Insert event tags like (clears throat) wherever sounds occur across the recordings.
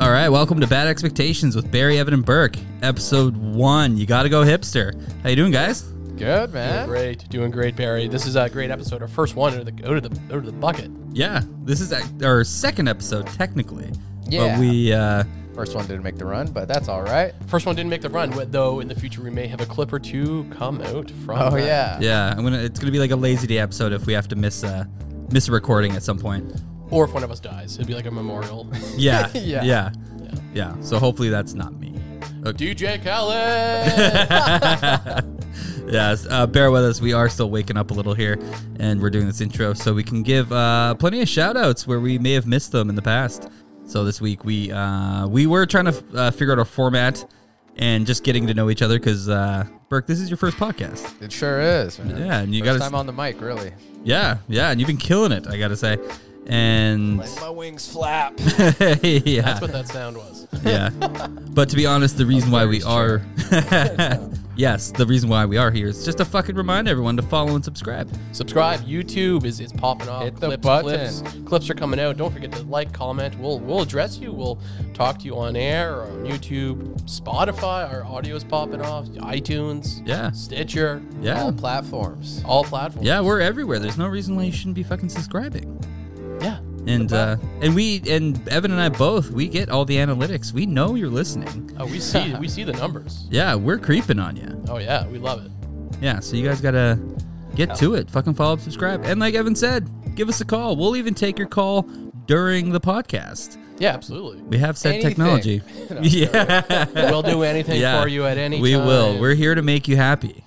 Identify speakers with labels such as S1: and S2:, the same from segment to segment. S1: right, welcome to Bad Expectations with Barry, Evan, and Burke, episode one. You gotta go hipster. How you doing, guys?
S2: Good
S3: Doing
S2: man.
S3: great, doing great, Barry. This is a great episode. Our first one out of the out of the out of the bucket.
S1: Yeah, this is ac- our second episode technically.
S2: Yeah.
S1: But we uh,
S2: First one didn't make the run, but that's all right.
S3: First one didn't make the run, wh- though. In the future, we may have a clip or two come out from.
S2: Oh
S3: that.
S2: yeah.
S1: yeah, I'm gonna it's gonna be like a lazy day episode if we have to miss uh miss a recording at some point.
S3: Or if one of us dies, it'd be like a memorial.
S1: Yeah.
S2: (laughs) Yeah.
S1: yeah.
S3: Yeah.
S1: Yeah. So hopefully that's not me.
S3: DJ Khaled.
S1: (laughs) yes, uh, bear with us. We are still waking up a little here, and we're doing this intro so we can give uh, plenty of shout outs where we may have missed them in the past. So this week we uh, we were trying to uh, figure out our format and just getting to know each other because uh, Burke, this is your first podcast.
S2: It sure is. Man.
S1: Yeah, and you
S2: 1st
S1: gotta-
S2: time on the mic, really.
S1: Yeah, yeah, and you've been killing it. I gotta say, and
S3: My wings flap.
S1: (laughs) yeah,
S3: That's what that sound was.
S1: yeah. But to be honest, the reason why we are (laughs) yes, the reason why we are here is just to fucking remind everyone to follow and subscribe.
S3: Subscribe. YouTube is, is popping off.
S2: Hit the button.
S3: Clips, clips are coming out. Don't forget to like, comment. We'll we'll address you. We'll talk to you on air or on YouTube, Spotify. Our audio is popping off. iTunes.
S1: Yeah.
S3: Stitcher.
S1: Yeah.
S2: All platforms.
S3: All platforms.
S1: Yeah, we're everywhere. There's no reason why you shouldn't be fucking subscribing.
S3: Yeah.
S1: And uh, and we and Evan and I both we get all the analytics. We know you're listening.
S3: Oh, we see we see the numbers.
S1: Yeah, we're creeping on you.
S3: Oh yeah, we love it.
S1: Yeah, so you guys gotta get to it. Fucking follow up, subscribe, and like Evan said, give us a call. We'll even take your call during the podcast.
S3: Yeah, absolutely.
S1: We have said
S2: Anything. (laughs)
S1: technology. yeah,
S3: We'll do anything
S1: Yeah.
S3: for you at
S1: (laughs)
S3: any
S1: we
S3: time.
S1: will. We're here to make you happy.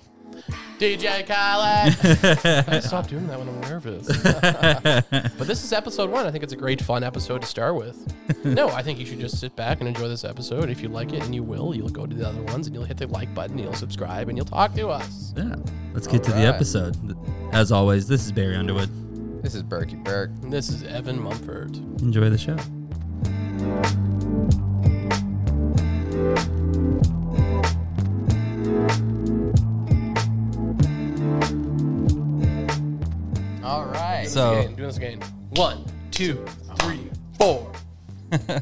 S3: DJ
S1: (laughs)
S3: Khaled. I stop doing that when I'm nervous. (laughs) but this is episode one. I think it's a great fun episode to start with.
S1: (laughs)
S3: No, I think you should just sit back and enjoy this episode. If you like it, and you will, you'll go to the other ones and you'll hit the like button, you'll subscribe, and you'll talk to us.
S1: Yeah, let's get to the
S2: Alright.
S1: episode. As always, this is Barry Underwood.
S2: This is Berkey Burke.
S3: And this is Evan Mumford.
S1: Enjoy the show.
S2: All right.
S1: So-
S3: Again, doing this again. One, two, three, four.
S1: (laughs)
S2: what's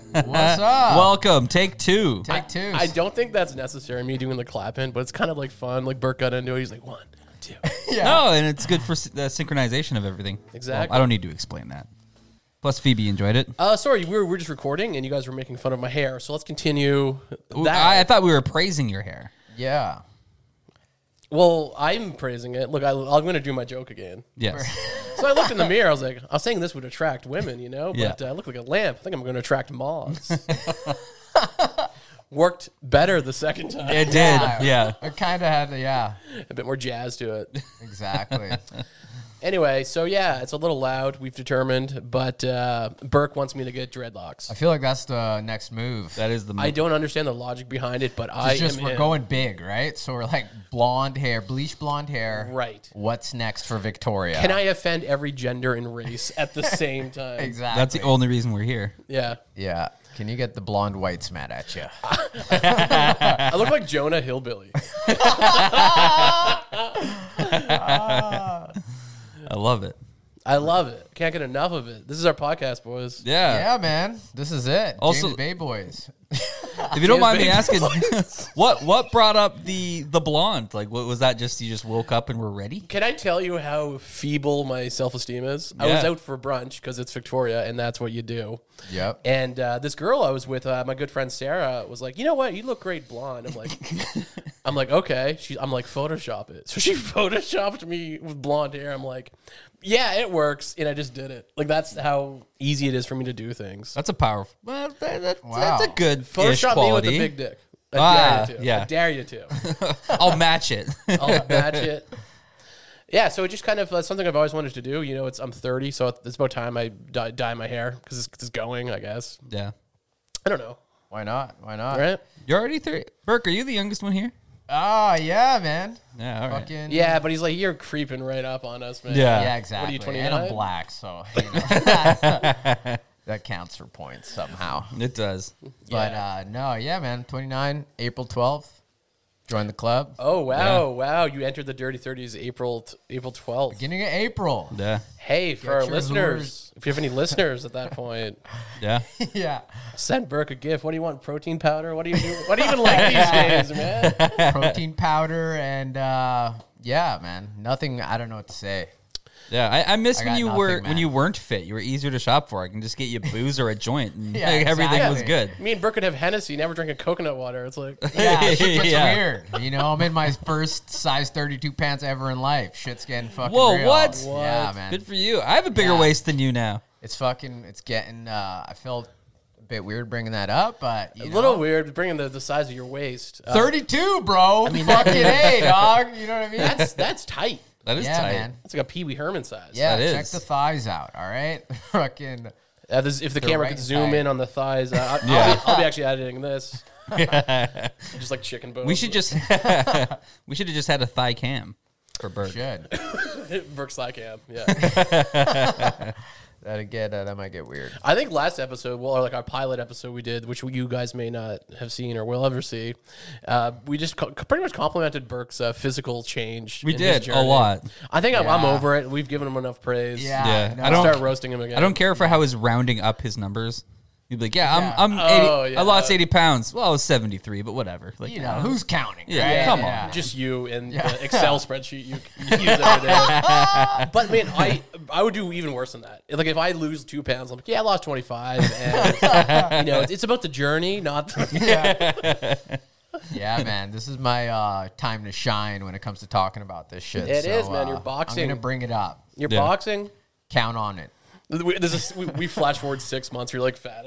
S2: up?
S1: Welcome, take two.
S2: Take two. (laughs)
S3: I don't think that's necessary, me doing the clapping, but it's kind of like fun. Like Burke got into it. He's like, one,
S1: (laughs)
S3: two.
S1: No, and it's good for s- the synchronization of everything.
S3: Exactly.
S1: I don't need to explain that. Plus, Phoebe enjoyed it.
S3: Uh, sorry, we were, we were just recording and you guys were making fun of my hair, so let's continue
S1: Ooh,
S3: that.
S1: I, I thought we were praising your hair.
S2: Yeah.
S3: well, I'm praising it. Look, I, I'm going to do my joke again.
S1: Yes.
S3: So I looked in the mirror. I was like, I was saying this would attract women, you know,
S1: Yeah.
S3: but uh, I look like a lamp. I think I'm going to
S1: (laughs)
S3: attract moths. (laughs) Worked better the second
S1: (laughs)
S3: time.
S1: it did. Yeah.
S2: I kind of had to. Yeah.
S3: A bit more jazz to it.
S2: Exactly.
S3: Anyway, so yeah, it's a little loud. We've determined, but uh, Burke wants me to get dreadlocks.
S2: I feel like that's the next move.
S1: That is the
S3: I don't understand the logic behind it, but I
S2: It's just
S3: am
S2: we're
S3: in.
S2: going big, right? So we're like blonde hair, bleach blonde hair.
S3: Right.
S2: What's next for Victoria?
S3: Can I offend every gender and race at
S2: (laughs)
S3: the same time?
S2: Exactly.
S1: That's the only reason we're here.
S3: Yeah.
S2: yeah. Can you get the blonde whites mad at you?
S3: I look like Jonah Hillbilly.
S1: I love it.
S3: I love it. Can't get enough of it. This is our podcast, boys.
S1: Yeah.
S2: Yeah, man. This is it.
S1: Also-
S2: James Bay Boys.
S1: If you don't mind me asking,
S3: (laughs)
S1: (laughs) what what brought up the the blonde? Like, what was that? Just you just woke up and were ready?
S3: Can I tell you how feeble my self esteem is? I was
S1: Yeah.
S3: out for brunch because it's Victoria and that's what you do.
S2: Yep.
S3: And uh, this girl I was with, uh, my good friend Sarah, was like, "You know what? You look great blonde."
S1: (laughs)
S3: I'm like, "I'm like okay." She, I'm like, "Photoshop it." So she (laughs) photoshopped me with blonde hair. I'm like, "Yeah, it works," and I just did it. Like that's how easy it is for me to do things.
S1: That's a powerful. Well, that, that, That's a
S2: Wow.
S1: good ish
S3: Photoshop me with
S1: quality.
S3: a big dick. I
S1: Ah,
S3: dare you to.
S1: yeah.
S3: I dare you to.
S1: (laughs) I'll match it. (laughs)
S3: I'll match it. Yeah, so it just kind of uh, something I've always wanted to do. You know, it's I'm 30, so it's about time I dye, dye my hair because it's, it's going. I guess
S1: yeah.
S3: I don't know.
S2: Why not? Why not?
S3: All right?
S1: You're already three. Burke, are you the youngest one here?
S2: Ah, yeah, man.
S1: Yeah. All right.
S2: Fucking
S3: Yeah, but he's like, you're creeping right up on us, man.
S1: Yeah.
S2: Yeah, exactly. and
S3: 29?
S2: I'm black, so you know. that counts for points somehow.
S1: It does.
S2: But uh, no, yeah, man. 29, April 12th. Join the club.
S3: Oh wow, wow! You entered the Dirty Thirties April t- April twelfth.
S2: Beginning of April. (laughs)
S4: Yeah.
S3: Hey, for our
S2: your
S3: listeners, if you have any listeners at that point,
S4: Yeah.
S2: yeah.
S3: send Burke a gift. What do you want? Protein powder? What do you do? What do you even like these days, man?
S2: Protein powder and uh, yeah, man. Nothing. I don't know what to say.
S4: Yeah. I, I miss
S2: I
S4: when
S2: got
S4: you
S2: nothing,
S4: were when
S2: man.
S4: you weren't fit. You were easier to shop for. I can just get you booze or a joint and
S2: (laughs) Yeah,
S4: like, (laughs) everything was
S2: exactly.
S4: good.
S3: Me and Burke could have Hennessy. Now we're drinking coconut water. It's like
S4: (laughs)
S2: Yeah, shit gets
S4: Yeah.
S2: weird. You know, I'm in my first size 32 pants ever in life. Shit's getting fucking
S4: Whoa,
S2: real.
S4: what?
S2: Yeah, man.
S4: Good for you. I have a bigger
S2: Yeah.
S4: waist than you now.
S2: It's fucking, it's getting, uh, I felt a bit weird bringing that up, but you
S3: a
S2: know,
S3: little weird bringing the, the size of your waist. Uh,
S2: 32, bro. fucking
S4: (laughs)
S2: hey, dog. You know what I mean?
S3: That's that's tight.
S4: That is
S2: yeah,
S4: tight.
S2: man.
S3: That's like a Pee Wee Herman size.
S2: Yeah,
S4: That
S2: check
S4: is.
S2: the thighs out. All right, (laughs) fucking.
S3: Uh, this, if the camera
S2: right
S3: could zoom
S2: thigh.
S3: in on the thighs, uh, I, I'll,
S4: Yeah.
S3: be, I'll be actually editing this. just like chicken bones.
S4: We should
S2: (laughs)
S4: just (laughs) we should have just had a thigh cam for Burke.
S2: Should
S3: Burke's like am. Yeah. (laughs)
S2: that get uh, that might get weird.
S3: I think last episode, well, or like our pilot episode we did, which you guys may not have seen or will ever see, uh, we just co- pretty much complimented Burke's uh, physical change.
S4: We
S3: in his
S4: did, a
S3: journey.
S4: lot.
S3: I think I'm, I'm
S2: Yeah.
S3: over it. We've given him enough praise.
S2: Yeah,
S4: Yeah,
S2: no,
S4: I don't-
S3: Start roasting him again.
S4: I don't care for how he's rounding up his numbers. You'd be like, yeah,
S2: Yeah.
S4: I'm, I'm
S3: Oh,
S4: 80,
S3: yeah.
S4: I lost 80 pounds. Well, I was 73, but whatever. Like,
S2: You know who's counting?
S4: Um, Yeah,
S2: right?
S4: come on.
S3: just you and
S2: Yeah.
S4: (laughs)
S3: the Excel spreadsheet you you use every day. but man, I I would do even worse than that. Like if I lose two pounds, I'm like, yeah, I lost 25. And, you know, it's, it's about the journey, not (laughs)
S2: (laughs)
S3: the,
S2: yeah, man. This is my uh, time to shine when it comes to talking about this shit.
S3: It
S2: It is,
S3: is, man, you're boxing.
S2: I'm gonna bring it up.
S3: your
S4: Yeah.
S3: boxing.
S2: Count on it.
S3: We, this is, we, we flash forward six months. You're like fat.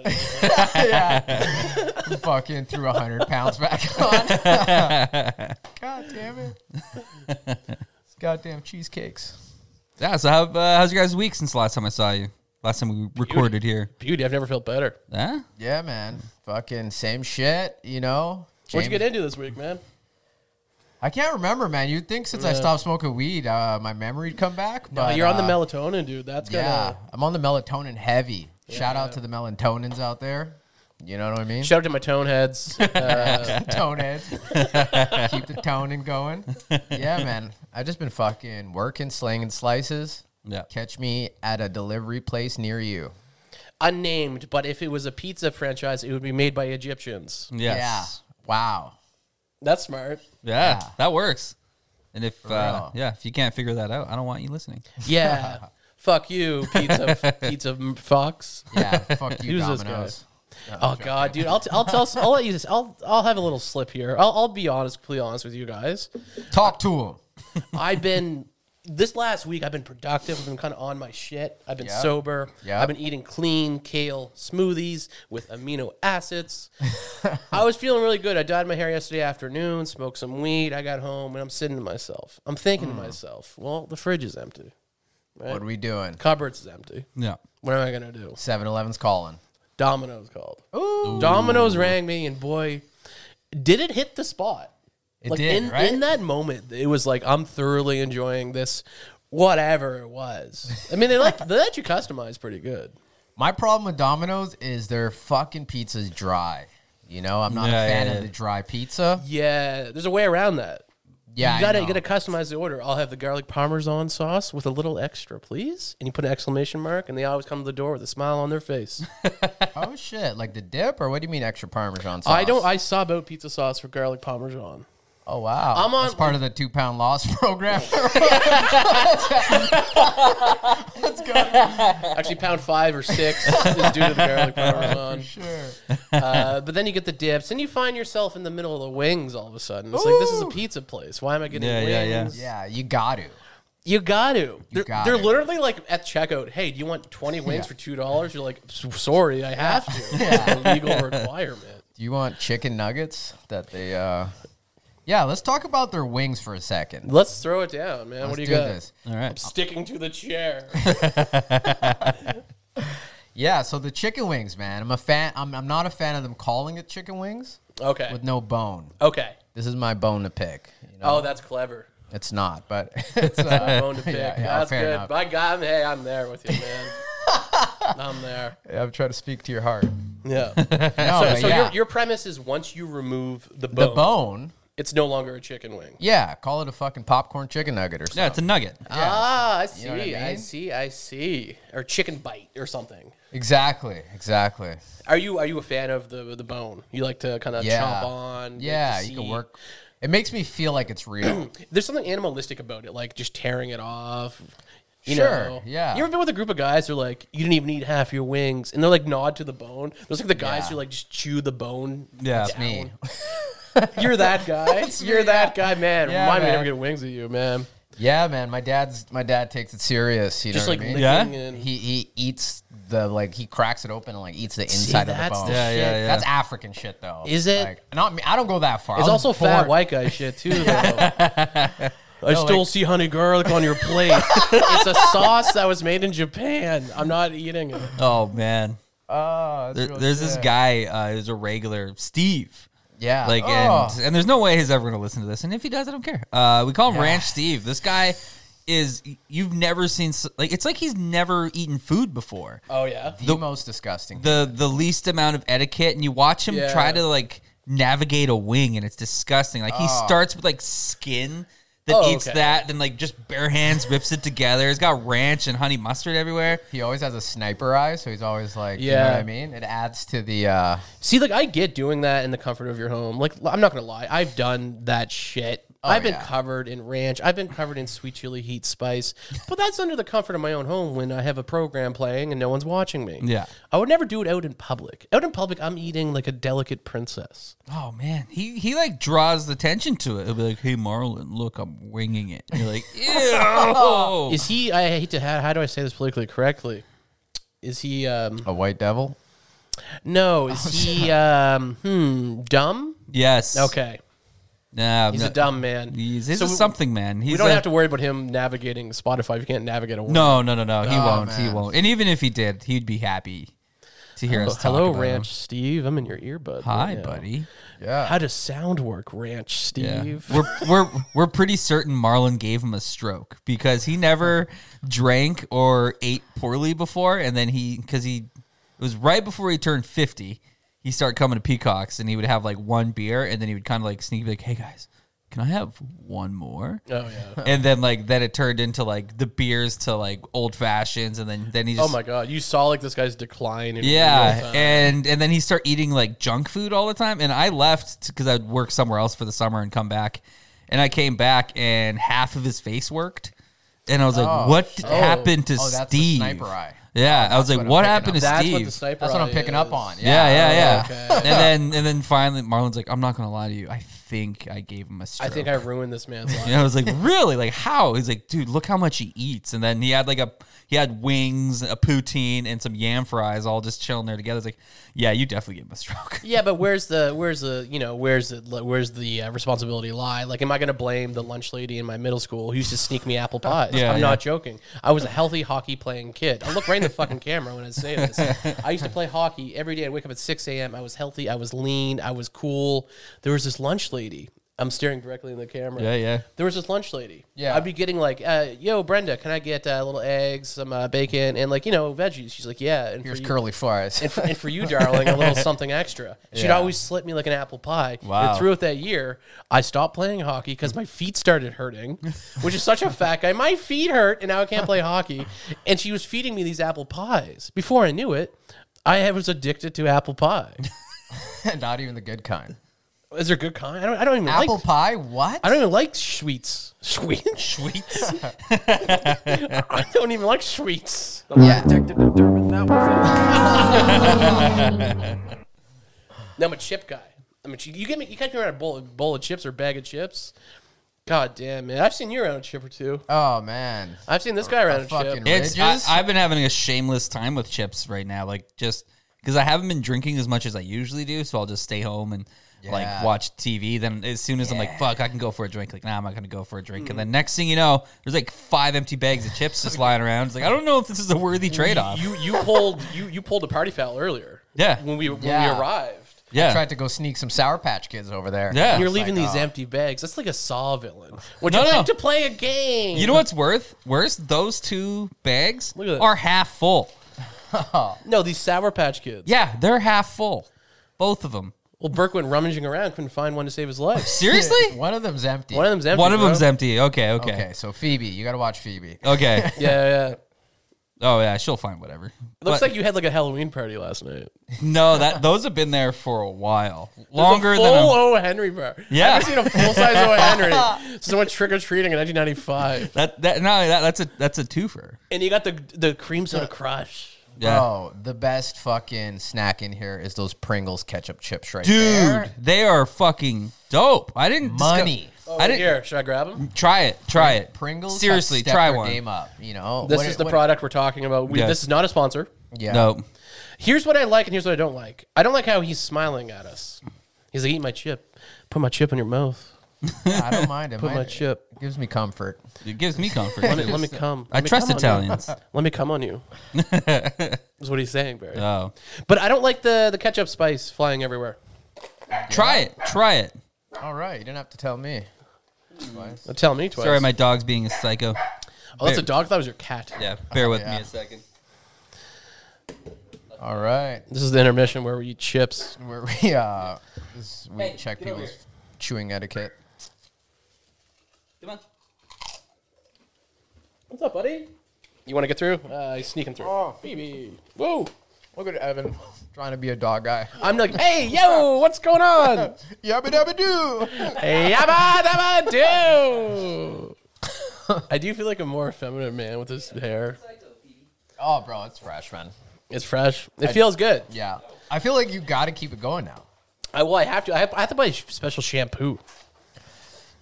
S2: yeah, fucking threw hundred
S3: (laughs)
S2: pounds back on. God damn (laughs) it! It's goddamn cheesecakes.
S4: yeah, so how, uh, how's your guys' week since the last time I saw you? Last time we recorded here?
S3: Beauty. I've never felt better.
S4: Huh?
S2: Yeah, man. Fucking same shit, you know?
S3: What'd you
S2: Jamie-
S3: get into this week, man?
S2: I can't remember, man. You'd think since I stopped smoking weed, uh, my memory'd come back. But
S3: you're on the
S2: uh,
S3: melatonin, dude. That's gonna.
S2: Yeah, I'm on the melatonin heavy. Shout out to the melatonins out there. You know what I mean?
S3: Shout out to my
S2: (laughs)
S3: tone heads. Uh,
S4: (laughs)
S2: Toneheads. Keep the toning going. Yeah, man. I've just been fucking working, slinging slices.
S4: Yeah.
S2: Catch me at a delivery place near you.
S3: unnamed, but if it was a pizza franchise, it would be made by Egyptians.
S4: Yes.
S2: Yeah. Wow.
S3: That's smart.
S4: Yeah. That works. And if, uh,
S2: real.
S4: yeah, if you can't figure that out, I don't want you
S2: (laughs)
S4: listening.
S3: Yeah. (laughs) Fuck you, pizza, pizza m- fox.
S2: Yeah. Fuck
S3: (laughs)
S2: you,
S3: Who's this guy?
S2: Domino's.
S3: Oh god, dude, I'll, t- I'll tell, I'll let you this. I'll, I'll have a little slip here. I'll, I'll be honest, completely honest with you guys.
S2: Talk to him.
S3: I've been this last week. I've been productive. I've been kind of on my shit. I've been
S2: Yeah.
S3: sober.
S2: Yeah.
S3: I've been eating clean kale smoothies with amino acids. (laughs) I was feeling really good. I dyed my hair yesterday afternoon. Smoked some weed. I got home and I'm sitting to myself. I'm thinking to myself, well, the fridge is empty.
S2: What are we doing?
S3: Cupboards is empty.
S4: Yeah.
S3: What am I gonna do?
S2: 7 Eleven's calling.
S3: Domino's called. Domino's rang me, and boy, did it hit the spot.
S2: It
S3: like
S2: did,
S3: in,
S2: right?
S3: in that moment, it was like I'm thoroughly enjoying this, whatever it was. I mean, they like they let you customize pretty good.
S2: My problem with Domino's is their fucking pizza's dry. You know, I'm not
S4: Yeah,
S2: a fan
S4: yeah,
S2: of
S4: yeah.
S2: the
S4: (laughs)
S2: dry pizza.
S3: Yeah, there's a way around that.
S2: Yeah,
S3: you gotta
S2: I know.
S3: you gotta customize the order. I'll have the garlic parmesan sauce with a little extra, please. And you put an exclamation mark, and they always come to the door with a smile on
S2: (laughs)
S3: their face.
S2: oh shit, like the dip, or what do you mean extra Parmesan sauce?
S3: I don't. I sub out pizza sauce for garlic parmesan.
S2: oh wow,
S3: I'm on-
S2: That's part of the two pound loss (laughs)
S3: (laughs)
S2: program.
S3: Actually, pound five or six is due to the
S2: (laughs)
S3: garlic parmesan.
S2: sure.
S3: Uh, but then you get the dips, and you find yourself in the middle of the wings all of a sudden. It's like this is a pizza place. Why am I getting
S4: Yeah, yeah, yeah.
S3: wings?
S2: Yeah, you got to.
S3: You got to. They're,
S2: got
S3: they're
S2: to.
S3: literally like at checkout. Hey, do you want twenty wings for two dollars? You're like, "S- sorry, I have to. It's a legal requirement.
S2: Do you want chicken nuggets that they? uh Yeah, let's talk about their wings for a 2nd
S3: Let's throw it down, man.
S2: let's
S3: what do you
S2: do
S3: got?
S2: this.
S4: All right.
S3: Sticking to
S2: (laughs)
S3: the chair.
S2: Yeah, so the chicken wings, man. I'm a fan. I'm, I'm not a fan of them calling it chicken wings
S3: Okay.
S2: with no bone.
S3: Okay.
S2: This is my bone to pick. You know?
S3: Oh,
S2: (laughs)
S3: that's clever.
S2: It's not, but (laughs) it's uh,
S3: I bone to
S2: (laughs)
S3: pick.
S2: yeah,
S3: that's
S2: fair
S3: good.
S2: enough.
S3: By God, I'm- hey, I'm there with you, man.
S2: (laughs)
S3: I'm there.
S2: I'm trying to speak to your heart.
S3: Yeah.
S2: No,
S3: (laughs) So,
S2: but
S3: so
S2: Oh, yeah.
S3: your, your premise is once you remove the bone,
S2: the bone,
S3: it's no longer a chicken wing.
S2: Yeah, call it a fucking popcorn chicken nugget or something.
S1: Yeah, it's a nugget.
S3: Ah, I see.
S2: You know what I
S3: I,
S2: mean?
S3: see. I see. Or chicken bite or something.
S2: Exactly, exactly.
S3: Are you are you a fan of the the bone? You like to kind of
S2: Yeah.
S3: chomp on. like
S2: Yeah,
S3: to
S2: you can
S3: see-
S2: work. It makes me feel like it's
S3: (clears throat)
S2: real.
S3: There's something animalistic about it, like just tearing it off. You
S2: Sure,
S3: know?
S2: yeah.
S3: You ever been with a group of guys who are like, you didn't even eat half your wings, and they're like gnawed to the bone. Those like the guys
S2: Yeah.
S3: who like just chew the bone.
S1: Yeah.
S3: down.
S2: me.
S3: You're
S2: (laughs)
S3: that guy. You're
S2: me,
S3: that guy, man.
S2: Yeah,
S3: Remind me
S2: man.
S3: never get wings with you, man.
S2: (laughs) yeah, man, my dad's my dad takes it serious. You
S3: Just
S2: know
S3: like
S2: what I mean?
S3: licking
S1: Yeah?
S3: and
S2: He he eats the like he cracks it open and like eats the inside of the
S3: that's
S2: bone.
S3: the
S1: Yeah, yeah, shit. yeah.
S2: That's African shit though.
S3: Is it?
S2: Like, not me. I don't go that far.
S3: It's
S2: I was
S3: also fat
S2: born-
S3: white guy shit too. (laughs) Though. I still
S2: like-
S3: see honey garlic on your plate. (laughs) it's a sauce that was made in Japan. I'm not eating it.
S1: Oh man,
S2: Oh, that's
S1: there,
S2: real
S1: there's this
S2: shit.
S1: guy uh, who's a regular, Steve.
S2: Yeah,
S1: Like,
S2: Oh.
S1: and, and there's no way he's ever going to listen to this. And if he does, I don't care. Uh, we call him Ranch Steve. This guy is you've never seen s- like it's like he's never eaten food before.
S3: Oh yeah.
S2: the, most disgusting.
S1: The the least amount of etiquette, and you watch him
S3: Yeah.
S1: try to like navigate a wing, and it's disgusting. Like he starts with like skin. That
S3: Ah. Oh,
S1: eats
S3: okay.
S1: that, then like just bare hands whips it together. It's got ranch and honey mustard everywhere.
S2: he always has a sniper eye, so he's always like, you
S3: Yeah.
S2: know what I mean? It adds to the uh,
S3: See, like I get doing that in the comfort of your home. Like I'm not gonna lie, I've done that shit. I've been
S2: yeah.
S3: covered in ranch. I've been covered in sweet chili heat spice. But that's under the comfort of my own home when I have a program playing and no one's watching me.
S1: Yeah.
S3: I would never do it out in public. Out in public, I'm eating like a delicate princess.
S1: Oh man, he he like draws the attention to it. He'll be like, "Hey Marlon, look, I'm winging it." And you're
S3: (laughs)
S1: like, "Ew."
S3: Is he? I hate to. How, how do I say this politically correctly? Is he? Um,
S2: a white devil.
S3: no. Is
S1: (laughs)
S3: he? Um, hmm. Dumb.
S1: yes.
S3: Okay.
S1: Nah,
S3: He's a dumb man.
S1: He's, he's
S3: So
S1: a
S3: we-
S1: something man. He's
S3: We don't
S1: a-
S3: have to worry about him navigating Spotify. If you can't navigate a word.
S1: No, no, no, no. He
S2: Oh,
S1: won't. He
S2: man.
S1: won't. And even if he did, he'd be happy to hear
S3: Oh,
S1: us. Talk
S3: hello,
S1: about him.
S3: Ranch Steve. I'm in your earbud.
S1: Hi,
S3: right now.
S1: buddy.
S2: Yeah.
S3: How does sound work, Ranch
S1: Yeah.
S3: Steve?
S1: we're we're we're pretty certain Marlon gave him a stroke because he never drank or ate poorly before, and then he because he it was right before he turned fifty, he started coming to Peacocks, and he would have like one beer, and then he would kind of like sneak like, "Hey guys, can I have one more?"
S3: Oh yeah.
S1: And then like then it turned into like the beers to like old fashions, and then then he
S3: Oh
S1: just
S3: my God! You saw like this guy's decline. In real
S1: yeah,
S3: time.
S1: and and then he started eating like junk food all the time. And I left because I'd work somewhere else for the summer and come back. And I came back, and half of his face worked. And I was like, "What d- happened to
S2: Oh, that's the
S1: Steve?"
S2: sniper eye.
S1: Yeah, I was like,
S2: what I'm
S1: "What
S2: picking
S1: happened
S2: up.
S1: to
S3: That's
S1: Steve?"
S3: what the sniper.
S2: That's what I'm
S3: eye
S2: picking up
S3: is.
S2: on.
S1: yeah, yeah,
S3: Oh,
S1: yeah. And then and then finally, Marlon's like, "I'm not gonna lie to you. I think I gave him a
S3: I
S1: stroke."
S3: think I ruined this man's
S1: (laughs)
S3: life.
S1: And I was like, really? Like how? He's like, dude, look how much he eats. And then he had like a he had wings, a poutine, and some yam fries all just chilling there together. It's like, yeah, you definitely gave him a stroke. (laughs)
S3: Yeah, but where's the where's the you know where's the where's the uh, responsibility lie? Like, am I going to blame the lunch lady in my middle school who used to sneak me apple pies?
S1: Yeah,
S3: I'm
S1: yeah.
S3: not joking. I was a healthy hockey playing kid. I look right in the fucking camera when I say this. I used to play hockey every day. I'd wake up at 6 a.m. I was healthy. I was lean. I was cool. There was this lunch lady. I'm staring directly in the camera.
S1: Yeah, yeah.
S3: There was this lunch lady.
S2: Yeah.
S3: I'd be getting like, uh, "Yo, Brenda, can I get uh, little eggs, some uh, bacon, and like you know veggies?" She's like, "Yeah." And for
S2: Here's
S3: you-
S2: curly fries.
S3: and for, and for you, darling,
S2: (laughs)
S3: a little something extra. She'd
S2: Yeah.
S3: always slit me like an apple pie.
S1: Wow.
S3: And throughout that year, I stopped playing hockey because my feet started hurting, which is such a fat guy. My feet hurt, and now I can't play hockey. And she was feeding me these apple pies. Before I knew it, I was addicted to apple pie.
S2: (laughs) Not even the good kind.
S3: Is there good kind? I don't. I don't even
S2: Apple
S3: like.
S2: pie? What?
S3: I don't even like sweets. Sweets. (laughs) Sweets. I don't even like sweets.
S2: Yeah.
S3: No, I'm a chip guy. I mean, you get me. You catch me around a bowl, bowl of chips or bag of chips. God damn man, I've seen you around a chip or two.
S2: Oh man.
S3: I've seen this guy around a,
S2: fucking
S3: chip.
S1: It's I,
S2: Ridges?
S1: I've been having a shameless time with chips right now, like just because I haven't been drinking as much as I usually do, so I'll just stay home and like
S2: Yeah.
S1: watch TV. Then as soon as I'm like, fuck, I can go for a drink. Like, nah, I'm not gonna go for a drink. And then next thing you know, there's like five empty bags of chips just lying around. It's like I don't know if this is a worthy trade off.
S3: You you pulled you you pulled a party foul earlier.
S1: Yeah.
S3: When we when
S2: Yeah.
S3: we arrived.
S1: Yeah,
S2: Tried to go sneak some Sour Patch Kids over there.
S1: yeah.
S3: You're leaving
S2: like,
S3: these
S2: oh.
S3: empty bags. That's like a Saw villain. Would
S1: uh, No,
S3: you
S1: no.
S3: like to play a game?
S1: You know what's worth worse? Those two bags
S3: Look at that.
S1: are half full.
S3: no, these Sour Patch Kids.
S1: Yeah, they're half full, both of them.
S3: Well, Burke went rummaging around, couldn't find one to save his life.
S1: (laughs) Seriously?
S2: One of them's empty.
S3: One of them's empty.
S1: One of
S3: bro.
S1: them's empty. Okay,
S2: Okay,
S1: okay,
S2: so Phoebe, you got to watch Phoebe.
S1: okay.
S3: (laughs) Yeah, yeah.
S1: Oh yeah, she'll find whatever.
S3: It
S1: But-
S3: looks like you had like a Halloween party last night.
S1: no,
S3: (laughs)
S1: that those have been there for a while,
S3: There's
S1: longer
S3: a
S1: than
S3: full
S1: a-
S3: O Henry bar.
S1: Yeah.
S3: I've never seen a full
S1: (laughs)
S3: size O Henry. Someone trick or treating in 1995,
S1: that. That no, that, that's a that's a twofer.
S3: and you got the the cream soda crush.
S1: Yeah,
S3: Oh,
S2: Bro, the best fucking snack in here is those Pringles ketchup chips right
S1: dude,
S2: there.
S1: they are fucking dope. I didn't disco-
S2: Money.
S1: I didn't
S3: Oh, Here, should I grab them?
S1: try it. Try it.
S2: Pringles. have
S1: Seriously,
S2: stepped
S1: try
S2: their
S1: one.
S2: Game up, you know.
S3: This
S2: What-
S3: is the
S2: what-
S3: product we're talking about. We,
S1: Yeah.
S3: This is not a sponsor.
S2: Yeah.
S1: No.
S3: Here's what I like, and here's what I don't like. I don't like how he's smiling at us. He's like, "Eat my chip. Put my chip in your mouth.
S2: I don't mind it.
S3: Put my
S2: Mine-
S3: chip.
S2: it Gives me comfort.
S1: It gives me comfort.
S3: (laughs) Let me, let me come.
S1: I
S3: Let me
S1: trust
S3: come on you.
S1: Italians.
S3: (laughs) Let me come on you." is what he's saying,
S1: (laughs)
S3: Barry.
S1: Oh,
S3: But I don't like the the ketchup spice flying everywhere.
S1: try it. Try it.
S2: All right, you didn't have to tell me.
S3: Don't tell me twice.
S1: Sorry, my dog's being a psycho.
S3: oh, that's a dog. That was your cat.
S1: Yeah, bear with
S2: Yeah.
S1: me a second.
S2: All right,
S3: This is the intermission where we eat chips.
S2: where we uh, this, we
S1: Hey,
S2: check
S1: get over
S2: people's
S1: here.
S2: chewing etiquette.
S1: Come on.
S3: What's up, buddy? You want to get through? Uh, he's sneaking through.
S2: Oh, Phoebe,
S3: Whoa!
S2: look at Evan trying to be a
S1: (laughs)
S2: dog guy.
S3: I'm like, hey, yo, what's
S2: (laughs)
S3: going on?
S2: Yabba dabba doo.
S3: Yabba dabba (laughs) do. I do feel like a more effeminate man with his hair.
S2: Oh, bro, it's fresh, man.
S3: It's fresh. It feels good.
S2: Yeah, I feel like you got to keep it going now.
S3: I well, I have to. I have, I have to buy sh- special shampoo,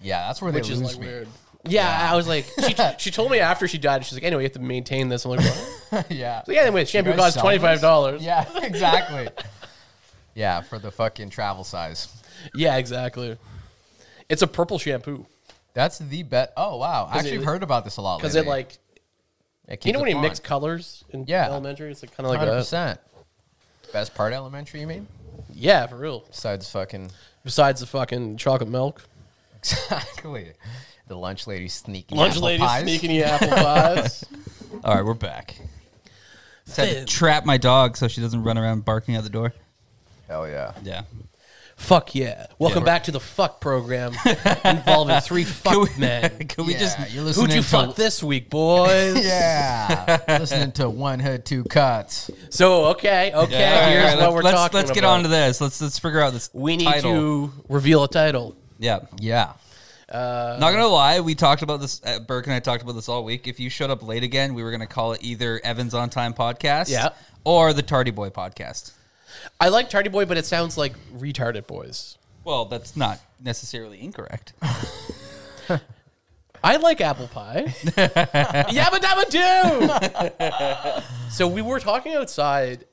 S2: Yeah, that's where
S3: which
S2: they
S3: is
S2: lose
S3: like
S2: me.
S3: weird. Yeah, I was like, she, (laughs) she told me after she died, she's like, anyway, you have to maintain this. I'm like,
S2: (laughs)
S3: what?
S2: yeah.
S3: So (laughs) yeah, anyway, shampoo
S2: guys
S3: costs
S2: sell
S3: twenty
S2: those?
S3: five dollars.
S2: Yeah, (laughs) exactly. yeah, for the fucking travel size.
S3: Yeah, exactly. It's a purple shampoo
S2: That's the bet. Oh wow, actually,
S3: it-
S2: I've heard about this a lot.
S3: because it
S2: lately.
S3: like
S2: It keeps
S3: you know
S2: it
S3: when you
S2: fun.
S3: mix colors in
S2: Yeah.
S3: elementary, it's like kind of like
S2: Hundred
S3: that.
S2: percent. Best part elementary, you mean?
S3: Yeah, for real.
S2: Besides fucking (laughs)
S3: Besides the fucking chocolate milk,
S2: exactly the lunch lady sneaking
S3: lunch
S2: apple
S3: ladies
S2: pies.
S3: sneaking you (laughs) apple pies.
S1: All right, we're back. Just had to trap my dog so she doesn't run around barking at the door.
S2: Hell yeah!
S1: Yeah.
S3: fuck yeah! Welcome
S1: Yeah.
S3: back to the fuck program (laughs) involving three fuck men.
S1: (laughs) Can we
S2: Yeah,
S1: just?
S2: you're listening
S3: Who'd you
S2: to
S3: fuck this
S1: (laughs)
S3: week, boys?
S2: yeah,
S3: (laughs)
S2: listening to one hood two cuts.
S3: So okay,
S1: Yeah,
S3: okay.
S1: all right,
S3: here's
S1: all right,
S3: what
S1: let's,
S3: we're
S1: let's,
S3: talking
S1: Let's
S3: about.
S1: get on to this. Let's let's figure out this.
S3: We need
S1: title.
S3: to reveal a title.
S1: Yeah.
S2: Yeah,
S3: uh,
S1: Not gonna lie, we talked about this. Uh, Burke and I talked about this all week. If you showed up late again, we were gonna call it either Evans on Time podcast,
S3: Yeah.
S1: or the Tardy Boy podcast.
S3: I like Tardy Boy, but it sounds like retarded boys.
S1: Well, that's not necessarily
S3: (laughs)
S1: incorrect.
S3: I like apple
S1: (laughs)
S3: pie. Yabba dabba do. (laughs) so we were talking outside.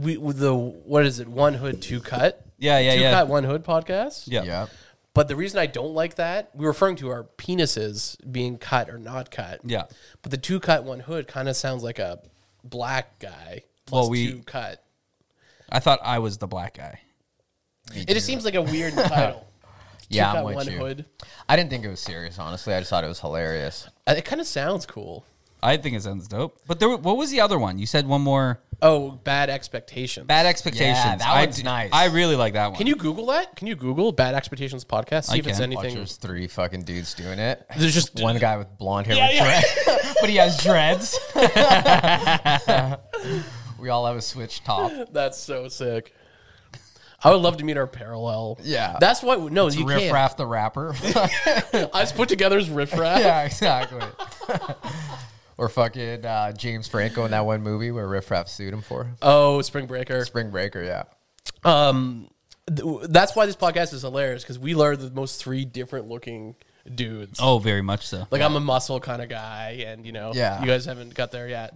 S3: We with the what is it? One hood, two cut.
S1: Yeah, yeah,
S3: two
S1: yeah.
S3: cut, one hood podcast.
S1: Yeah.
S2: yeah.
S3: But the reason I don't like that, we're referring to our penises being cut or not cut.
S1: Yeah.
S3: But the two cut, one hood kind of sounds like a black guy plus
S1: Well, we-
S3: two cut.
S1: I thought I was the black guy.
S3: It just seems like a weird title.
S2: (laughs) Yeah,
S3: two
S2: I'm
S3: cut,
S2: with
S3: one
S2: you.
S3: hood.
S2: I didn't think it was serious, honestly. I just thought it was hilarious.
S3: Uh, It kind of sounds cool.
S1: I think it sounds dope. But there, wa- what was the other one? You said one more
S3: Oh, bad expectations.
S1: bad expectations.
S2: Yeah, that
S1: I
S2: one's nice.
S1: I really like that one.
S3: Can you Google that? Can you Google bad expectations podcast? See
S1: I
S3: if it's
S1: can.
S2: Watch,
S3: anything.
S2: there's three fucking dudes doing it.
S3: (laughs) There's just
S2: One guy with blonde hair,
S3: Yeah,
S2: with
S3: yeah.
S2: dread- but he has dreads. (laughs) we all have a switch top.
S3: That's so sick. I would love to meet our parallel.
S2: Yeah.
S3: that's why. No, you
S2: Riff
S3: can't.
S2: Raff the rapper.
S3: (laughs)
S2: (laughs)
S3: I just put together as riff raff.
S2: yeah, exactly. (laughs) or fucking uh, James Franco in that one movie where Riff Raff sued him for
S3: Oh, Spring Breaker.
S2: Spring Breaker. Yeah,
S3: Um, th- that's why this podcast is hilarious because we learned the most three different looking dudes.
S1: (laughs) Oh, very much so.
S3: Like I'm a muscle kind of guy, and you know,
S2: Yeah.
S3: you guys haven't got there yet.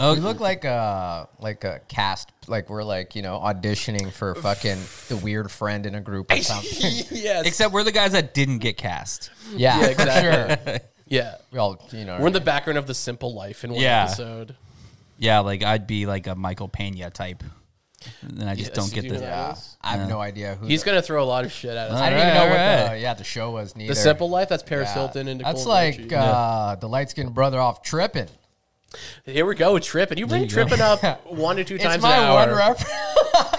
S1: Oh,
S2: we look like a like a cast. Like we're like you know auditioning for fucking the weird friend in a group or
S3: (laughs)
S2: something.
S3: yes,
S1: except we're the guys that didn't get cast.
S2: Yeah,
S3: Yeah, exactly.
S2: for sure.
S3: yeah,
S2: We all you know
S3: we're in the background of the Simple Life in one
S1: Yeah.
S3: episode.
S1: Yeah, like I'd be like a Michael Pena type, and I just
S3: Yes,
S1: don't get
S3: you do
S1: the.
S3: know that.
S2: Yeah, I have no idea who.
S3: He's
S2: the,
S3: gonna throw a lot of shit at
S2: I
S3: us.
S1: All
S2: didn't even know
S1: right,
S2: what
S1: all
S2: the yeah the show was. Neither
S3: The Simple Life. That's Paris
S2: Yeah.
S3: Hilton and Nicole
S2: That's like
S3: Richie.
S2: uh, the light skinned brother off tripping.
S3: Here we go, tripping. You bring
S4: you go.
S3: tripping up one to two
S2: It's
S3: times
S2: my
S3: an hour.
S2: one reference. (laughs)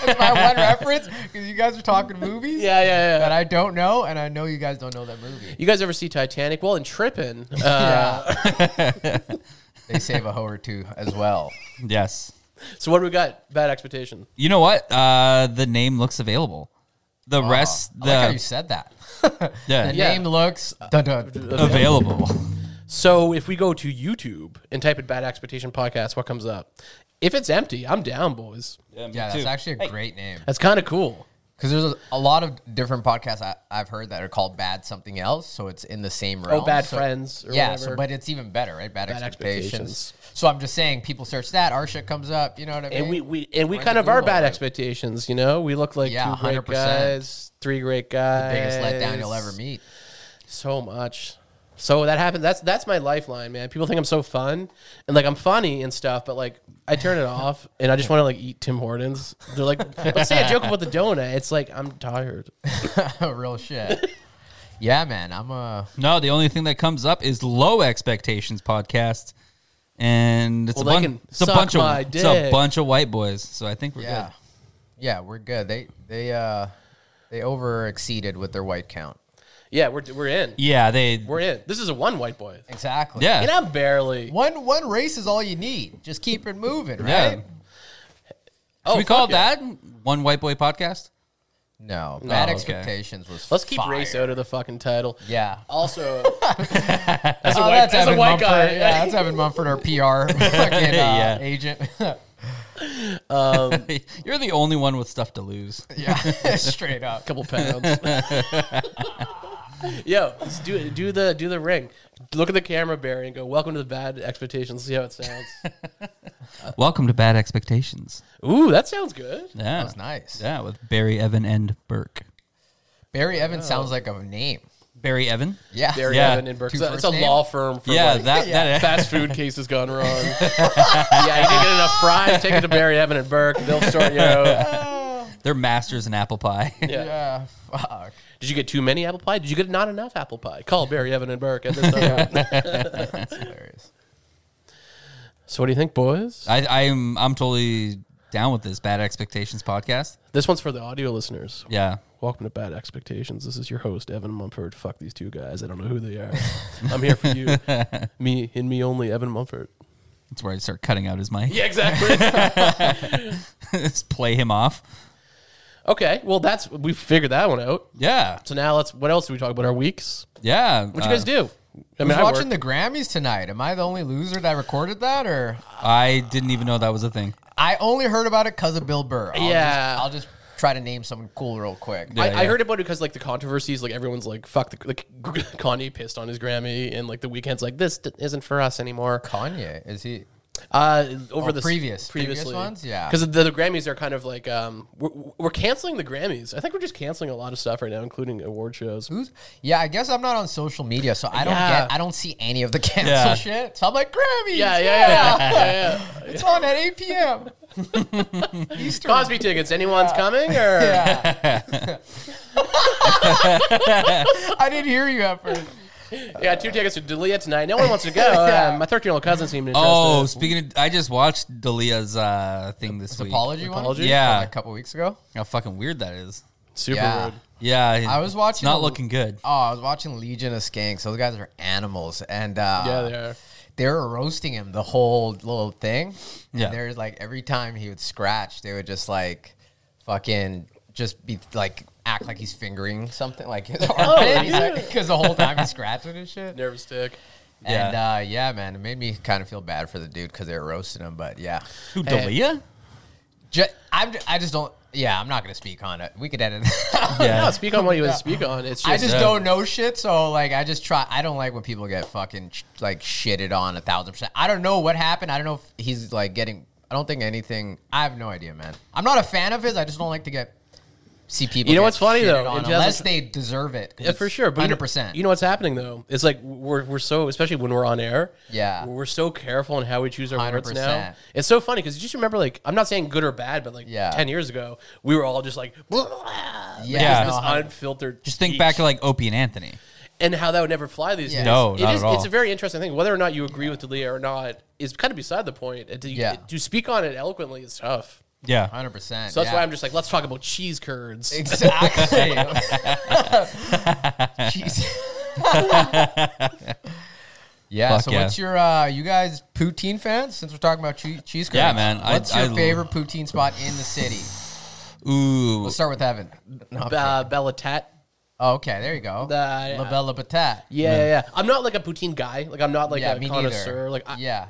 S2: it's my one reference because you guys are talking movies
S3: yeah, yeah, yeah.
S2: that I don't know, and I know you guys don't know that movie.
S3: you guys ever see Titanic? Well, in tripping, uh,
S2: They save a hoe or two as well.
S4: Yes.
S3: So what do we got? Bad expectation.
S4: You know what? Uh, the name looks available. The rest,
S2: Ah, I like how you
S4: the
S2: said
S3: (laughs)
S2: that.
S4: Yeah.
S2: the
S3: Yeah.
S2: name looks dun, dun.
S4: available.
S3: So if we go to YouTube and type in "bad expectation podcast," what comes up? If it's empty, I'm down, boys.
S2: Yeah, that's actually a great name
S3: That's kind of cool.
S2: because there's a, a lot of different podcasts I, I've heard that are called Bad Something Else, so it's in the same realm.
S3: Oh, bad
S2: so,
S3: friends. Or
S2: Yeah,
S3: whatever.
S2: so, but it's even better, right? Bad,
S3: Bad
S2: expectations.
S3: Expectations.
S2: So I'm just saying, people search that, our shit comes up. You know what I mean?
S3: and we, we and we
S2: Where's
S3: kind
S2: the
S3: of are
S2: Google
S3: bad
S2: at?
S3: expectations. You know, we look like
S2: Yeah,
S3: two great
S2: 100%.
S3: guys, three great guys.
S2: biggest letdown you'll ever meet. (laughs)
S3: So much. So that happens. That's that's my lifeline, man. People think I'm so fun and like I'm funny and stuff, but like I turn it off and I just want to like eat Tim Hortons. They're like, but say a joke about the donut. It's like I'm tired.
S2: Oh, Real shit. yeah, man. I'm uh, a
S4: No, the only thing that comes up is low expectations podcast, and it's
S3: Well,
S4: a
S3: they
S4: bunch.
S3: can
S4: It's a
S3: suck
S4: bunch
S3: my
S4: of it's a
S3: dick.
S4: bunch of white boys. So I think we're
S2: yeah, yeah. We're good. They they uh they over exceeded with their white count.
S3: Yeah, we're we're in.
S4: good. Yeah, they.
S3: We're in. This is a one white boy.
S2: Exactly.
S4: yeah,
S3: And I'm barely.
S2: One one race is all you need. Just keep it moving,
S4: yeah.
S2: right?
S4: Should we call
S3: Oh, fuck yeah.
S4: that one white boy podcast? (laughs)
S2: No, bad
S4: okay.
S2: expectations was.
S3: Let's keep
S2: fire.
S3: race out of the fucking title.
S2: Yeah. Oh,
S3: Also,
S4: (laughs)
S2: That's
S3: a white- that's a white
S2: Mumford.
S3: guy.
S2: Yeah, that's Evan Mumford, our
S3: (laughs)
S2: PR fucking, uh,
S4: Yeah.
S2: agent. (laughs)
S4: You're the only one with stuff to lose. (laughs)
S2: yeah, (laughs) straight up.
S3: couple pounds. Yo, let's do do the do the ring. Look at the camera, Barry, and go. Welcome to the bad expectations. See how it sounds.
S4: (laughs) Welcome to Bad Expectations.
S3: Ooh, that sounds good.
S4: Yeah,
S2: That was nice.
S4: Yeah, with Barry, Evan, and Burke.
S2: Barry Evans sounds like a name.
S4: Barry Evan.
S2: Yeah.
S3: Barry
S4: Yeah.
S3: Evan in Berks.
S2: Two
S3: It's a
S2: first
S3: law firm for
S4: Yeah,
S3: like,
S4: that (laughs) that
S3: (laughs) fast food cases gone
S4: (laughs)
S3: wrong. yeah, you didn't get enough fries. Take it to Barry Evan and Burke. They'll sort you
S4: (laughs)
S3: out.
S4: they're masters in apple pie.
S3: Yeah.
S2: Yeah, fuck.
S3: Did you get too many apple pie? Did you get not enough apple pie? Call Barry Evan and
S4: (laughs)
S3: Burke at this time.
S2: That's hilarious.
S3: so what do you think, boys?
S4: (laughs) I, I'm I'm totally down with this Bad Expectations podcast.
S3: This one's for the audio listeners.
S4: Yeah,
S3: Welcome to Bad Expectations. This is your host, Evan Mumford. Fuck these two guys. I don't know who they (laughs) are. I'm here for you. Me and me only, Evan Mumford.
S4: that's where I start cutting out his mic.
S3: Yeah, exactly.
S4: (laughs) Just play him off.
S3: (laughs) okay, well, that's we figured that one out.
S4: Yeah,
S3: So now let's, what else do we talk about? Our weeks?
S4: yeah. Uh,
S3: What you guys do? I mean,
S2: I was watching
S3: I Uh, watching
S2: the Grammys tonight. Am I the only loser that recorded that, or
S4: I didn't even know that was a thing.
S2: I only heard about it because of Bill Burr? I'll
S3: Yeah.
S2: just, I'll just try to name someone cool real quick.
S4: Yeah.
S3: I, I heard about it because like the controversies, like everyone's like, "Fuck," the, like (laughs) Kanye pissed on his Grammy, and like the weekend's like, "This d- isn't for us anymore."
S2: Kanye is he?
S3: Uh, over
S2: Oh,
S3: the s-
S2: previous- previous ones? Yeah.
S3: because the, the Grammys are kind of like um, we're, we're canceling the Grammys. I think we're just canceling a lot of stuff right now, including award shows.
S2: Who's? Yeah, I guess I'm not on social media, so I don't
S3: Yeah.
S2: get. I don't see any of the (laughs) cancel
S4: Yeah.
S2: shit. So I'm like Grammys.
S3: Yeah, yeah, yeah, yeah. yeah, yeah.
S2: (laughs) It's on at 8 p.m. Eastern.
S3: Cosby tickets. Anyone's coming
S2: (laughs)
S3: or
S2: Yeah. I didn't hear you at first.
S3: yeah, two tickets to Delia tonight. No one wants to go.
S2: (laughs) Yeah.
S3: Um, my thirteen-year-old cousin seemed interested.
S4: Oh, speaking of, I just watched Dalia's uh, thing this week.
S2: Apology one.
S3: Apology?
S4: Yeah.
S2: From a couple weeks ago.
S4: How fucking weird that is.
S3: super
S2: yeah.
S3: rude.
S4: Yeah,
S2: I was watching.
S4: Not
S2: a-
S4: looking good.
S2: Oh, I was watching Legion of Skanks. Those guys are animals, and uh,
S3: Yeah, they are.
S2: they were roasting him the whole little thing. And
S4: Yeah.
S2: there's like every time he would scratch, they would just like fucking just be like act like he's fingering something like his (laughs) armpit. He's like-
S3: yeah.
S2: Cause the whole time he's scratching and shit.
S3: Nervous tick.
S2: And uh, yeah, man, it made me kind of feel bad for the dude because they were roasting him. But yeah,
S4: Who
S2: Hey.
S4: Dalia?
S2: Ju- I'm, I just don't. Yeah, I'm not gonna speak on it. (laughs) We could edit. That.
S3: No,
S4: Yeah,
S3: speak on what you would speak on. It's just,
S2: I just
S4: Yeah.
S2: don't know shit, so like I just try. I don't like when people get fucking sh- like shitted on a thousand percent. I don't know what happened. I don't know if he's like getting. I don't think anything. I have no idea, man. I'm not a fan of his. I just don't like to get see people.
S3: You know
S2: get
S3: what's funny,
S2: shitted
S3: though?
S2: on
S3: In
S2: unless
S3: 2000
S2: they deserve it.
S3: Yeah, for sure. But you know-
S2: hundred percent.
S3: You know what's happening though? It's like we're we're so especially when we're on air.
S2: Yeah.
S3: we're so careful in how we choose our words now.
S2: 100%.
S3: It's so funny because you just remember like I'm not saying good or bad, but like
S2: Yeah.
S3: ten years ago we were all just like, yeah,
S2: Yeah.
S3: this
S2: No,
S3: unfiltered.
S4: just think back to like Opie and Anthony.
S3: and how that would never fly these
S2: Yeah.
S3: days.
S1: No,
S3: It
S1: not
S3: is-
S1: at all.
S3: It's a very interesting thing. Whether or not you agree with Delia or not is kind of beside the point. And to,
S2: Yeah.
S3: to speak on it eloquently is tough.
S1: Yeah.
S2: hundred percent.
S3: So that's why I'm just like, let's talk about cheese curds.
S2: exactly. (laughs) Jeez. (laughs) yeah.
S1: Fuck
S2: so
S1: yeah.
S2: what's your uh, you guys poutine fans? Since we're talking about che- cheese curds,
S1: Yeah, man, I-
S2: What's your
S1: I-
S2: favorite poutine spot in the city?
S1: Ooh.
S2: We'll start with Evan. No, I'm kidding.
S3: uh, Bellatat.
S2: oh, okay, there you go.
S3: The- yeah.
S2: La Bella Patat.
S3: Yeah, yeah, yeah. I'm not like a poutine guy. Like I'm not like
S2: yeah,
S3: a
S2: me
S3: connoisseur.
S2: neither.
S3: Like I,
S2: yeah,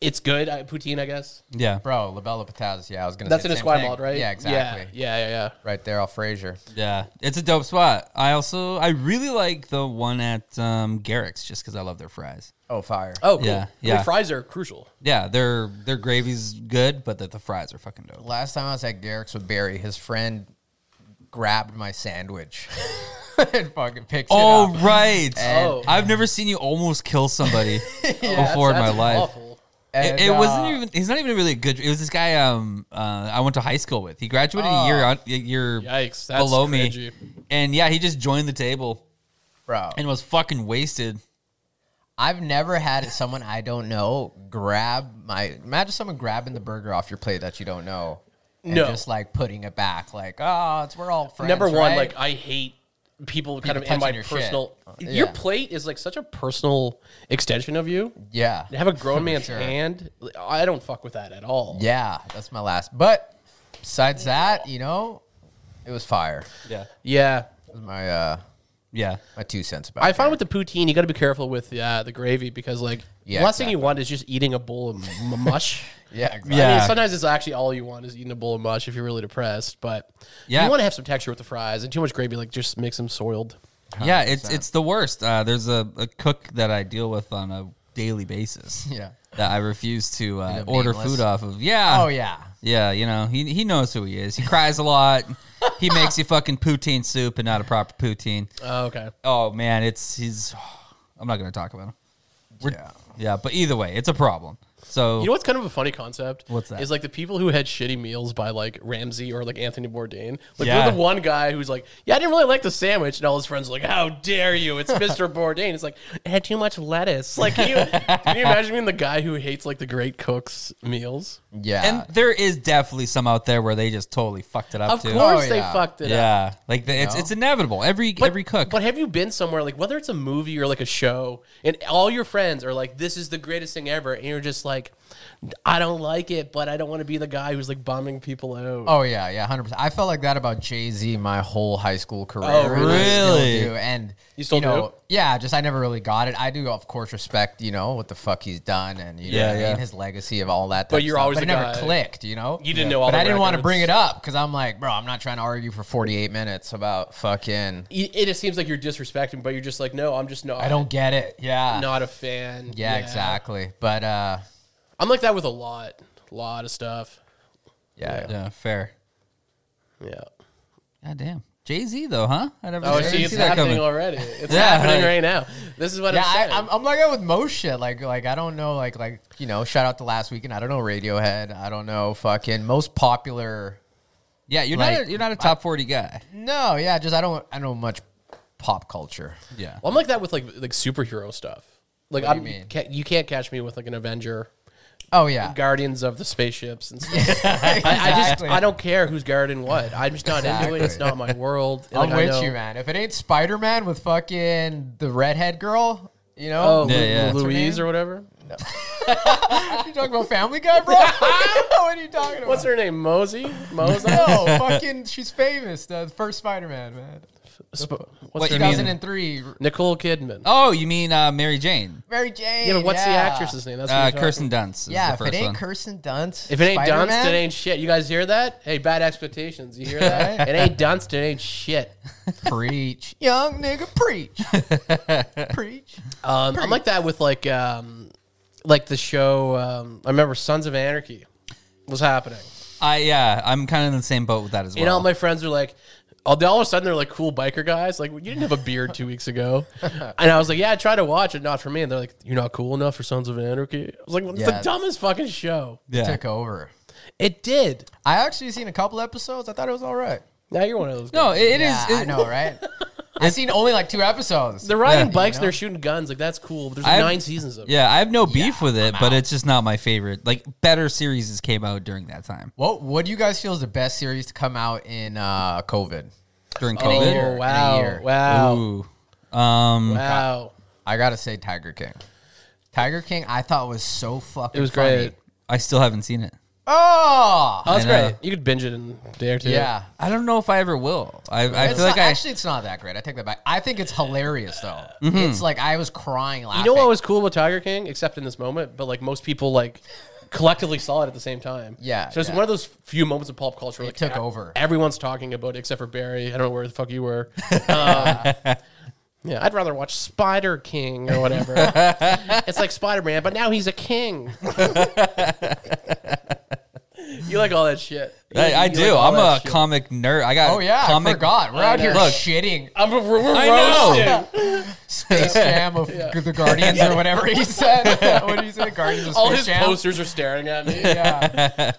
S3: it's good. I, poutine, I guess.
S1: Yeah.
S2: bro, La Bella Patat. is- Yeah, I was gonna.
S3: That's
S2: say
S3: in
S2: the same thing.
S3: Esquimalt, right?
S2: Yeah, exactly.
S3: Yeah, yeah, yeah. yeah.
S2: Right there off Fraser.
S1: Yeah. It's a dope spot. I also I really like the one at um Garrick's just because I love their fries.
S2: Oh, fire.
S3: Oh, cool.
S1: Yeah,
S3: I mean,
S1: yeah.
S3: fries are crucial.
S1: Yeah, their their gravy's good, but the, the fries are fucking dope.
S2: Last time I was at Garrick's with Barry, his friend grabbed my sandwich (laughs) and fucking picked
S1: Oh
S2: it up.
S1: right.
S2: And-
S1: I've never seen you almost kill (laughs) somebody
S3: That's-
S1: before in my
S3: Oh. that's
S1: life.
S3: awful.
S2: And,
S1: It, it wasn't
S2: uh,
S1: even. He's not even really a good. It was this guy. Um, uh, I went to high school with. He graduated a
S2: Oh.
S1: year on a year
S3: Yikes, that's
S1: below me,
S3: cringy.
S1: and yeah, he just joined the table
S2: bro.
S1: and was fucking wasted.
S2: I've never had someone I don't know grab my. Imagine someone grabbing the burger off your plate that you don't know. And
S3: No.
S2: just like putting it back, like oh, it's we're all friends.
S3: Number one,
S2: right?"
S3: like I hate people kind
S2: People
S3: of in my
S2: touching your shit.
S3: personal.
S2: Yeah.
S3: Your plate is like such a personal extension of you.
S2: yeah, (laughs)
S3: To have a grown man's
S2: sure.
S3: hand, I don't fuck with that at all.
S2: yeah, that's my last. But besides that, you know, it was fire.
S1: Yeah,
S3: Yeah.
S2: It was my uh,
S1: yeah,
S2: my two cents about.
S3: I
S2: it.
S3: find with the poutine, you got to be careful with uh, the gravy because, like,
S2: Yeah,
S3: the last thing you want is just eating a bowl of m- mush.
S2: (laughs) yeah, exactly.
S1: Yeah.
S3: I mean, sometimes it's actually all you want is eating a bowl of mush if you're really depressed. But
S1: Yeah.
S3: you want to have some texture with the fries, and too much gravy like just makes them soiled.
S1: yeah. It's it's the worst. Uh, there's a, a cook that I deal with on a daily basis.
S2: Yeah.
S1: that I refuse to uh,
S2: it
S1: order
S2: nameless?
S1: food off of. Yeah.
S2: Oh yeah.
S1: Yeah, you know he he knows who he is. He cries a lot. he makes you fucking poutine soup and not a proper poutine.
S3: Oh, okay.
S1: Oh man, it's he's. (sighs) I'm not gonna talk about him. yeah, yeah, but either way, it's a problem. So
S3: You know what's kind of a funny concept?
S1: What's that?
S3: Is like the people who had shitty meals by like Ramsey or like Anthony Bourdain. Like
S1: Yeah.
S3: you're the one guy who's like, yeah, I didn't really like the sandwich, and all his friends are like, how dare
S1: (laughs)
S3: you? It's Mr. Bourdain. It's like it had too much lettuce. Like can you, can you imagine being the guy who hates like the great cook's meals?
S2: Yeah.
S1: and there is definitely some out there where they just totally fucked it up.
S3: Of
S1: too.
S3: course
S2: Oh,
S3: they
S2: yeah.
S3: fucked it up.
S1: yeah, like the, it's it's inevitable. Every every cook,
S3: But have you been somewhere like whether it's a movie or like a show, and all your friends are like, "This is the greatest thing ever," and you're just like, "I don't like it, but I don't want to be the guy who's like bombing people out."
S2: Oh yeah, yeah, hundred percent. I felt like that about Jay Z my whole high school career.
S3: Oh,
S2: and I still
S1: really?
S2: do. And
S3: You still
S2: know,
S3: do?
S2: Yeah, just I never really got it. I do, of course, respect you know what the fuck he's done and you know
S1: Yeah,
S2: what I
S1: yeah.
S2: mean, his legacy of all that.
S3: But
S2: type of
S3: you're
S2: stuff.
S3: always
S2: but it
S3: the
S2: never
S3: guy-
S2: clicked, you know.
S3: You didn't know all
S2: But
S3: the
S2: I didn't want to
S3: records.
S2: bring it up because I'm like, bro, I'm not trying to argue for 48 minutes about
S3: (laughs)
S2: fucking.
S3: it, it just seems like you're disrespecting, but you're just like, no, I'm just not.
S2: I don't get it. Yeah.
S3: (laughs) Not a fan.
S2: Yeah, exactly. But uh,
S3: I'm like that with a lot, lot of stuff.
S2: yeah.
S1: yeah, fair.
S3: Yeah.
S1: God damn, Jay Z though, huh? I never
S2: (laughs)
S3: Oh,
S1: I didn't
S3: see, it's
S1: see that
S3: happening
S1: coming.
S3: already. It's
S1: Yeah,
S3: happening
S1: like-
S3: right now. This is what
S2: Yeah,
S3: I'm saying.
S2: I, I'm, I'm like that with most shit. Like, like I don't know, like, like you know, shout out to last weekend. I don't know Radiohead. I don't know fucking most popular.
S1: Yeah, you're not
S2: Like-
S1: a, you're not a top forty guy.
S2: No, yeah, just I don't, I don't know much pop culture.
S1: Yeah,
S3: Well, I'm like that with like like superhero stuff. Like
S2: What do
S3: I'm,
S2: you
S3: you,
S2: mean?
S3: can't, you can't catch me with like an Avenger,
S2: Oh yeah,
S3: Guardians of the spaceships and stuff. I, I just
S2: Exactly.
S3: I don't care who's guarding what. I'm just not into it. It's not my world. And,
S2: I'm
S3: like, I know-
S2: with you, man. If it ain't Spider Man with fucking the redhead girl, you know,
S3: Oh,
S1: Yeah,
S3: Lu-
S1: yeah.
S2: her
S3: Louise
S2: name?
S3: or whatever.
S2: you talking about Family Guy, bro? (laughs) what are you talking about?
S3: What's her name? Mosey. Mosey.
S2: (laughs) No,
S3: (laughs)
S2: fucking, she's famous. The first Spider Man, man.
S3: Sp-
S1: What
S3: what's
S1: you
S3: her
S1: mean?
S3: name?
S2: 2003.
S3: Nicole Kidman.
S1: Oh, you mean uh, Mary Jane?
S2: Mary Jane.
S3: Yeah, but what's the
S2: yeah.
S3: actress's name? That's what
S1: Uh,
S3: I'm talking-
S1: Kirsten Dunst. Is
S2: Yeah,
S1: the
S2: if
S1: first
S2: it ain't
S1: one.
S2: (laughs) Kirsten Dunst,
S3: If it ain't
S2: Spider-Man,
S3: Dunst, it ain't shit. You guys hear that? Hey, bad expectations. You hear that? it ain't Dunst, it ain't shit.
S2: preach, young nigga, preach,
S3: (laughs)
S2: preach.
S3: Um, I'm like that with like um, like the show. Um, I remember Sons of Anarchy was happening,
S1: I yeah, I'm kind of in the same boat with that as well.
S3: and all my friends were like. All, all of a sudden, they're like cool biker guys. Like, you didn't have a beard two weeks ago.
S2: (laughs)
S3: And I was like, yeah, I tried to watch it, not for me. And they're like, you're not cool enough for Sons of Anarchy. I was like, well, it's
S2: Yeah.
S3: the dumbest fucking show.
S1: yeah.
S2: Took over.
S3: It did.
S2: I actually seen a couple episodes. I thought it was all right.
S3: Now you're one of those guys.
S1: No, it, it is.
S2: yeah, I
S3: (laughs)
S1: it-
S2: know, right? I've seen only like two episodes.
S3: They're riding
S1: Yeah.
S3: bikes and they're shooting guns. Like that's cool. But there's
S1: I-
S3: nine seasons of it.
S1: Yeah, I have no beef with it,
S2: I'm
S1: but
S2: out.
S1: it's just not my favorite. Like better series came out during that time
S2: What What do you guys feel is the best series to come out in uh, COVID?
S1: during
S2: a
S1: COVID.
S2: year.
S3: Oh wow!
S2: year.
S3: Wow!
S1: Ooh. Um,
S3: Wow!
S2: I gotta say, Tiger King. Tiger King, I thought was so fucking.
S3: It was
S2: funny.
S3: great.
S1: I still haven't seen it.
S2: Oh,
S3: Oh, that's
S1: I know.
S3: great. You could binge it in a day or two.
S2: yeah.
S1: I don't know if I ever will. I, I
S2: It's
S1: feel like
S2: not-
S1: I
S2: actually it's not that great. I take that back. I think it's hilarious though. It's like I was crying laughing.
S3: Mm-hmm. You know what was cool about Tiger King, except in this moment, but like most people like collectively saw it at the same time.
S2: Yeah,
S3: So it's
S2: yeah.
S3: one of those few moments of pop culture. It
S2: took over.
S3: Everyone's talking about it except for Barry. I don't know where the fuck you were. Um, (laughs) yeah, I'd rather watch Spider King
S1: (laughs)
S3: or whatever. it's like Spider Man, but now he's a king. you like all that shit. You-
S1: I, I
S3: you like
S1: do.
S3: all
S1: I'm
S3: that
S1: a
S3: shit.
S1: comic nerd. I got.
S2: Oh yeah, I
S1: comic,
S2: forgot. We're out here
S1: Look. (laughs)
S2: shitting
S3: I'm a, we're
S1: I know.
S3: roasting.
S2: Space Jam of the Guardians or whatever he
S1: (laughs)
S2: said. (laughs) what did he say? Guardians of Space
S3: All his
S2: Jam.
S3: posters are staring at me.
S2: Yeah.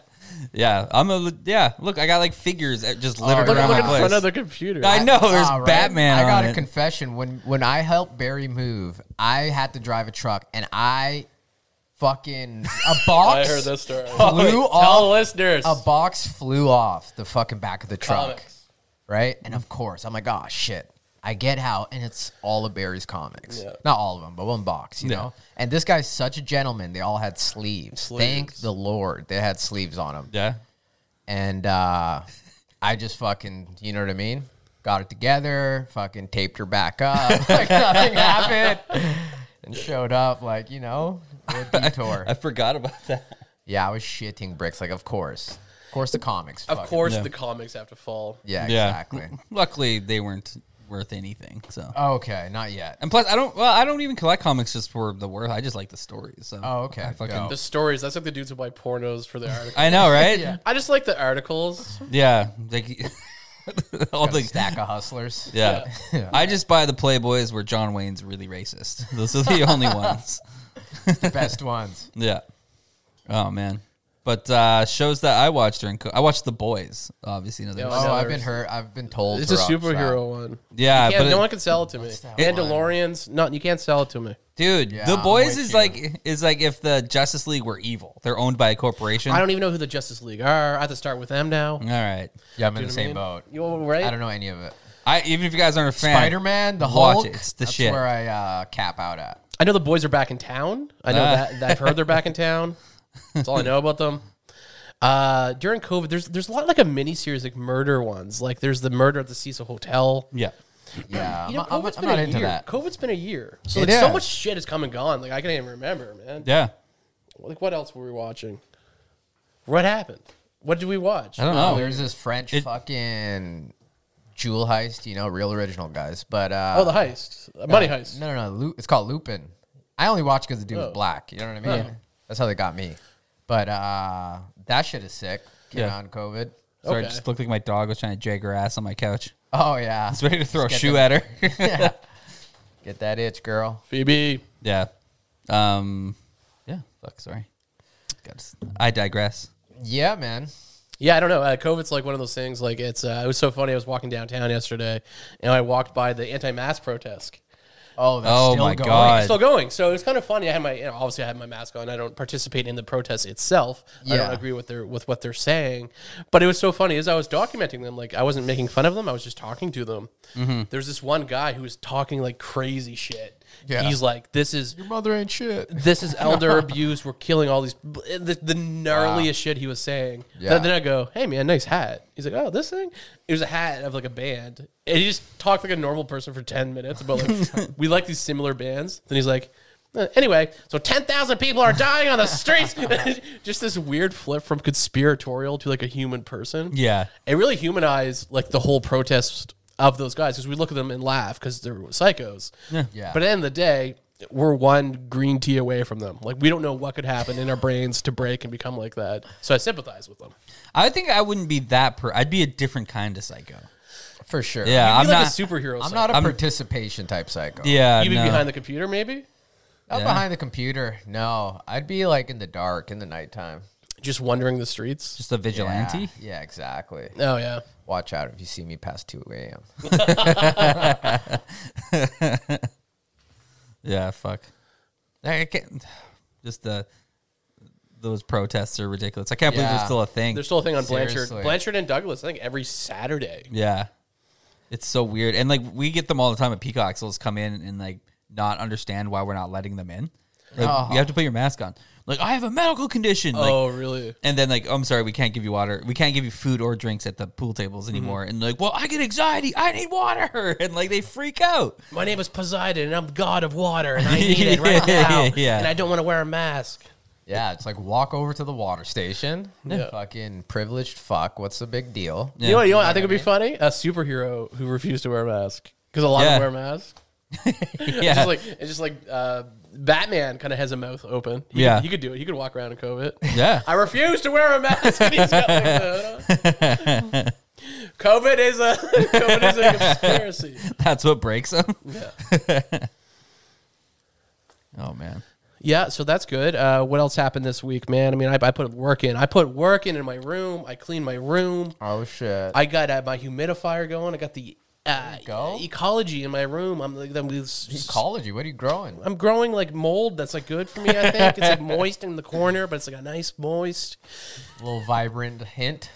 S1: Yeah, I'm a. Yeah, look, I got like figures that just littered (laughs)
S3: Look,
S1: around
S3: look
S1: my
S3: in
S1: place.
S3: front of the computer.
S1: I know there's
S2: Ah, right.
S1: Batman.
S2: I got
S1: on
S2: a
S1: it.
S2: confession. When when I helped Barry move, I had to drive a truck, and I fucking a
S3: (laughs) I
S2: box
S3: heard this story.
S2: flew
S3: (laughs) Tell the
S2: off.
S3: listeners.
S2: A box flew off the fucking back of the truck.
S3: Comics.
S2: right? And of course, I'm like, oh shit. I get how, and it's all of Barry's comics.
S3: Yeah.
S2: Not all of them, but one box, you know? And this guy's such a gentleman. They all had sleeves. Thank
S3: Sleeves.
S2: the Lord. They had sleeves on them.
S1: Yeah.
S2: And uh, I just fucking, you know what I mean? Got it together, fucking taped her back up. (laughs) like nothing happened. And showed up, like, you know, with a detour.
S1: (laughs) I forgot about that.
S2: yeah, I was shitting bricks. Like, of course. Of course, the comics.
S3: Of
S2: fucking-
S3: course, the comics have to fall.
S2: Yeah,
S1: Yeah.
S2: exactly.
S1: Luckily, they weren't worth anything. So,
S2: Okay, not yet.
S1: and plus, I don't. Well, I don't even collect comics just for the worth. I just like the stories. So
S2: Oh, okay.
S1: I fucking.
S2: Yeah.
S3: The stories. That's like the dudes who buy pornos for the article.
S1: I know, right? yeah.
S3: I just like the articles.
S1: Like (laughs) all
S2: Got a
S1: the.
S2: stack
S1: (laughs)
S2: of hustlers.
S1: Yeah. I just buy the Playboys where John Wayne's really racist. (laughs) Those are
S2: (laughs)
S1: the only ones.
S2: best ones.
S1: Yeah. Oh man. But uh, shows that I watched during co- I watched The Boys, obviously. Another
S3: Yeah,
S1: show.
S2: Oh,
S3: Sellers.
S2: I've been hurt. I've been told
S3: It's a
S2: throughout that.
S3: superhero one.
S1: yeah,
S3: Yeah,
S1: but
S3: no
S1: it-
S3: one can sell it to me.
S2: that
S3: And
S2: one?
S3: DeLoreans. No, you can't sell it to me.
S1: dude,
S2: Yeah,
S1: The
S2: I'm
S1: Boys
S2: with
S1: is
S2: you.
S1: like is like if the Justice League were evil. They're owned by a corporation.
S3: I don't even know who the Justice League are. I have to start with them now.
S1: All right.
S2: Yeah, I'm in the
S3: You know what I
S2: same
S3: mean?
S2: boat.
S3: You all right?
S2: Mm. I don't know any of it.
S1: I even if you guys aren't a fan,
S2: Spider Man, the
S1: watch
S2: Hulk.
S1: it. It's the
S2: that's
S1: shit.
S2: where I uh, cap out at.
S3: I know the boys are back in town. I know
S1: Ah.
S2: Uh.
S3: that, that I've heard they're back in town.
S2: (laughs)
S3: That's all I know about them. Uh, during COVID, there's there's a lot like a mini series like murder ones. Like there's the murder at the Cecil Hotel.
S1: Yeah.
S2: Yeah,
S3: You know,
S2: I'm, I'm-
S3: COVID's
S2: I'm
S3: been
S2: not
S3: a
S2: into
S3: year.
S2: that.
S3: COVID's been a year, so
S2: It
S3: like, so
S2: is.
S3: much shit has come and gone. Like I can't even remember, man.
S1: Yeah.
S3: Like what else were we watching? What happened? What did we watch?
S1: I don't know.
S2: Uh, There's this French fucking jewel heist. You know, real original guys. But uh,
S3: Oh, the heist, Uh, money heist.
S2: No, no, no. Lu- it's called Lupin. I only watch because the dude
S3: Oh.
S2: was black. You know what I mean?
S3: Oh.
S2: That's how they got me. But uh, that shit is sick. Came
S1: Yeah.
S2: out in COVID.
S1: Sorry,
S3: Okay.
S1: it just looked like my dog was trying to drag her ass on my couch. (laughs)
S2: Oh yeah,
S1: It's ready to throw a
S2: Let's get
S1: shoe
S2: that-
S1: at her.
S2: (laughs)
S1: (laughs)
S2: yeah. Get that itch, girl.
S3: Phoebe,
S1: yeah. Um yeah, fuck, sorry. God, I digress.
S2: Yeah, man.
S3: Yeah, I don't know. Uh, COVID's like one of those things. Like it's, uh, it was so funny. I was walking downtown yesterday, and I walked by the anti-mask protest.
S2: Oh, that's
S1: Oh
S2: still
S1: my
S2: going.
S1: God.
S3: Still going. So it was kind of funny. I had my, you know, obviously I had my mask on. I don't participate in the protest itself. I
S2: Yeah.
S3: don't agree with their with what they're saying. But it was so funny as I was documenting them. Like I wasn't making fun of them. I was just talking to them. There's this one guy who was talking like crazy shit.
S2: Yeah.
S3: He's like, this is
S2: Mother ain't shit.
S3: this is elder abuse. We're killing all these. The, the gnarliest shit he was saying.
S2: Yeah.
S3: And then I go, hey man, nice hat. He's like, oh, this thing. It was a hat of like a band, and he just talked like a normal person for ten minutes about like we like these similar bands. Then he's like. "Uh, Anyway, so ten thousand people are dying on the streets. (laughs) Just this weird flip from conspiratorial to like a human person.
S1: Yeah.
S3: it really humanized like the whole protest of those guys because we look at them and laugh because they're psychos.
S2: Yeah.
S3: But at the end of the day, we're one green tea away from them. Like we don't know what could happen in our brains to break and become like that. So I sympathize with them.
S1: I think I wouldn't be that per I'd be a different kind of psycho.
S2: For sure.
S1: Yeah,
S3: You'd
S1: I'm
S3: be like
S1: not
S3: a superhero.
S2: I'm not a
S1: I'm-
S2: participation type psycho.
S1: Yeah,
S3: Even
S1: no.
S3: behind the computer, maybe.
S2: Not
S1: Yeah.
S2: behind the computer. No. I'd be like in the dark in the nighttime.
S3: just wandering the streets.
S1: Just a vigilante.
S2: Yeah, yeah, exactly.
S3: Oh yeah,
S2: Watch out if you see me past 2 a.m.
S1: Yeah, fuck. I I can't. (sighs) Just the those protests are ridiculous. I can't believe
S2: Yeah.
S1: they're still a thing.
S3: there's still a thing on Blanchard,
S2: Seriously.
S3: Blanchard and Douglas. I think every Saturday.
S1: yeah, it's so weird. And like we get them all the time at Peacock. So come in and like not understand why we're not letting them in. Like,
S2: Oh.
S1: You have to put your mask on. Like I have a medical condition. Like,
S3: oh really?
S1: And then like, I'm sorry, we can't give you water. We can't give you food or drinks at the pool tables
S3: Mm-hmm.
S1: anymore. And like, well, I get anxiety. I need water. (laughs) And like, they freak
S3: (laughs)
S1: out.
S3: My name is Poseidon, and I'm god of water, and I
S1: need it right now, Yeah. and I
S3: don't want to wear a mask.
S2: Yeah, it's like walk over to the water station.
S3: Yeah.
S2: Fucking privileged fuck. What's the big deal?
S3: You know what? You know what I think would be funny? A superhero who refused to wear a mask because a lot of
S1: Yeah.
S3: them wear masks.
S1: Yeah.
S3: It's just like it's just like uh, Batman kind of has a mouth open. He
S1: Yeah.
S3: could, he could do it. He could walk around and cove it.
S1: (laughs) yeah.
S3: I refuse to wear a mask. (laughs) And he's got like
S1: (laughs)
S3: the- COVID is a (laughs) COVID is
S1: (laughs)
S3: a conspiracy.
S1: That's what breaks them. (laughs) oh man.
S3: Yeah, so that's good. Uh, what else happened this week, man? I mean, I, I put work in. I put work in in my room. I cleaned my room.
S2: Oh shit.
S3: I got uh, my humidifier going. I got the uh,
S2: go.
S3: ecology in my room. I'm like, I'm, s-
S2: Ecology, what are you growing?
S3: I'm growing like mold that's like good for me. I think
S1: (laughs)
S3: it's like moist in the corner, but it's like a nice moist.
S2: A little vibrant hint.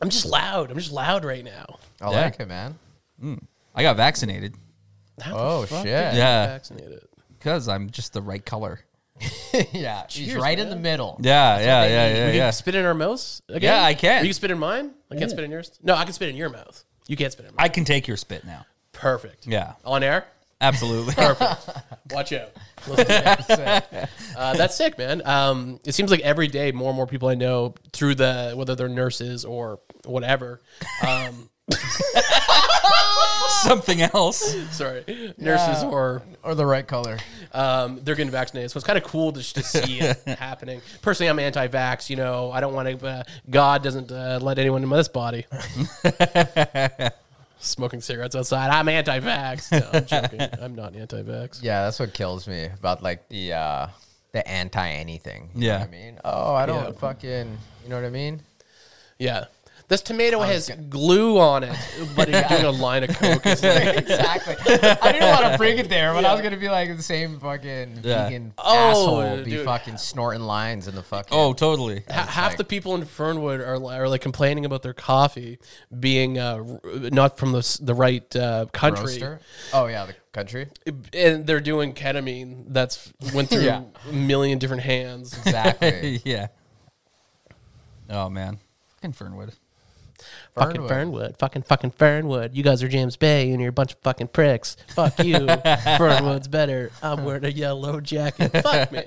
S3: I'm just loud. I'm just loud right now.
S2: I
S1: Yeah.
S2: like it, man.
S1: I got vaccinated
S3: How the
S2: Oh,
S3: fuck
S2: shit.
S3: did you get
S1: Yeah.
S3: vaccinated.
S1: because I'm just the right color.
S2: (laughs) yeah. She's
S3: Cheers,
S2: right in
S3: man.
S2: the middle.
S1: Yeah, yeah, yeah, yeah,
S3: You
S1: yeah.
S3: can spit in our mouths again.
S1: Yeah, I can.
S3: You can spit in mine. I can't spit in yours. No, I can spit in your mouth. You can't spit in mine.
S1: I can take your spit now.
S3: Perfect.
S1: Yeah,
S3: On air.
S1: absolutely. (laughs)
S3: Watch out. Let's do that. uh, that's sick, man. Um, it seems like every day more and more people I know through the whether they're nurses or whatever. (laughs) Um,
S1: Something else.
S3: sorry, nurses or
S2: Or the right color.
S3: um, they're getting vaccinated. So it's kind of cool just to see it happening. Personally, I'm anti-vax. You know, I don't want to. Uh, God doesn't uh, let anyone in this body. Smoking cigarettes outside. I'm anti-vax. No, I'm joking. I'm not anti-vax.
S2: Yeah, that's what kills me about like the uh the anti anything. You
S1: Yeah.
S2: Know what I mean? Oh, I don't
S3: Yeah.
S2: fucking you know what I mean?
S3: Yeah. This tomato has glue on it, but it's doing a line of coke. It's
S2: (laughs)
S3: like,
S2: exactly. I didn't want to bring it there, but I was gonna be like the same fucking
S1: Yeah.
S2: vegan
S3: Oh,
S2: asshole, be
S3: dude.
S2: fucking snorting lines in the fucking.
S1: Oh, totally.
S3: ha- half the people in Fernwood are, li- are like complaining about their coffee being uh, r- not from the, s- the right uh, country.
S2: roaster. Oh yeah, the country.
S3: and they're doing ketamine that's went through
S2: Yeah.
S3: a million different hands.
S2: (laughs) Exactly.
S1: (laughs) yeah. Oh man, fucking Fernwood.
S3: (laughs) Fucking
S2: Fernwood.
S3: Fernwood, fucking fucking Fernwood. You guys are James Bay, and you're a bunch of fucking pricks. Fuck
S2: (laughs)
S3: you. Fernwood's better. I'm wearing a yellow jacket. (laughs) Fuck me.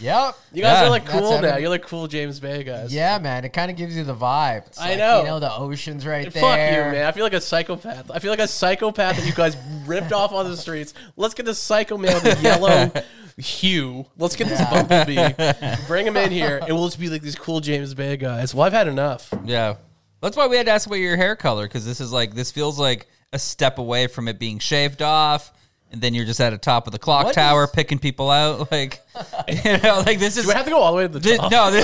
S2: yep.
S3: You guys
S1: Yeah,
S3: are like
S2: that's
S3: cool now.
S2: everything.
S3: You're like cool James Bay guys.
S2: Yeah, man. It kind of gives you the vibe. It's
S3: I
S2: like,
S3: know.
S2: You know the oceans right there.
S3: Fuck you, man. I feel like a psychopath. I feel like a psychopath that you guys ripped off on the streets. Let's get this psycho man
S2: (laughs)
S3: with a yellow hue. Let's get this
S2: (laughs)
S3: bumblebee. Bring him in here, and we'll just be like these cool James Bay guys. Well, I've had enough.
S1: Yeah. That's why we had to ask about your hair color because this is like this feels like a step away from it being shaved off, and then you're just at the top of the clock
S2: What
S1: tower
S2: is-
S1: picking people out. (laughs) Like, you know, like this is
S3: Do I have to go all the way to the
S1: thi-
S3: top?
S1: no. This,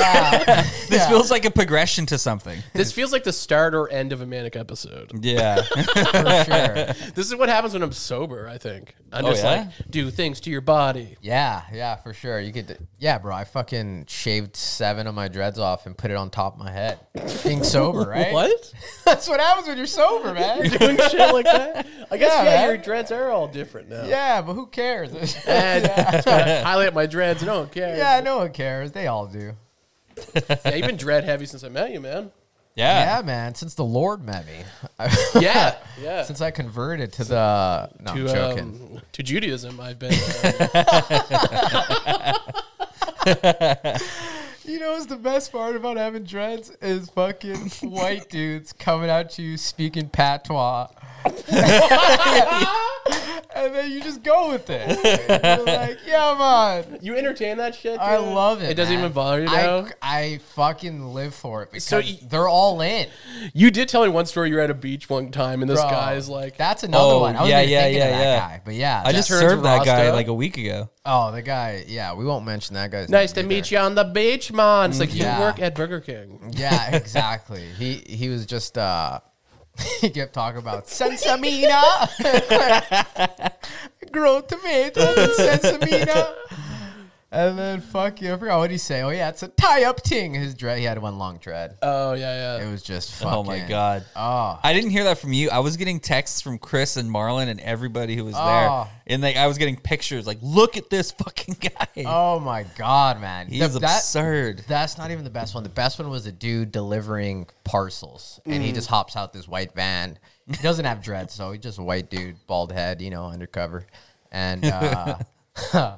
S1: this
S2: Yeah.
S1: feels like a progression to something.
S3: This feels like the start or end of a manic episode.
S1: Yeah.
S2: For
S3: (laughs)
S2: sure.
S3: This is what happens when I'm sober, I think. I'm
S1: Oh,
S3: just
S1: yeah?
S3: like, do things to your body.
S2: Yeah, yeah, for sure. You could. Yeah, bro. I fucking shaved seven of my dreads off and put it on top of my head. Being
S3: (laughs)
S2: sober, right?
S3: What?
S2: That's what happens when you're sober, man.
S3: Doing shit like that? I guess,
S2: Yeah,
S3: yeah,
S2: man.
S3: your dreads are all different now.
S2: Yeah, but who cares? (laughs)
S3: And (laughs) that's why I highlight my dreads. I don't care.
S2: yeah, no one cares. They all do.
S3: Yeah, you've been dread heavy since I met
S2: (laughs)
S3: you, man.
S1: Yeah.
S2: Yeah, man. Since the Lord met me, (laughs)
S3: Yeah, yeah.
S2: since I converted to the no, I'm
S3: to,
S2: joking.
S3: um, to Judaism, I've been.
S2: (laughs)
S3: Uh,
S2: You know what's the best part about having dreads is fucking white dudes coming at you speaking patois. (laughs) and then you just go with it. You're like, yeah, man.
S3: You entertain that shit.
S2: I
S3: dude?
S2: love it.
S3: It doesn't
S2: man.
S3: even bother you now.
S2: I, I fucking live for it because
S3: So y-
S2: they're all in.
S3: You did tell me one story. You were at a beach one time, and this
S2: Bro,
S3: guy's like,
S2: that's another
S1: Oh,
S2: one. I was
S1: yeah,
S2: even
S1: yeah,
S2: thinking
S1: yeah,
S2: of that
S1: yeah.
S2: guy, but yeah,
S1: I just
S3: turns
S1: served that guy
S3: Rasta.
S1: like a week ago.
S2: oh the guy. Yeah, we won't mention that guy's.
S3: "Nice to meet you on the beach, man." It's like
S2: Yeah.
S3: you work at Burger King.
S1: (laughs)
S2: Yeah, exactly. he he was just uh (laughs) he kept talking about sensamina, (laughs) grow tomatoes and sensamina. And then fuck you, I forgot what he say. Oh yeah, it's a tie up ting. His dread, he had one long dread.
S3: Oh yeah,
S2: It
S3: yeah.
S2: was just fucking.
S1: Oh my god.
S2: Oh,
S1: I didn't hear that from you. I was getting texts from Chris and Marlon and everybody who was
S2: Oh.
S1: there. And like I was getting pictures like look at this fucking guy.
S2: (laughs) oh my god, man.
S1: He's
S2: The- that-
S1: absurd.
S2: That's not even the best one. The best one was a dude delivering parcels, and
S3: Mm.
S2: he just hops out this white van. He doesn't have dreads, so he's just a white dude, bald head, you know, undercover, and uh, (laughs)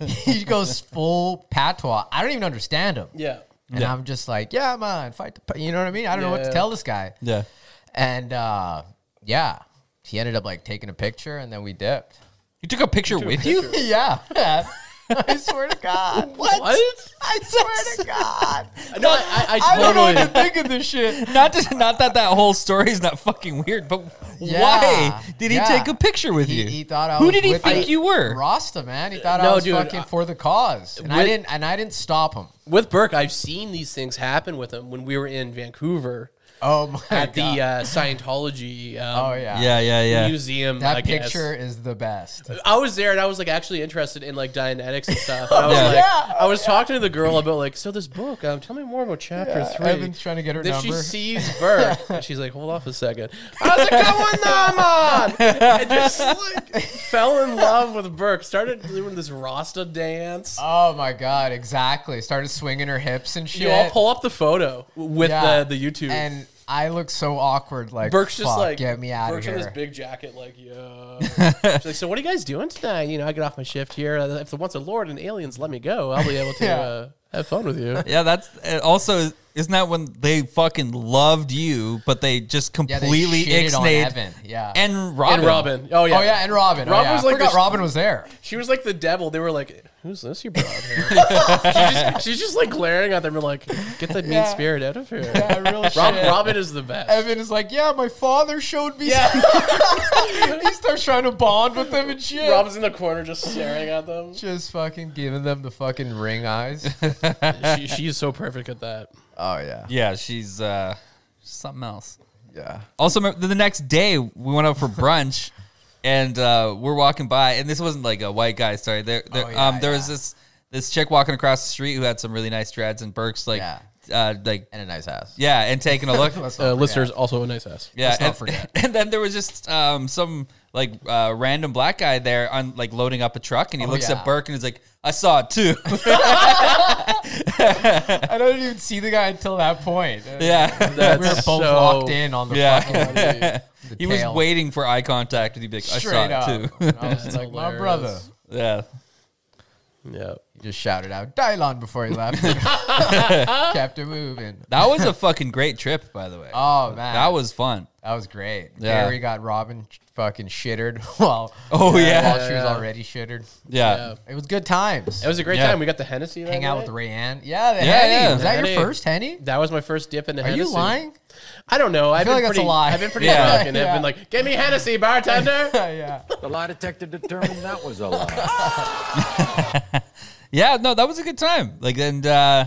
S2: he goes full patois. I don't even understand him,
S3: Yeah.
S2: and I'm just like, yeah, man, fight the, pa-" you know what I mean? I don't know what to
S3: Yeah.
S2: tell this guy,
S1: yeah.
S2: and uh, yeah, he ended up like taking a picture, and then we dipped. (laughs)
S1: You took a picture with you? (laughs)
S2: yeah, (laughs) I swear to God,
S3: What?
S2: I swear to God.
S3: No, I, I,
S2: (laughs) I don't know
S3: totally.
S2: what to think of this
S3: (laughs)
S2: shit.
S1: Not to, not that that whole story is not fucking weird, but
S2: Yeah.
S1: why did he
S2: Yeah.
S1: take a picture with
S2: He,
S1: you?
S2: he thought I
S1: Who
S2: was
S1: did he
S2: with
S1: think
S2: it.
S1: you were?
S2: Rasta man. He thought I
S3: No,
S2: was
S3: dude,
S2: fucking
S3: I-
S2: for the cause, and I
S3: With-
S2: didn't. And I didn't stop him.
S3: With Burke, I've seen these things happen with him when we were in Vancouver
S2: Oh my
S3: at the
S2: god.
S3: uh, Scientology. Um,
S2: oh yeah.
S1: Yeah, yeah, yeah.
S3: Museum.
S2: That
S3: I guess.
S2: picture is the best.
S3: I was there and I was like actually interested in like Dianetics
S2: (laughs)
S3: and stuff. And I was
S1: Yeah.
S3: like,
S2: Yeah.
S3: I was talking to the girl about like, so this book, um, tell me more about chapter
S2: Yeah,
S3: three.
S2: Evan's trying to get her
S3: then she
S2: number.
S3: sees
S2: (laughs)
S3: Burke and she's like, hold off a second. I was like, come on, man. And just like fell in love with Burke. Started doing this Rasta dance.
S2: Oh my god. Exactly. Started swinging her hips and shit.
S3: you all pull up the photo with
S2: Yeah.
S3: the, the YouTube.
S2: And I look so awkward. Like
S3: Burke's
S2: "Fuck,
S3: just like
S2: get me out
S3: Burke's
S2: of
S3: in
S2: here.
S3: this big jacket, like
S2: (laughs)
S3: yo. She's like, so what are you guys doing tonight? You know, I get off my shift here. Uh, If the once a lord and aliens let me go, I'll be able
S2: (laughs)
S3: to
S2: Yeah.
S3: uh, have fun with you.
S1: Yeah, that's uh, also isn't that when they fucking loved you, but they just
S2: yeah, they
S1: completely
S2: shitted on
S1: ixnayed
S2: Evan. Yeah.
S1: and Robin.
S3: And Robin, oh yeah,
S2: oh yeah, and Robin. Robin
S3: Robin
S2: was
S3: was like
S2: forgot
S3: this-
S2: Robin was there.
S3: She was like the devil. They were like, who's this you brought (laughs) here? she's, just, she's just like glaring at them and like, get that mean
S2: Yeah.
S3: spirit out of here.
S2: Yeah, real
S3: Rob,
S2: shit.
S3: Robin is the best.
S2: Evan is like, yeah, my father showed me. (laughs) he starts trying to bond with them and shit.
S3: (laughs) Robin's in the corner just staring at them.
S2: just fucking giving them the fucking ring eyes.
S1: (laughs)
S3: she, she is so perfect at that.
S2: oh
S3: Uh,
S2: yeah,
S1: Yeah, she's uh, something else.
S2: yeah.
S1: Also, remember- the next day we went out for
S2: (laughs)
S1: brunch, and uh, we're walking by, and this wasn't like a white guy. Sorry, there, there,
S2: Oh, yeah,
S1: um, there was
S2: yeah.
S1: this this chick walking across the street who had some really nice dreads and Burke's like,
S2: Yeah.
S1: uh, like
S2: And a nice house.
S1: yeah, and taking a look.
S2: (laughs) Let's not
S3: Uh,
S2: forget.
S3: listeners, also a nice ass.
S1: Yeah,
S2: Let's not
S1: and,
S2: forget.
S1: (laughs) and then there was just um, some like uh, random black guy there on like loading up a truck, and he looks
S2: Oh, yeah.
S1: at Burke and he's like, "I saw it
S2: (laughs)
S1: too." (laughs)
S2: I didn't even see the guy until that point.
S1: yeah,
S2: (laughs) we were both
S3: so-
S2: locked in on the
S1: Yeah.
S2: fucking the
S1: (laughs) he was
S2: tail.
S1: waiting for eye contact, and he'd be like, "I
S2: Oh, straight
S1: saw
S2: up.
S1: it too."
S2: And I was like, my
S3: hilarious.
S2: brother.
S1: (laughs) yeah,
S3: Yeah.
S2: He just shouted out Dylon before he
S1: (laughs)
S2: left. (laughs) Kept it moving.
S1: that was a fucking great trip, by the way.
S2: Oh man,
S1: that was fun.
S2: that was great.
S1: Yeah.
S2: Gary got Robin fucking shittered (laughs) while
S1: Oh, yeah.
S2: while she was already shittered.
S1: Yeah.
S3: Yeah.
S2: It was good times.
S3: It was a great
S1: Yeah.
S3: time. We got the Hennessy. that
S2: Hang out
S3: night.
S2: with Rayanne. Yeah, the
S1: Yeah,
S2: Henny.
S1: yeah.
S2: Was that
S3: Henny.
S2: your first Henny?
S3: That was my first dip into
S2: Are
S3: Hennessy.
S2: you lying?
S3: I don't know. I've
S2: feel
S3: been
S2: like that's a
S3: pretty,
S2: lie.
S3: I've been pretty
S1: Yeah.
S3: drunk and I've been like, "Give me Hennessy,
S2: (laughs)
S3: bartender."
S2: yeah.
S5: The lie detector determined that was a lie.
S1: Yeah, no, that was a good time. Like, and uh,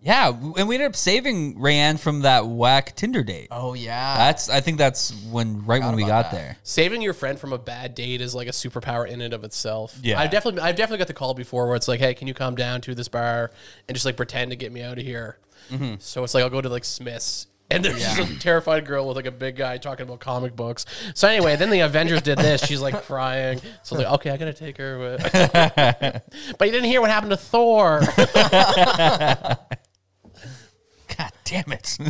S1: yeah, w- and we ended up saving Rayanne from that whack Tinder date.
S2: Oh yeah.
S1: That's, I think that's when, right when we
S2: about
S1: got
S2: that.
S1: there.
S3: Saving your friend from a bad date is like a superpower in and of itself.
S1: Yeah.
S3: I've definitely, I've definitely got the call before where it's like, "Hey, can you come down to this bar and just like pretend to get me out of here?" So it's like I'll go to like Smith's. And there's just a terrified girl with like a big guy talking about comic books. So anyway, then the Avengers did this. She's like crying. So I was like, okay, I gotta take her. With... (laughs) but you didn't hear what happened to Thor.
S1: God damn it. (laughs)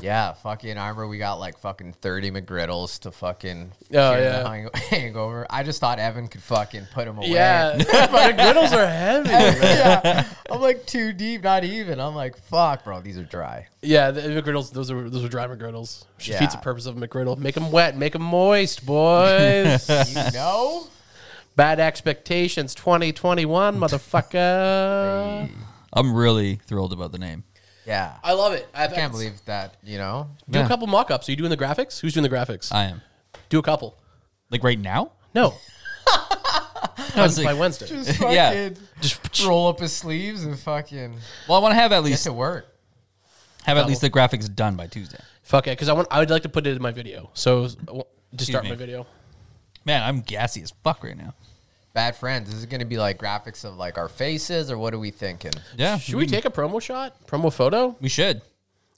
S2: Yeah, fucking. I remember we got like fucking thirty McGriddles to fucking
S3: Oh,
S2: cure the
S3: yeah.
S2: hang- (laughs) hangover. I just thought Evan could fucking put them away.
S3: Yeah, (laughs) but the griddles are heavy. man.
S2: (laughs) Yeah. I'm like too deep, not even. I'm like, fuck, bro, these are dry.
S3: Yeah, the McGriddles. Those are those are dry McGriddles. Which
S2: Yeah.
S3: defeats the purpose of a McGriddle. Make them wet. Make them moist, (laughs) boys.
S2: You know?
S3: Bad expectations, (laughs) 2021, motherfucker.
S1: I'm really thrilled about the name.
S2: Yeah. I
S3: I love it. I
S2: can't believe that, you know?
S3: Do
S1: Yeah.
S3: a couple mock-ups. Are you doing the graphics? Who's doing the graphics?
S1: I am
S3: Do a couple.
S1: like right now. (laughs) I
S3: No,
S1: was
S3: by
S1: like,
S3: Wednesday.
S1: (laughs)
S2: Just
S1: Yeah.
S2: fucking
S3: (laughs) Just-
S2: roll up his sleeves and fucking
S1: well, I want to have at
S2: get
S1: least
S2: to work.
S1: have at least the graphics done by Tuesday.
S3: Fuck it, because I want. I would like to put it in my video. So w- just start
S1: me.
S3: my video.
S1: Man, I'm gassy as fuck right now.
S2: Bad friends. Is it gonna be like graphics of like our faces or what are we thinking?
S1: Yeah,
S3: Should we take a promo shot, promo photo
S1: we should.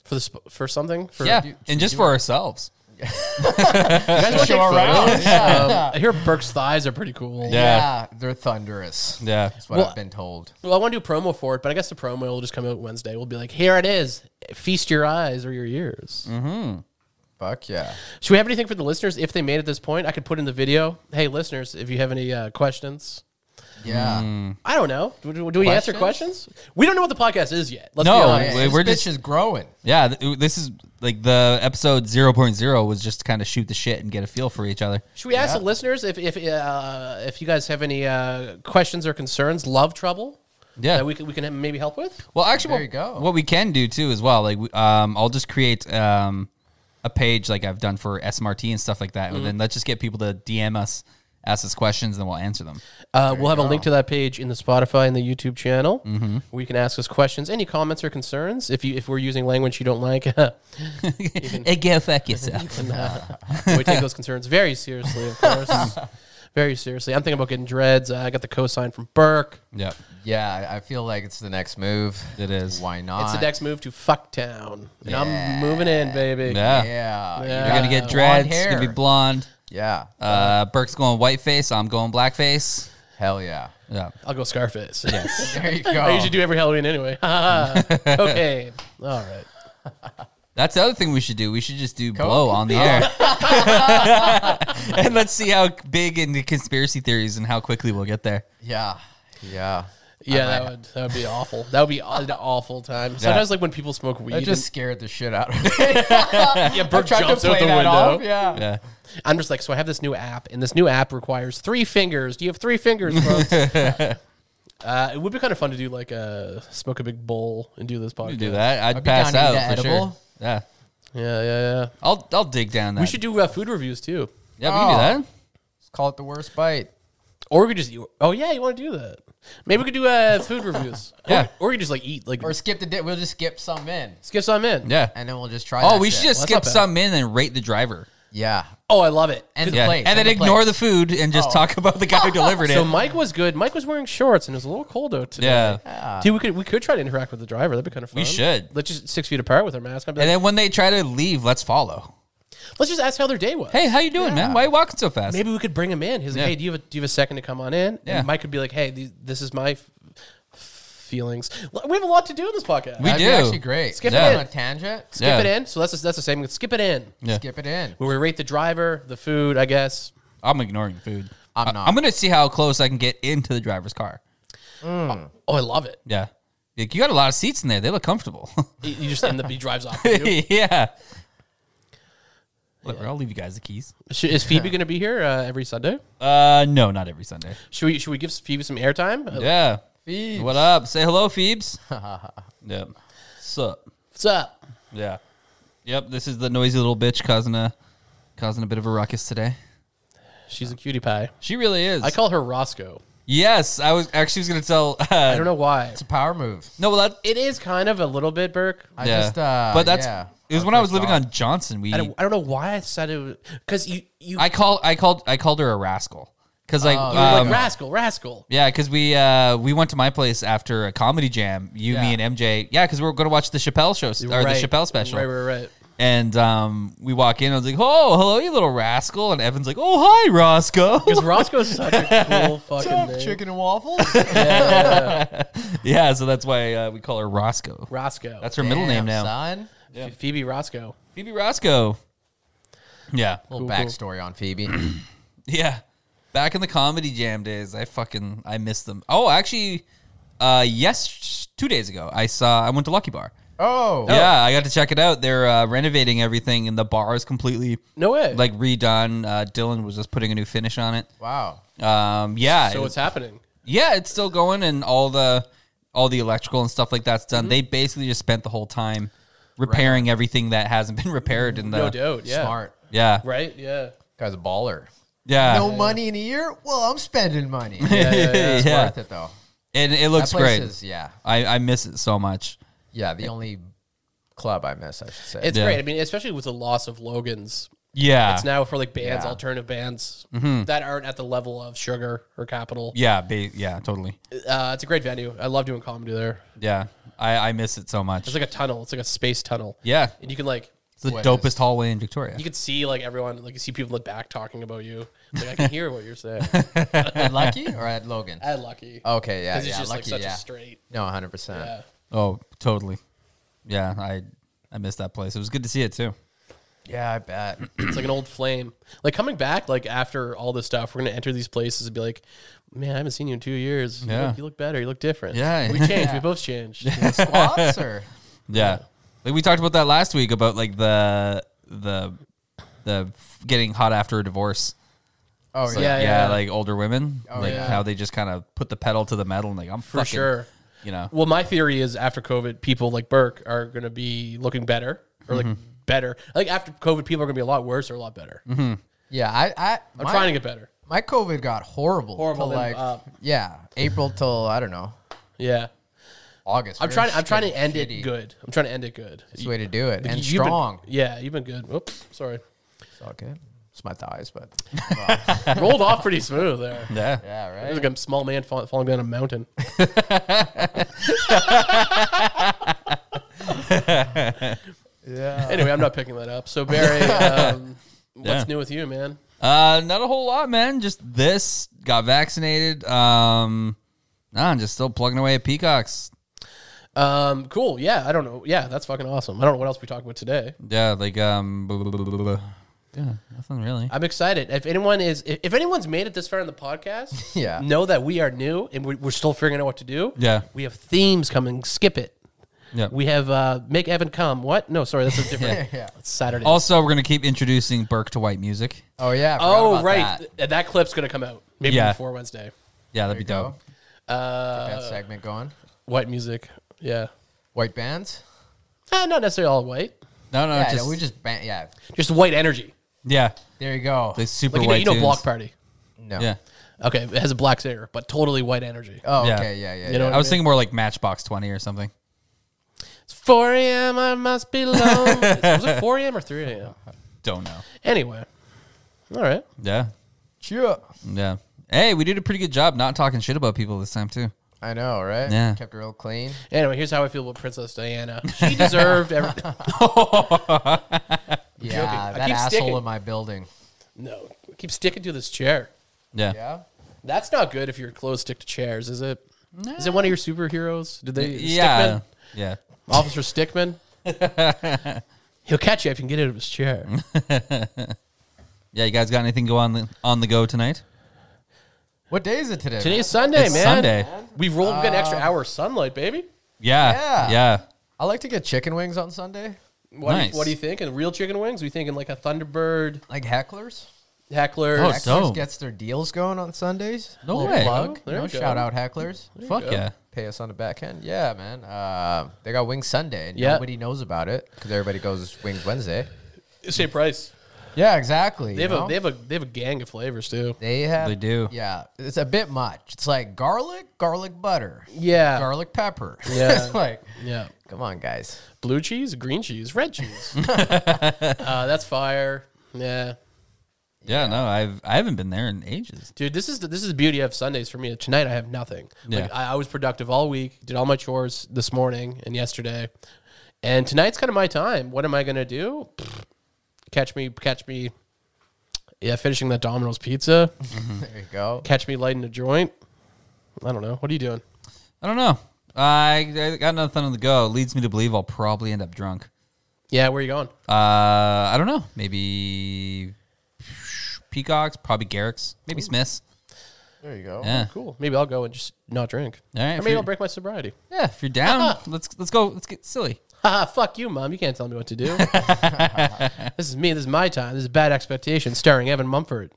S3: for this for something? For,
S1: Yeah,
S3: You
S1: and just for ourselves.
S3: guys
S1: (laughs)
S3: wanna take photos?
S2: Yeah.
S3: I hear Burke's thighs are pretty cool.
S2: yeah. They're thunderous.
S1: Yeah,
S2: That's what
S3: Well,
S2: I've been told.
S3: Well, I want to do a promo for it, but I guess the promo will just come out Wednesday. We'll be like, here it is. Feast your eyes or your ears.
S1: Mm-hmm.
S2: Fuck yeah.
S3: Should we have anything for the listeners if they made it this point? I could put in the video. Hey, listeners, if you have any uh, questions,
S1: Hmm.
S2: Yeah.
S3: I don't know. Do, do- do we answer questions?
S2: Questions?
S3: We don't know what the podcast is yet. Let's
S1: No,
S3: be
S1: we-
S3: honest.
S2: This
S1: we're
S2: bitch
S1: just-
S2: is growing.
S1: yeah. th- This is like the episode 0.0 was just to kind of shoot the shit and get a feel for each other.
S3: Should we ask the listeners if if uh, if you guys have any uh, questions or concerns, love trouble
S1: Yeah,
S3: that we can, we can maybe help with?
S1: Well, actually,
S2: There
S1: what,
S2: you go.
S1: what we can do too as well, like we- um, I'll just create um, a page like I've done for SMRT and stuff like that,
S2: Mm-hmm.
S1: and then let's just get people to DM us, ask us questions, and we'll answer them.
S3: Uh, we'll have a link to that page in the Spotify and the YouTube channel
S2: Mm-hmm.
S3: where you can ask us questions, any comments or concerns. If you if we're using language you don't
S2: (laughs)
S3: like, (laughs) we
S1: (laughs) Hey, go fuck yourself.
S3: take those concerns very seriously,
S2: (laughs)
S3: of course. very seriously. I'm thinking about getting dreads. Uh, I got the cosign from Burke.
S1: yep,
S2: Yeah, I feel like it's the next move.
S1: it is.
S2: Why not?
S3: It's the next move to Fucktown, and I'm moving in, baby.
S1: Yeah.
S2: Yeah.
S3: Yeah.
S1: You're gonna
S3: Uh,
S1: get dreads.
S2: blonde
S1: It's gonna be
S2: hair.
S1: blonde.
S2: Yeah.
S1: Uh, Burke's going whiteface. I'm going blackface.
S2: Hell yeah.
S1: Yeah,
S3: I'll go Scarface. Yes,
S2: There
S1: (laughs)
S2: you
S3: (laughs) I
S2: go.
S3: usually do every Halloween anyway. (laughs) okay, all right.
S1: that's the other thing we should do. We should just do blow on the air, (laughs) and let's see how big into conspiracy theories and how quickly we'll get there.
S2: Yeah. Yeah.
S3: Yeah, that would that would be awful. That would be an awful time. Sometimes like when people smoke weed,
S2: That
S3: and-
S2: just scared the shit out
S1: (laughs)
S2: of me. yeah,
S3: yeah,
S2: (laughs)
S3: Bert jumps out the window.
S2: Yeah.
S1: Yeah.
S3: I'm just like, so I have this new app, and this new app requires three fingers. Do you have three fingers,
S1: (laughs)
S3: folks? uh, it would be kind of fun to do like a smoke a big bowl and do this podcast.
S1: You do that. I'd
S2: I'd be
S1: pass
S2: down to eat
S1: out
S2: that
S1: for sure.
S2: edible.
S1: Yeah.
S3: Yeah, yeah, yeah.
S1: I'll I'll dig down that.
S3: We should do uh, food reviews too,
S1: Yeah, we
S2: Oh.
S1: can do that.
S2: Let's call it the worst bite.
S3: or we could just. Oh yeah, you want to do that? Maybe we could do uh, food reviews.
S1: (laughs) Yeah.
S3: or, or we could just like eat like
S2: Or skip the dip. We'll just skip some in.
S3: skip some in.
S1: Yeah.
S2: And then we'll just try
S1: Oh,
S2: that
S1: we
S2: shit.
S1: should just
S3: Well, that's
S1: skip
S3: not
S1: some
S3: bad.
S1: in and rate the driver.
S2: Yeah.
S3: Oh, I love it.
S2: And the
S1: Yeah.
S2: plate.
S1: and then
S2: the
S1: ignore
S2: plate. Oh.
S1: the food and just talk about the guy who
S2: (laughs)
S1: delivered it.
S3: So Mike was good. Mike was wearing shorts and it was a little cold out today.
S1: Yeah.
S3: Dude, we could we could try to interact with the driver. That'd be kind of fun.
S1: We should.
S3: Let's just six feet apart with our mask. I'd be
S1: and
S3: like,
S1: then when they try to leave, let's follow.
S3: let's just ask how their day was.
S1: Hey, how you doing, man? Why you walking so fast?
S3: maybe we could bring him in. He's like,
S1: Yeah.
S3: hey, do you have a, do you have a second to come on in?
S1: Yeah.
S3: And Mike could be like, hey, these, this is my f- feelings. L- We have a lot to do in this podcast.
S1: We
S2: That'd
S1: do.
S2: be actually great.
S3: Skip
S1: Yeah.
S2: it
S1: it.
S2: on a tangent.
S3: skip
S1: Yeah.
S3: it in. So that's that's the same. Skip it in.
S1: Yeah.
S2: Skip it in.
S3: Where we rate the driver, the food, I guess.
S1: I'm ignoring food.
S2: I'm
S1: I-
S2: not.
S1: I'm gonna see how close I can get into the driver's car.
S3: Oh, I love it.
S1: Yeah. Like, you got a lot of seats in there. They look comfortable. (laughs)
S3: You you just end up he drives off. with you.
S1: yeah. Whatever. I'll leave you guys the keys.
S3: Should- Is Phoebe going to be here uh, every Sunday?
S1: Uh, no, not every Sunday.
S3: Should we should we give Phoebe some airtime? Uh,
S1: Yeah.
S2: Phoebes.
S1: What up? Say hello, Phoebes.
S3: (laughs)
S1: yep. Sup.
S3: What's up?
S1: Yeah. Yep. This is the noisy little bitch causing a causing a bit of a ruckus today.
S3: She's a cutie pie.
S1: She really is.
S3: I call her Roscoe.
S1: yes, I was actually was gonna tell. (laughs) Uh,
S3: I don't know why.
S2: It's a power move.
S1: No, well that.
S3: It is kind of a little bit, Burke. I,
S2: I just, uh,
S1: but that's
S2: yeah.
S1: it was when I was living on Johnson. We
S3: don't, I don't know why I said it because you you
S1: I call I called I called her a rascal because like
S3: Oh, you were
S1: um,
S3: like rascal, rascal.
S1: yeah because we uh we went to my place after a comedy jam. You, me,
S2: Yeah.
S1: and MJ. Yeah, because we were gonna watch the Chappelle show or
S3: Right.
S1: the Chappelle special.
S3: Right, right, right.
S1: And um, we walk in. I was like, "Oh, hello, you little rascal!" And Evan's like, "Oh, hi,
S3: (laughs)
S1: Roscoe." (laughs)
S3: Because Roscoe's such a cool fucking name.
S2: Chicken and waffles?
S1: (laughs) yeah, so that's why uh, we call her Roscoe.
S3: Roscoe.
S1: That's her middle name now.
S2: Damn, Son.
S3: Phoebe Roscoe.
S1: Phoebe Roscoe. Yeah.
S2: little backstory on
S1: (laughs)
S2: Phoebe.
S1: (clears throat) Yeah. Back in the comedy jam days, I fucking I missed them. Oh, actually, uh yes, two days ago, I saw I went to Lucky Bar.
S2: oh,
S1: Yeah, I got to check it out. They're uh, renovating everything, and the bar is completely
S3: No way.
S1: like redone. Uh, Dylan was just putting a new finish on it.
S2: wow.
S1: Um, yeah,
S3: so it's happening.
S1: yeah, it's still going, and all the all the electrical and stuff like that's
S3: Mm-hmm.
S1: done. They basically just spent the whole time repairing everything that hasn't (laughs) been repaired in the
S3: No doubt. Oh, Yeah.
S2: Smart.
S1: yeah
S3: Right? Yeah.
S2: Guy's a baller.
S1: yeah
S2: No money in a year? Well, I'm spending money.
S3: (laughs) Yeah, yeah, yeah.
S2: It's
S1: Yeah.
S2: worth it though.
S1: and it looks
S2: that place
S1: great.
S2: is yeah.
S1: I I miss it so much.
S2: Yeah, the only club I miss, I should say.
S3: It's
S1: Yeah. Ah.
S3: great. I mean, especially with the loss of Logan's.
S1: Yeah,
S3: It's now for like bands,
S2: Yeah.
S3: alternative bands that aren't at the level of Sugar or Capital.
S1: yeah, ba- yeah, totally.
S3: Uh, it's a great venue. I love doing comedy there.
S1: Yeah, I I miss it so much.
S3: It's like a tunnel. It's like a space tunnel.
S1: yeah,
S3: And you can like
S1: it's the
S2: What
S1: dopest
S2: is-
S1: hallway in Victoria.
S3: you can see like everyone like you see people in the back talking about you. Like I can hear what you're saying.
S2: (laughs) at Lucky
S1: (laughs)
S2: or at Logan?
S3: I had lucky.
S2: Okay, yeah,
S3: Because
S2: yeah,
S3: it's just
S2: Lucky,
S3: like such
S2: yeah.
S3: a straight.
S2: no, 100%.
S3: Yeah.
S1: Oh, totally. Yeah, I I missed that place. It was good to see it too.
S2: Yeah, I
S3: (laughs)
S2: bet.
S3: It's like an old flame. Like coming back, like after all this stuff, we're gonna enter these places and be like, "Man, I haven't seen you in two years. You,
S1: Yeah.
S3: look, you look better. You look different.
S1: Yeah.
S3: we changed. We
S2: (laughs)
S3: both changed.
S2: Squats or
S1: Yeah. Like we talked about that last week about like the the the f- getting hot after a divorce.
S2: Oh,
S1: Like,
S2: yeah.
S3: Yeah, yeah.
S1: like older women, like
S2: yeah.
S1: how they just kind of put the pedal to the metal and like I'm
S3: for sure.
S1: you know.
S3: Well, my theory is after COVID, people like Burke are gonna be looking better or
S2: Mm-hmm.
S3: like better. Like after COVID, people are gonna be a lot worse or a lot better.
S2: Yeah, I I
S3: I'm
S2: Mm-hmm. my,
S3: trying to get better.
S2: my COVID got horrible.
S3: Horrible,
S2: till,
S3: then
S2: like
S3: uh, up.
S2: yeah, April till I don't know,
S3: Yeah.
S2: August.
S3: I'm
S2: Very
S3: trying. I'm trying to end
S2: shitty.
S3: it good. I'm trying to end it good.
S2: It's the way to do it. And
S3: You've been-
S2: strong.
S3: yeah, you've been good. Oops, sorry.
S2: It's all good. It's my thighs,
S3: (laughs)
S2: but
S3: Rolled off pretty
S2: (laughs)
S3: smooth there.
S1: Yeah.
S2: yeah,
S3: It was
S2: right.
S3: like a small man fall, falling down a mountain. yeah. Anyway, I'm not picking that up. So Barry, um,
S1: Yeah.
S3: what's new with you, man?
S1: Uh not a whole lot, man. Just this got vaccinated. Um nah, I'm just still plugging away at peacocks.
S3: Um, cool. Yeah, I don't know. Yeah, that's fucking awesome. I don't know what else we talk about today.
S1: Yeah, like um blah, blah, blah, blah, blah. Yeah, nothing really.
S3: I'm excited. If anyone is, if, if anyone's made it this far in the podcast,
S2: Yeah.
S3: know that we are new and we, we're still figuring out what to do.
S1: Yeah.
S3: we have themes coming. Skip it.
S1: Yeah.
S3: We have uh, make Evan come. What? No, sorry, that's a different.
S2: (laughs) Yeah.
S3: It's Saturday.
S1: Also, we're gonna keep introducing Burke to white music.
S2: Oh yeah. I forgot
S3: oh
S2: about
S3: right,
S2: that.
S3: Th- that. clip's gonna come out maybe
S1: Yeah.
S3: before Wednesday.
S1: Yeah, that'd be
S2: There you
S1: dope.
S3: Uh,
S2: Get that segment going.
S3: White music. Yeah,
S2: White bands.
S3: Eh, not necessarily all white.
S1: No, no,
S2: Yeah,
S1: just,
S2: no, we just ban- yeah.
S3: Just white energy.
S1: yeah,
S2: There you go.
S1: like super
S3: Like you know,
S1: white.
S3: you know
S1: tunes.
S3: block party.
S2: no.
S1: Yeah.
S3: Okay, it has a black singer, but totally white energy. Uh,
S2: Oh
S1: Yeah.
S2: okay. Yeah yeah.
S3: You know
S2: yeah.
S1: I was thinking more like Matchbox Twenty or something.
S3: It's 4 a.m. I must be alone.
S1: (laughs)
S3: was it 4 a.m. or 3 a.m.?
S1: Don't know.
S3: Anyway, all right.
S1: Yeah,
S2: Sure.
S1: yeah. Hey, we did a pretty good job not talking shit about people this time too.
S2: I know, right?
S1: Yeah.
S2: Kept it real clean.
S3: Anyway, here's how I feel about Princess Diana.
S1: (laughs)
S3: She deserved everything.
S2: Yeah,
S3: joking. I
S2: that
S3: keep
S2: asshole
S3: sticking.
S2: in my building.
S3: No, keep sticking to this chair.
S1: Yeah,
S2: Yeah.
S3: That's not good if your clothes stick to chairs, is it? Is it one of your superheroes? Did they?
S1: yeah,
S3: Stickman?
S1: yeah.
S3: Officer
S1: (laughs)
S3: Stickman? He'll catch you if you can get out of his chair.
S1: Yeah, you guys got anything go on the, on the go tonight?
S2: What day is it today?
S3: Today's Sunday,
S1: It's
S3: man.
S1: Sunday.
S3: We've rolled we got an extra hour of sunlight, baby.
S1: Yeah, yeah.
S2: Yeah. I like to get chicken wings on Sunday,
S3: What, do
S1: Nice.
S3: you, what do you thinking? Real chicken wings? We thinking like a Thunderbird,
S2: like hecklers.
S3: Heckler?
S1: Oh,
S2: Hecklers
S1: dope.
S2: gets their deals going on Sundays.
S1: No
S2: Little
S1: way.
S2: Plug.
S3: Oh, There
S2: you know,
S3: you go.
S2: shout out hecklers.
S1: Fuck yeah.
S2: Pay us on the back end. Yeah, man. Uh, they got Wings Sunday. and
S3: Yeah.
S2: Nobody knows about it because everybody goes Wings Wednesday.
S3: Same price.
S2: Yeah, exactly.
S3: They have a they have a they have a gang of flavors too.
S2: They have.
S1: They do.
S2: Yeah, it's a bit much. It's like garlic, garlic butter,
S3: Yeah.
S2: garlic pepper. (laughs)
S3: Yeah.
S2: it's like,
S3: Yeah.
S2: come on, guys.
S3: Blue cheese, green cheese, red
S1: (laughs)
S3: cheese. uh, that's fire. Yeah.
S1: Yeah, no, I've I haven't been there in ages.
S3: Dude, this is the, this is the beauty of Sundays for me. Tonight I have nothing.
S1: Yeah.
S3: Like I, I was productive all week, did all my chores this morning and yesterday, and tonight's kind of my time. What am I gonna do? Pfft. Catch me, catch me. Yeah, finishing that Domino's pizza.
S2: There you go.
S3: catch me lighting a joint. I don't know. What are you doing?
S1: I don't know. I, I got nothing on the go. Leads me to believe I'll probably end up drunk.
S3: Yeah, where are you going?
S1: Uh, I don't know. Maybe Peacocks, probably Garrick's, maybe Smith's.
S2: There you go.
S1: Yeah.
S3: Cool. Maybe I'll go and just not drink.
S1: All right,
S3: Or
S1: if
S3: maybe
S1: you're-
S3: I'll break my sobriety.
S1: Yeah, if you're
S2: Uh-huh.
S1: down, let's let's go. Let's get silly.
S3: (laughs) Haha, fuck you, mom. You can't tell me what
S2: (laughs)
S3: to do. this is me. This is my time. This is Bad Expectation starring
S2: (laughs)
S3: Evan Mumford.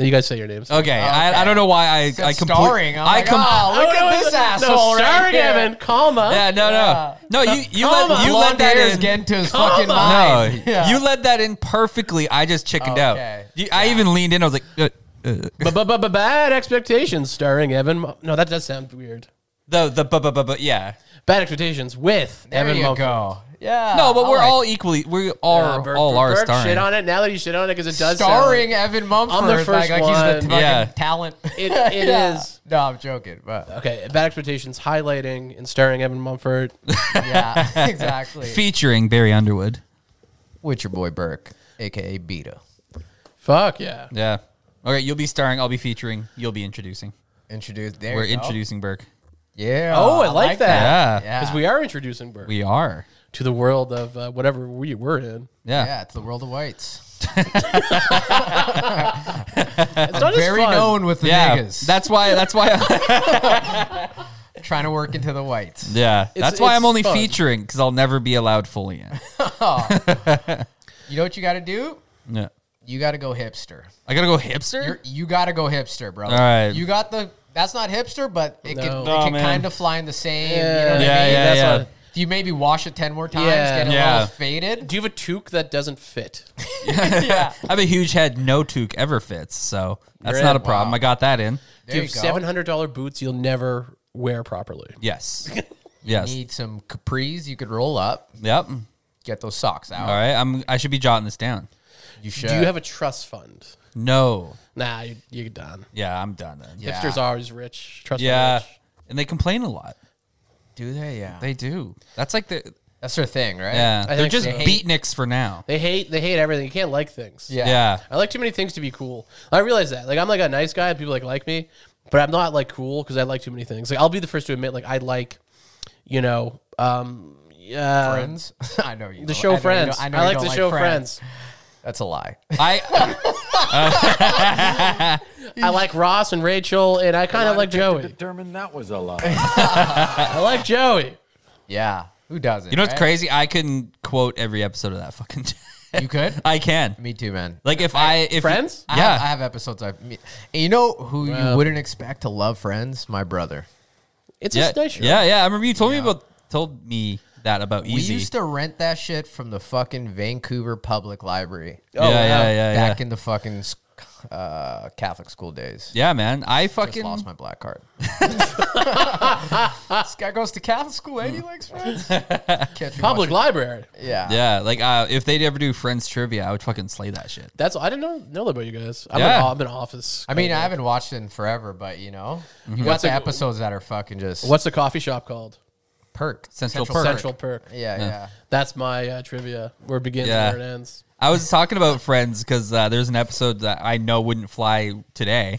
S3: you guys say your names.
S2: Oh,
S1: Okay, I, I don't know why I
S2: Said
S1: I complete-
S2: starring. I'm
S1: I
S2: like, oh, look
S3: no,
S2: at this
S3: no,
S2: asshole right
S3: starring
S2: here.
S3: Evan, comma.
S1: Yeah, no,
S2: Yeah.
S1: no, no. You you
S3: Come
S1: let
S3: on.
S1: you let
S2: Blonde
S1: that
S2: hair's
S1: in.
S2: getting to his
S3: Come
S2: fucking
S3: on.
S1: no,
S2: mind. (laughs) Yeah.
S1: you let that in perfectly. I just chickened out.
S2: Okay.
S1: You, I even leaned in. I was like, uh, uh.
S3: Bad Expectations starring Evan. Mu- No, that does sound weird.
S1: the the bu- bu- bu- bu- yeah.
S3: Bad Expectations with
S2: There
S3: Evan
S2: you
S3: Mumford.
S2: go. Yeah.
S1: No, but
S2: Ah, I
S1: we're
S2: like
S1: all equally. We are
S3: Uh, Bert-
S1: all
S3: Bert-
S1: are
S3: Bert
S1: starring.
S3: Shit on it. Now that you shit on it, because it does
S2: starring
S3: Sound,
S2: Evan Mumford.
S3: I'm the
S2: like,
S3: first
S2: like he's
S3: one.
S2: the fucking
S1: Yeah.
S2: talent. (laughs)
S3: It- it
S2: Yeah.
S3: is-
S2: No, I'm joking,
S3: (laughs)
S2: but
S3: okay, Bad Expectations highlighting and starring Evan Mumford.
S2: yeah, exactly.
S1: featuring Barry Underwood.
S2: With your boy Burke, aka Beta,
S3: Fuck yeah.
S1: Yeah. Okay, you'll be starring. I'll be featuring. You'll be introducing.
S2: introduced. There
S1: We're
S2: you go.
S1: introducing Burke.
S2: Yeah.
S3: Oh, I like that.
S1: Yeah.
S2: Yeah.
S3: Because we are introducing Bert
S1: We are.
S3: to the world of uh, whatever we were in.
S1: Yeah.
S2: Yeah, it's the world of whites.
S3: It's not as
S2: Very
S3: fun.
S2: known with the
S1: Yeah.
S2: niggas.
S1: That's why. That's why.
S2: trying to work into the whites.
S1: yeah. that's why
S3: it's
S1: I'm only
S3: fun.
S1: featuring because I'll never be allowed fully in.
S2: You know what you got to do?
S1: Yeah.
S2: You got to go hipster.
S1: I gotta go hipster.
S2: You're, you got to go hipster, bro.
S1: All right.
S2: You got the. That's not hipster, but it
S3: No.
S2: can,
S1: No,
S2: it can
S1: man.
S2: kind of fly in the same. You know
S3: Yeah,
S2: what
S1: Yeah,
S2: I mean?
S1: yeah,
S3: That's
S1: yeah.
S3: what-
S2: Do you maybe wash it ten more times,
S3: Yeah.
S2: get it
S1: Yeah.
S2: a little faded?
S3: Do you have a toque that doesn't fit?
S2: yeah.
S1: I have a huge head. No toque ever fits, so that's
S3: Really?
S1: not a problem. I got that in.
S3: Do you
S2: There
S3: have
S2: you go.
S3: seven hundred dollar boots you'll never wear properly?
S1: Yes. yes.
S2: Need some capris you could roll up.
S1: Yep. All
S2: Get those socks out.
S1: right. I'm. I should be jotting this down.
S2: You should.
S3: Do you have a trust fund?
S1: No.
S3: Nah, you, you're done.
S1: Yeah, I'm done then. Yeah.
S2: Yeah.
S3: Hipsters are always rich. Trust
S1: Yeah.
S3: fund rich.
S1: And they complain a lot.
S2: Do they? Yeah.
S1: They do. That's like the.
S2: that's their thing, right?
S1: Yeah.
S3: I
S1: They're
S3: think
S1: just
S3: they
S2: hate-
S1: beatniks for now.
S3: They hate they hate everything. You can't like things.
S2: Yeah.
S1: Yeah.
S3: I like too many things to be cool. I realize that. Like I'm like a nice guy. People like like me, but I'm not like cool because I like too many things. Like I'll be the first to admit, like I like, you know, um, yeah,
S2: Friends. (laughs) I know you.
S3: The
S2: don't- Oh, I
S3: show
S2: know you
S3: Friends.
S2: don't-
S3: I,
S2: you
S3: like
S2: don't
S3: the show Friends.
S2: That's a lie. (laughs)
S1: I.
S3: I like Ross and Rachel, and I kind of like Joey.
S5: Determined that was a lie.
S3: I like Joey.
S2: Yeah. Who doesn't?
S1: You know what's
S2: right?
S1: crazy? I can quote every episode of that fucking. (laughs)
S2: You could.
S1: I can.
S2: Me too, man.
S1: Like if I if
S3: Friends?
S2: I
S1: yeah.
S2: have, I have episodes I've. me- And you know who you wouldn't expect to love Friends? My brother.
S3: It's
S1: yeah,
S3: a nice show.
S1: yeah, yeah. I remember you told me about told me that about Easy.
S2: We used to rent that shit from the fucking Vancouver Public Library
S1: yeah,
S3: Oh,
S1: yeah, yeah, yeah,
S2: oh, back in the fucking uh, Catholic school days.
S1: Yeah, man. I
S2: Just
S1: fucking
S2: lost my black
S1: (laughs)
S2: card. this guy goes to Catholic school and he
S1: (laughs)
S2: likes Friends. Catch me
S3: Public
S2: watching-
S3: library.
S2: Yeah.
S1: yeah. Like uh, if they'd ever do Friends trivia, I would fucking slay that shit.
S3: That's I didn't know know that about you guys. I'm,
S1: Yeah.
S3: an, I'm an office.
S2: I mean,
S3: guy.
S2: I haven't watched it in forever, but you know,
S1: Mm-hmm.
S2: you got
S3: What's
S2: the
S3: a-
S2: episodes that are fucking just
S3: what's the coffee shop called?
S2: perk
S1: Central Perk.
S3: Central Perk.
S2: Yeah, yeah.
S3: That's my uh, trivia. Where it begins
S1: Yeah.
S3: and where it ends.
S1: I was talking about Friends because uh, there's an episode that I know wouldn't fly today,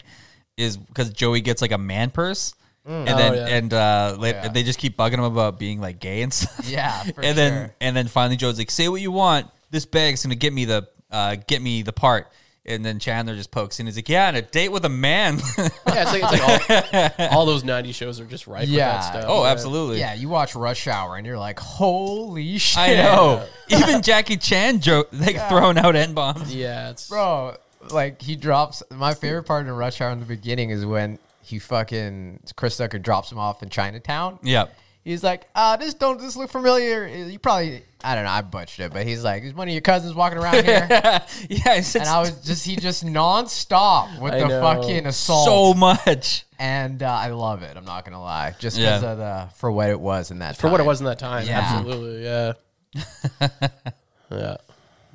S1: is because Joey gets like a man purse,
S2: Mm.
S1: and
S2: Oh,
S1: then
S3: yeah.
S1: and uh, la- they just keep bugging him about being like gay and (laughs) stuff.
S2: Yeah, for
S1: and then
S2: sure.
S1: and then finally Joe's like, "Say what you want. This bag's gonna get me the uh, get me the part." And then Chandler just pokes in. He's like, "Yeah, and a date with a man." (laughs)
S3: Yeah, it's like,
S2: (laughs)
S3: it's like all, all those 90s shows are just ripe
S2: Yeah.
S3: with that stuff.
S1: oh, absolutely.
S2: Yeah, you watch Rush Hour and you're like, holy shit.
S1: I
S2: (laughs)
S1: know. Even Jackie Chan joke like throwing out n bombs.
S3: Yeah, it's
S2: Bro, Oh, like he drops. My favorite part in Rush Hour in the beginning is when he fucking Chris Tucker drops him off in Chinatown.
S1: (laughs) Yep.
S2: He's like, uh, this don't this look familiar. You probably, I don't know, I butchered it, but he's like, is one of your cousins
S1: (laughs)
S2: walking around here?
S1: yeah, it's,
S2: and I was just, he just nonstop with
S3: I
S2: the
S3: know.
S2: fucking assault.
S1: so much.
S2: and uh, I love it. I'm not gonna lie, just because
S1: Yeah.
S2: of the for what it was in that
S3: for what it
S2: time.
S3: was in that time.
S2: Yeah.
S3: Absolutely. Yeah.
S2: (laughs)
S3: yeah.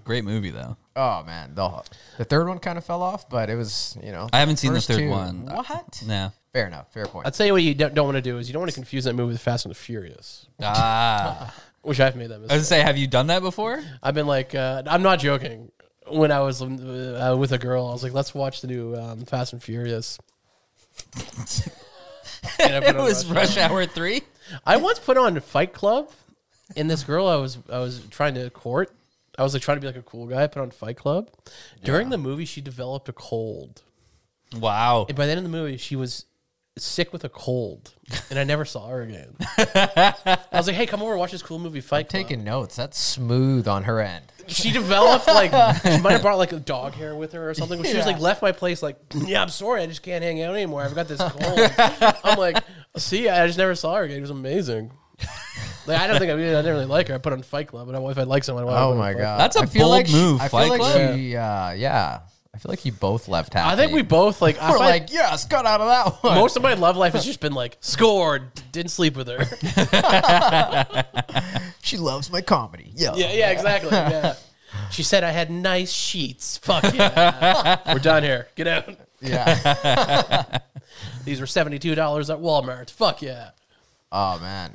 S1: Great movie though.
S2: Oh man, the the third one kind of fell off, but it was you know
S1: I haven't seen the
S2: first
S1: third one.
S2: What?
S1: No.
S2: Fair enough. Fair point.
S3: I'll tell you what you don't, don't want to do is you don't want to confuse that movie with Fast and the Furious,
S1: Ah,
S3: (laughs) which I've made that
S1: I was
S3: mistake.
S1: gonna say, have you done that before? (laughs)
S3: I've been like, uh, I'm not joking. When I was uh, with a girl, I was like, let's watch the new um, Fast and Furious. And I
S1: (laughs)
S3: put
S1: It
S3: on
S1: was Rush
S3: Rush.
S1: Hour Three.
S3: I once put on Fight Club and this girl I was I was trying to court. I was like trying to be like a cool guy, put on Fight Club. During the movie, she developed a cold.
S1: Wow.
S3: And by the end of the movie, she was sick with a cold, and I never saw her again. I was like, "Hey, come over, watch this cool movie, Fight Club."
S2: Taking notes. That's smooth on her end.
S3: she developed like she might have brought like a dog hair with her or something. But she was like left my place like, yeah, I'm sorry, I just can't hang out anymore. I've got this cold. I'm like, see, I just never saw her again. It was amazing. Like I don't think I, mean, I didn't really like her. I put on Fight Club, but I- if I like someone, I would
S2: Oh
S3: put on
S2: my
S3: Fight
S2: god,
S1: That's a
S2: I feel
S1: bold
S2: like she-
S1: move,
S2: I
S1: Fight
S2: feel like
S1: Club.
S2: she, uh, yeah. I feel like you both left half.
S3: Club. I think we both like. I
S2: were
S3: find-
S2: like, yes, got out of that one.
S3: most of my love life has just been like scored. Didn't sleep with her.
S2: she loves my comedy. Yeah,
S3: yeah, yeah, exactly. Yeah. (laughs) She said I had nice sheets. Fuck yeah. (laughs) We're done here. Get out. (laughs)
S2: yeah.
S3: These were seventy two dollars at Walmart. Fuck yeah.
S2: oh man,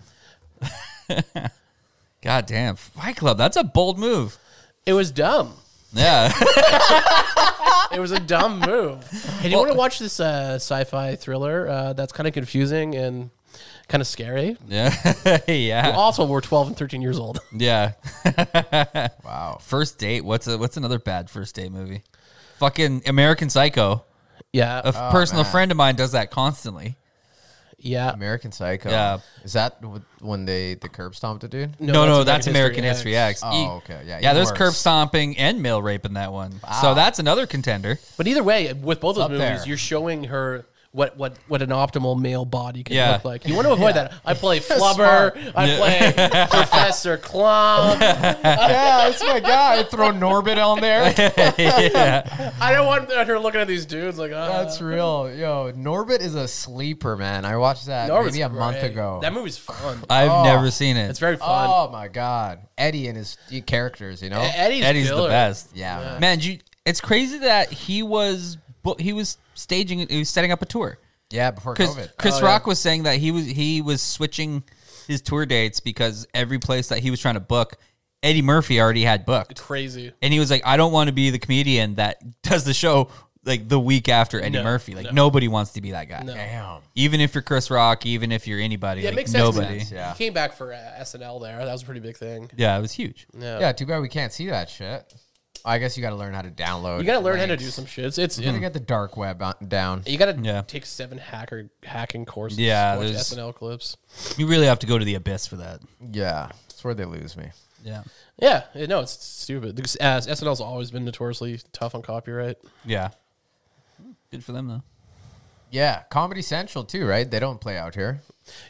S1: God damn. Fight Club. That's a bold move.
S3: It was dumb.
S1: Yeah. (laughs)
S3: It was a dumb (laughs) move. Hey, do you want to watch this uh, sci-fi thriller uh, that's kind of confusing and kind of scary?
S1: yeah. yeah. (laughs)
S3: Also, we're 12 and 13 years old. (laughs)
S1: Yeah.
S2: wow.
S1: First date. What's a, what's another bad first date movie? Fucking American Psycho.
S3: yeah, uh,
S1: A
S2: Oh,
S1: personal friend of mine does that constantly.
S3: yeah.
S2: American Psycho.
S1: Yeah.
S2: Is that wh- when they the curb stomped a dude?
S1: No, no, that's, American History X.
S2: Oh,
S1: E-
S2: okay,
S1: yeah.
S2: yeah, even
S1: There's
S2: worse.
S1: curb stomping and male rape in that one. So that's another contender.
S3: But either way, with both those
S2: Up
S3: movies,
S2: there.
S3: you're showing her what what what an optimal male body can
S1: Yeah.
S3: look like. You want to avoid that.
S1: (laughs)
S3: I play flubber. I play Professor Clum.
S2: yeah, that's my guy. Throw Norbit on there.
S3: I don't want her looking at these dudes like
S2: (laughs)
S3: ah.
S2: That's real, yo. Norbit is a sleeper, man. I watched that
S3: Norbit's
S2: maybe a month
S3: great.
S2: ago.
S3: That movie's fun.
S1: I've never seen it.
S3: It's very fun. E-, Eh,
S2: oh my god, Eddie and his characters, you know.
S3: Eddie's,
S1: Eddie's
S3: killer.
S1: the best.
S2: yeah, man.
S1: Man, you, it's crazy that he was bo- he was staging he was setting up a tour.
S2: yeah. Before
S1: Chris,
S2: COVID,
S3: Oh,
S1: Chris Rock was saying that he was he was switching his tour dates because every place that he was trying to book, Eddie Murphy already had booked,
S3: Crazy.
S1: and he was like, "I don't want to be the comedian that does the show like the week after Eddie
S3: No,
S1: Murphy. Like
S3: no.
S1: nobody wants to be that guy.
S2: damn.
S1: Even if you're Chris Rock, even if you're anybody,
S3: Yeah, it
S1: like,
S3: makes sense.
S1: nobody.
S3: Sense,
S1: yeah.
S2: yeah.
S3: He came back for uh, SNL there. That was a pretty big thing.
S1: it was huge.
S2: Yeah, too bad we can't see that shit. I guess you got to learn how to download.
S3: You gotta learn how to do some shits. It's
S2: You gotta get the dark web on, down.
S3: you gotta
S1: Mm-hmm. Yeah.
S3: take seven hacker hacking courses.
S1: Yeah,
S3: watch
S1: there's-
S3: SNL clips.
S1: You really have to go to the abyss for that.
S2: Yeah, that's where they lose me.
S1: Yeah,
S3: Yeah, it- no, it's stupid. Because, uh, SNL's always been notoriously tough on copyright.
S1: yeah. Good for them though.
S2: Yeah, Comedy Central too, right? They don't play out
S3: (laughs)
S2: here.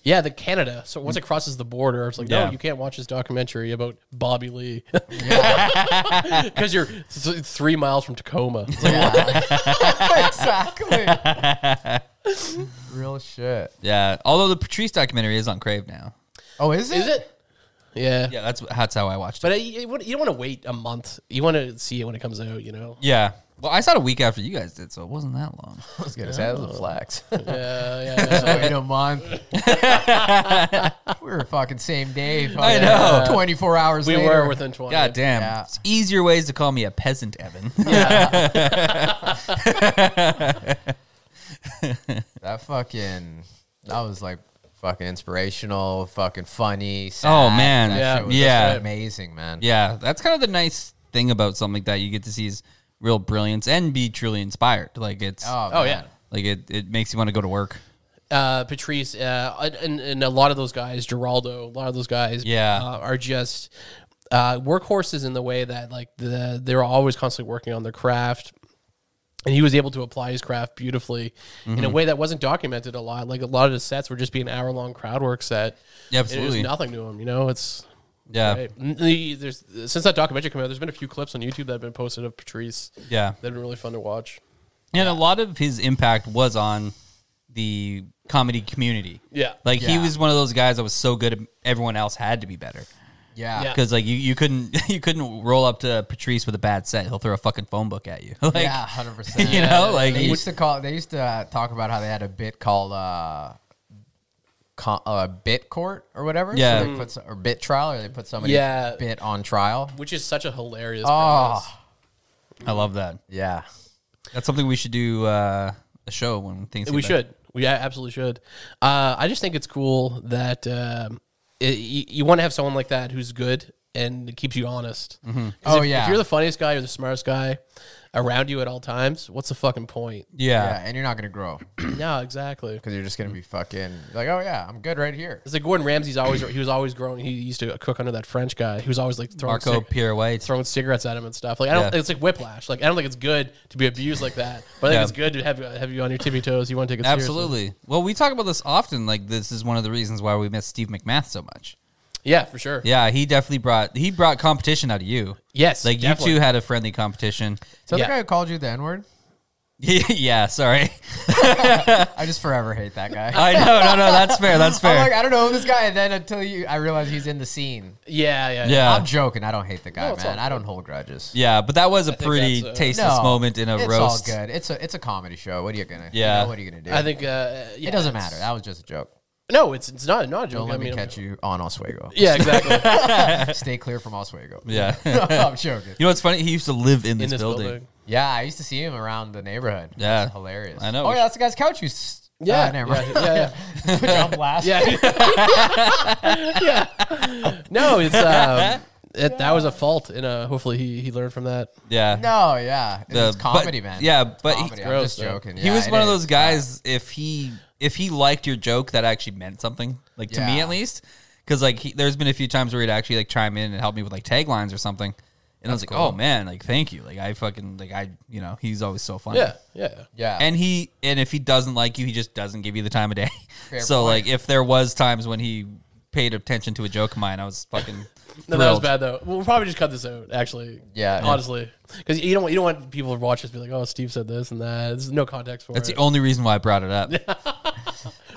S3: Yeah, the Canada. So once it crosses the border, it's like
S1: Yeah.
S3: no, you can't watch this documentary about Bobby Lee (laughs) because you're th- three miles from Tacoma. It's like,
S2: exactly. (laughs) Real shit.
S1: Yeah, although the Patrice documentary is on Crave now.
S2: Oh, is it?
S3: Is it? Yeah,
S1: Yeah, that's that's how I watched it.
S3: but uh, you, you don't want to wait a month. You want to see it when it comes out. You know.
S1: Yeah. Well, I saw it a week after you guys did, so it wasn't that
S3: (laughs)
S1: long.
S2: (laughs)
S3: Oh,
S2: I was gonna say that was a flex.
S3: Yeah,
S2: (laughs)
S3: yeah. yeah.
S2: Wait a month. we were fucking same day. fucking
S1: know.
S2: Twenty four hours.
S3: we
S2: later.
S3: were within twenty.
S1: God damn.
S2: Yeah.
S1: It's easier ways to call me a peasant, Evan.
S2: that fucking. That was like fucking inspirational. Fucking funny.
S1: (laughs)
S2: Sad.
S1: oh man.
S3: Yeah.
S2: That shit was
S1: Yeah.
S2: amazing, man.
S1: Yeah. That's kind of the nice thing about something like that. You get to see his real brilliance and be truly inspired. Like it's
S3: Oh
S2: man.
S3: yeah.
S1: like it, it makes you want to go to work.
S3: uh, Patrice, uh, and, and a lot of those guys, Geraldo, a lot of those guys,
S1: Yeah.
S3: uh, are just uh, workhorses in the way that like the, they're always constantly working on their craft. And he was able to apply his craft beautifully in
S1: Mm-hmm.
S3: a way that wasn't documented a lot. Like a lot of his sets were just be an hour long crowd work set.
S1: Yeah,
S3: And it was
S1: absolutely.
S3: nothing to him, you know. It's
S1: Yeah.
S3: right. N- the- There's since that documentary came out, there's been a few clips on YouTube that have been posted of Patrice.
S1: Yeah.
S3: that've been really fun to watch.
S1: And a lot of his impact was on the comedy community.
S3: Yeah.
S1: Like he
S2: Yeah.
S1: was one of those guys that was so good everyone else had to be better.
S2: Yeah.
S3: Yeah.
S1: because like you, you couldn't (laughs) you couldn't roll up to Patrice with a bad set. He'll throw a fucking phone book at you. (laughs) Like,
S2: yeah, hundred percent.
S1: (laughs) you know, like
S2: they used to call. They used to uh, talk about how they had a bit called uh, co- uh, bit court or whatever. So
S1: Yeah.
S2: they put so- or bit trial, or they put somebody
S3: Yeah.
S2: bit on trial.
S3: Which is such a hilarious.
S1: Ah.
S2: Oh,
S3: premise.
S1: I love that.
S2: yeah.
S1: That's something we should do uh, a show when things. get
S3: we
S1: better.
S3: should. We a- absolutely should. Uh, I just think it's cool that um it, you, you want to have someone like that who's good and it keeps you honest.
S1: Mm-hmm.
S3: 'Cause
S2: Oh,
S3: if,
S2: yeah.
S3: if you're the funniest guy or the smartest guy around you at all times, what's the fucking point? (clears throat)
S1: Yeah.
S2: Yeah, and you're not gonna grow because
S3: no, exactly.
S2: you're just gonna be fucking like, oh yeah, I'm good right here.
S3: It's like Gordon Ramsay's always he was always growing. He used to cook under that French guy. He was always like throwing
S1: Marco
S3: cig-
S1: Pierre White.
S3: throwing cigarettes at him and stuff. Like I don't.
S1: Yeah.
S3: It's like whiplash. Like I don't think it's good to be abused like that. But I think
S1: Yeah.
S3: it's good to have have you on your tippy toes. You want to take it seriously.
S1: Absolutely. Well, we talk about this often. Like this is one of the reasons why we miss Steve McMath so much.
S3: Yeah, for sure.
S1: Yeah, he definitely brought he brought competition out of you.
S3: Yes,
S1: Like
S3: definitely.
S1: you two had a friendly competition. (laughs)
S2: So
S3: Yeah.
S2: the guy who called you the N word,
S1: yeah, sorry.
S2: I just forever hate
S1: (laughs)
S2: that guy.
S1: I know, no, no, that's fair. That's
S2: (laughs) I'm
S1: fair.
S2: like, I don't know this guy, and then until you, I realize he's in the scene.
S3: Yeah, yeah,
S1: yeah.
S2: I'm joking. I don't hate the guy,
S3: No, it's
S2: man.
S3: all
S2: I don't hold grudges.
S1: yeah, but that was a pretty
S3: that's, uh,
S1: tasteless
S2: No,
S1: moment in a
S2: it's
S1: roast.
S2: all good. It's a it's a comedy show. What are you gonna? you
S1: Yeah.
S2: know, what are you gonna do?
S3: I think uh, yeah,
S2: it doesn't
S3: it's-
S2: matter. That was just a joke.
S3: No, it's it's not not a joke.
S2: Don't
S3: I
S2: let
S3: mean,
S2: me catch you on Oswego.
S3: Yeah, exactly. (laughs)
S2: (laughs)
S3: In
S2: Stay clear from Oswego.
S1: Yeah. (laughs)
S2: No, (laughs) I'm joking.
S1: You know what's funny? He used to live in this,
S3: this
S1: building.
S3: building.
S2: Yeah, I used to see him around the neighborhood.
S1: Yeah.
S2: It's hilarious.
S1: I know.
S2: Oh yeah, that's the guy's couch. You. s-
S3: Yeah,
S2: Ah, never
S3: yeah,
S2: mind. (laughs)
S3: yeah,
S2: Jump last.
S3: yeah, yeah. Yeah. (laughs) No, it's um, it, that was a fault, and uh, hopefully he he learned from that.
S1: Yeah.
S2: No, yeah.
S1: The-
S2: It's comedy,
S1: but-
S2: man.
S1: Yeah, but he,
S2: comedy. I'm
S3: gross,
S2: just
S3: though.
S2: joking.
S1: he
S2: Yeah,
S1: was
S2: it
S1: one of
S2: is.
S1: those guys. If he if he liked your joke, that actually meant something. Like to me,
S2: Yeah.
S1: at least, because like he, there's been a few times where he'd actually like chime in and help me with like taglines or something. And I was like, oh man, like thank you. Like I fucking like I you know he's always so funny.
S3: Yeah, yeah,
S2: Yeah.
S1: And he and if he doesn't like you, he just doesn't give you the time of day. (laughs)
S2: Fair
S1: so
S2: point.
S1: like if there was times when he paid attention to a joke of mine, I was fucking.
S3: No, that was
S1: thrilled.
S3: bad though. We'll probably just cut this out, actually.
S2: Yeah.
S3: honestly, because you don't you don't want people to watch this and be like, oh, Steve said this and that. There's no context for
S1: That's
S3: it.
S1: the only reason why I brought it up.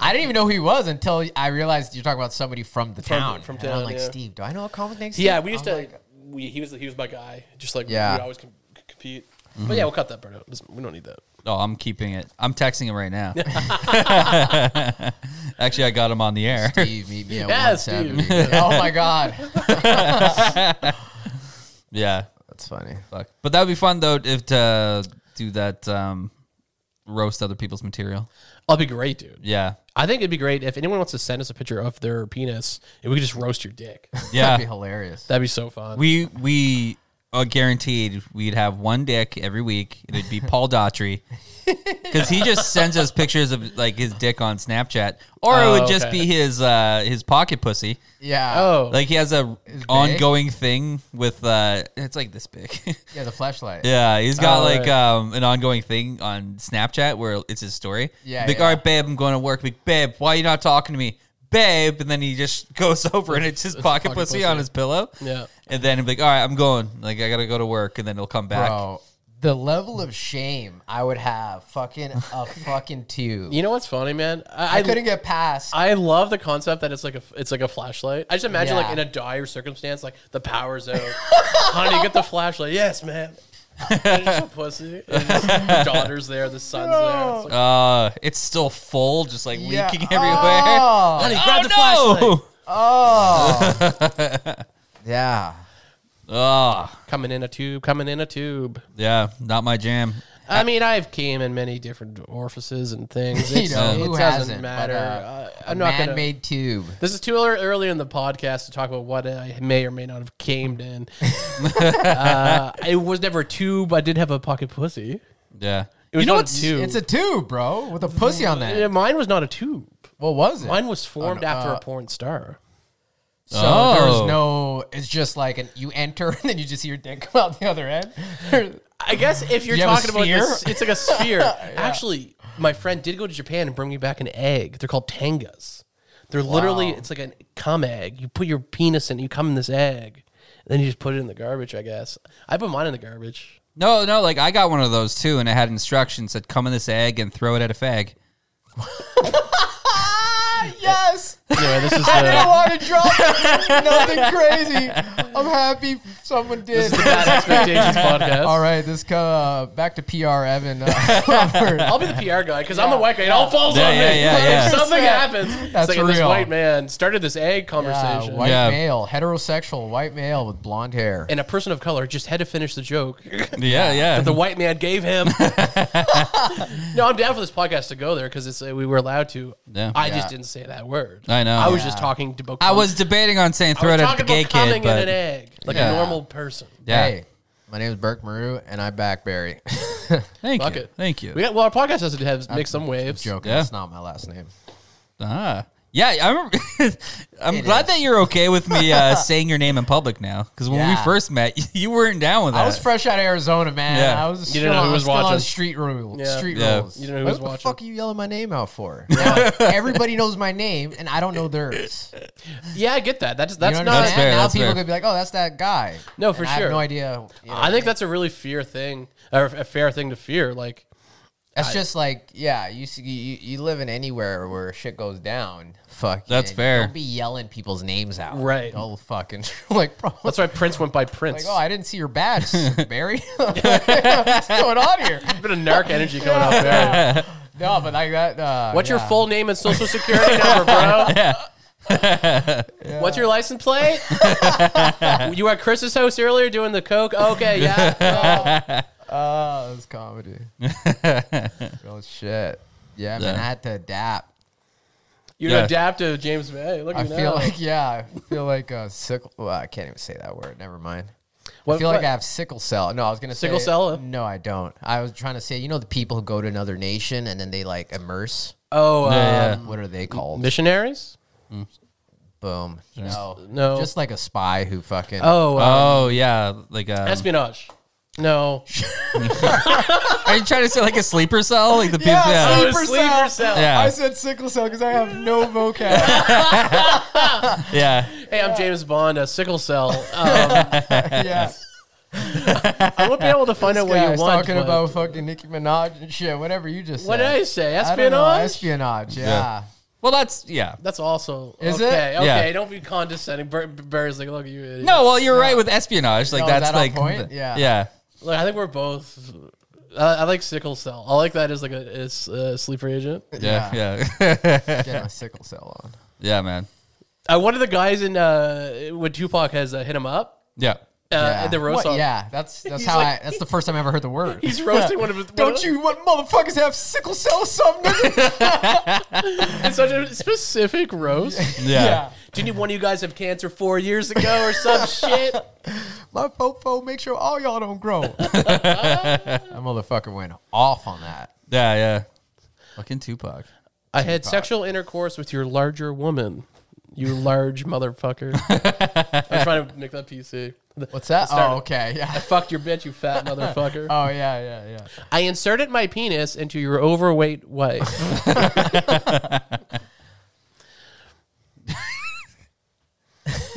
S2: I didn't even know who he was until I realized you're talking about somebody from the town.
S3: from
S2: And I'm
S3: town,
S2: like,
S3: yeah.
S2: Steve, do I know a comic named Steve?
S3: yeah, we used
S2: I'm
S3: to. (laughs)
S2: like,
S3: we he was he was my guy. Just like
S2: Yeah. Mm-hmm.
S3: we would always com- c- compete. But yeah, we'll cut that part out. Listen, We don't need that.
S1: Oh, I'm keeping it. I'm texting him right
S2: (laughs)
S1: now. (laughs) Actually, I got him on the air.
S2: Steve, meet me at
S3: Yeah,
S2: 170.
S3: Steve.
S2: (laughs) oh my god,
S1: (laughs) Yeah,
S2: that's funny.
S1: fuck. But that would be fun though if to do that um, roast other people's material.
S3: I'll be great, dude.
S2: (laughs)
S1: Yeah,
S3: I think it'd be great if anyone wants to send us a picture of their penis and we could just roast your
S2: (laughs)
S3: dick.
S1: yeah.
S2: That'd be hilarious.
S3: That'd be so fun.
S1: we we are guaranteed we'd have one dick every week. It'd be Paul
S2: (laughs)
S1: Daughtry because he just sends us pictures of like his dick on Snapchat, or it
S3: Oh,
S1: would just
S3: okay.
S1: be his uh, his pocket pussy.
S2: Yeah.
S3: oh,
S1: Like he has a
S2: big?
S1: ongoing thing with uh, it's like this big. (laughs)
S2: Yeah, the flashlight.
S1: Yeah, he's got
S2: Uh,
S3: Oh,
S1: like
S3: right.
S1: um, an ongoing thing on Snapchat where it's his story.
S2: Yeah,
S1: like
S2: yeah.
S1: all right, babe, I'm going to work. Like, babe, why are you not talking to me, babe? And then he just (laughs) goes over and it's his pocket
S3: Pocket
S1: pussy,
S3: pussy.
S1: on his pillow.
S3: Yeah.
S1: and then he'll be like, all right, I'm going. Like I gotta go to work, and then he'll come back.
S2: Bro, the level of shame I would have, fucking (laughs) a fucking tube.
S3: you know what's funny, man? I,
S2: I couldn't get past.
S3: I love the concept that it's like a it's like a flashlight. I just imagine
S2: Yeah.
S3: like in a dire circumstance, like the power's out. Honey, get the flashlight. Yes, man. And it's a pussy. And the daughter's there. The son's there. It's like,
S1: Uh, it's still full, just like
S2: Yeah.
S1: leaking (laughs) everywhere.
S2: Oh,
S3: Honey, grab the
S1: Oh,
S3: flashlight.
S2: yeah.
S1: Ah,
S3: Coming in a tube. Coming in a tube.
S1: yeah, not my jam.
S3: I mean, I've came in many different orifices and things.
S2: (laughs) You
S3: It's,
S2: know,
S3: it
S2: who
S3: doesn't
S2: hasn't, but,
S3: matter.
S2: uh,
S3: I, I'm not gonna.
S2: Man-made tube.
S3: This is too ear- early in the podcast to talk about what I may or may not have
S2: (laughs)
S3: camed in. uh, it was never a tube. I did have a pocket pussy.
S1: Yeah,
S3: It was
S1: you know
S3: not
S1: what's
S3: a tube.
S2: It's a tube, bro, with a pussy on
S3: Yeah,
S2: that.
S3: mine was not a tube.
S2: What was it?
S3: Mine was formed
S2: no,
S3: after
S2: uh,
S3: a porn star.
S2: So there's
S1: Oh.
S2: no. It's just like an, you enter (laughs) and then you just see your dick come out the other end.
S3: I guess if you're
S2: You have a
S3: talking about this,
S2: sphere?
S3: it's like
S2: (laughs)
S3: a sphere. Actually, my friend did go to Japan and bring me back an egg. They're called tangas. They're literally it's like a cum egg. You put your penis in, you cum in this egg, and then you just put it in the garbage. I guess I put mine in the garbage.
S1: no, no. Like I got one of those too, and it had instructions that come in this egg and throw it at a
S2: (laughs)
S1: fag.
S2: ah, yes.
S3: Anyway, this
S2: (laughs)
S3: is
S2: I didn't
S3: the,
S2: want to (laughs) drop nothing crazy. I'm happy someone did.
S3: this is the (laughs) bad expectations podcast.
S2: All right, this co- uh, back to PR Evan. Uh, (laughs)
S3: I'll be the PR guy because I'm the white guy. It all falls
S1: Yeah,
S3: on
S1: yeah,
S3: me.
S1: yeah, yeah.
S3: (laughs)
S2: 100%.
S3: Something happens. It's
S2: That's
S3: like this
S2: real.
S3: white man started this egg
S2: yeah,
S3: conversation.
S2: Uh, white
S1: Yeah.
S2: male, heterosexual, white male with blonde hair.
S3: and a person of color just had to finish the joke that
S1: Yeah, yeah.
S3: the white man gave him.
S2: (laughs)
S3: no, I'm down for this podcast to go there because it's uh, we were allowed to.
S1: Yeah.
S3: I just didn't say that. that word.
S1: I know.
S3: I was
S1: Yeah.
S3: just talking to.
S2: Um,
S1: I was debating on saying throw it at the
S3: talking
S1: gay
S3: about coming
S1: kid,
S3: in
S1: but
S3: an egg like
S1: Yeah.
S3: a normal person.
S1: yeah.
S2: Hey, my name is Burke Maru, and I back (laughs) Barry.
S1: Thank
S3: Fuck
S1: you.
S3: it.
S1: Thank you.
S3: We got, well, our podcast has to have make some waves.
S2: Joking,
S1: Yeah.
S2: that's not my last name.
S1: Ah. Yeah, I remember, (laughs) I'm glad that you're okay with me uh, saying your name in public now. Because when we
S2: Yeah.
S1: first met, (laughs) you weren't down with that.
S2: I was fresh out of Arizona, man.
S1: Yeah.
S2: I was
S3: You
S2: still,
S3: didn't know
S2: I
S3: who was
S2: was still
S3: watching.
S2: on street rules.
S3: Yeah.
S2: Street
S1: Yeah.
S2: rules.
S3: You didn't know who
S2: what
S3: was
S2: the
S3: watching.
S2: fuck are you yelling my name out (laughs) for? Now, everybody knows my name, and I don't know (laughs) theirs. You
S3: Yeah, I get that. That's that's
S2: know what I'm
S3: not.
S2: saying?
S1: fair,
S2: now
S1: that's
S2: people
S1: fair.
S2: could be like, "Oh, that's that guy."
S3: No, for
S2: And I
S3: sure.
S2: have no idea. you know.
S3: I think that's a really fear thing, or a fair thing to fear. Like,
S2: That's just like, yeah, you, see- you you live in anywhere where shit goes down. Fuck.
S1: That's fair.
S2: Don't be yelling people's names out.
S3: Right.
S2: Oh, fucking (laughs) like, bro.
S3: that's why Prince went by Prince.
S2: Like, oh, I didn't see your
S3: (laughs)
S2: badge, Barry. (laughs) What's going on here?
S3: bit
S2: (laughs)
S3: of narc energy coming out there.
S2: No, but like that. Uh,
S3: What's your
S2: yeah.
S3: full name and social security number, bro? (laughs) What's your license plate? you were at Chris's house earlier doing the coke. Okay, yeah.
S2: Oh, that's
S3: (laughs)
S2: comedy. oh shit. Yeah,
S1: Yeah.
S2: man, I had to adapt.
S3: You're
S1: Yeah.
S3: adaptive, James May. Look
S2: I
S3: at
S2: feel like, yeah, I feel like a sickle. Well, I can't even say that word. Never mind. I feel like I have sickle cell. No, I was gonna
S3: Sickle
S2: say,
S3: cell?
S2: No, I don't. I was trying to say, you know, the people who go to another nation and then they like immerse. Um,
S3: oh uh,
S1: Yeah,
S2: What are they called?
S3: missionaries.
S2: Boom. No,
S3: No.
S2: Just like a spy who fucking.
S3: Oh, uh,
S1: oh, yeah. Like, um,
S3: espionage. No.
S1: are you trying to say like a sleeper cell? Like the people,
S2: (laughs) Yeah,
S1: yeah.
S2: sleeper
S3: Oh, sleeper
S2: cell.
S3: cell.
S1: Yeah.
S2: I said sickle cell because I have no (laughs) vocab.
S1: yeah.
S3: Hey, I'm James Bond, a sickle cell. Um,
S2: yeah.
S3: I won't be able to find out what
S2: Yeah,
S3: you
S2: he's
S3: want.
S2: talking
S3: but-
S2: about fucking Nicki Minaj and shit. Whatever you just said.
S3: What did I say?
S2: I don't
S3: Espionage.
S2: know, espionage. Yeah.
S1: Well, that's, yeah.
S3: That's also
S2: Is it?
S3: okay. Okay,
S1: Yeah.
S3: don't be condescending. Bar- Barry's like, look, you. Idiot.
S1: No, well, you're right with espionage. Like,
S2: No, is
S1: that's
S2: that on
S1: like,
S2: point?
S1: the-
S2: Yeah.
S1: Yeah.
S3: Look, I think we're both. I, I like sickle cell. I like that as like a as a sleeper agent.
S1: Yeah. Yeah. (laughs)
S2: Get my sickle cell on.
S1: yeah, man.
S3: Uh, one of the guys in uh, when Tupac has uh, hit him up
S2: (laughs)
S1: Yeah.
S3: uh,
S2: Yeah.
S3: at the roast.
S2: What?
S3: song.
S2: Yeah, that's that's
S3: He's
S2: how
S3: like-
S2: I. That's the first time I ever heard the word.
S3: (laughs) he's roasting one of his. one
S2: (laughs) Don't
S3: of-
S2: you what motherfuckers have sickle cell or something? nigga?
S3: It's such a specific
S2: (laughs)
S3: roast.
S1: Yeah.
S3: Didn't you- one of you guys have cancer four years ago
S2: (laughs)
S3: or some shit?
S2: My fofo, make sure all y'all don't grow. that motherfucker went off on that.
S1: Yeah. Yeah. Fucking Tupac.
S3: I had sexual intercourse with your larger woman.
S2: (laughs)
S3: You large motherfucker. I'm trying to make that PC.
S2: What's that?
S3: started.
S2: Oh, okay,
S3: I
S2: yeah.
S3: fucked your bitch, you
S2: (laughs)
S3: fat motherfucker.
S2: Oh yeah, yeah, yeah.
S3: I inserted my penis into your
S2: (laughs)
S3: overweight wife.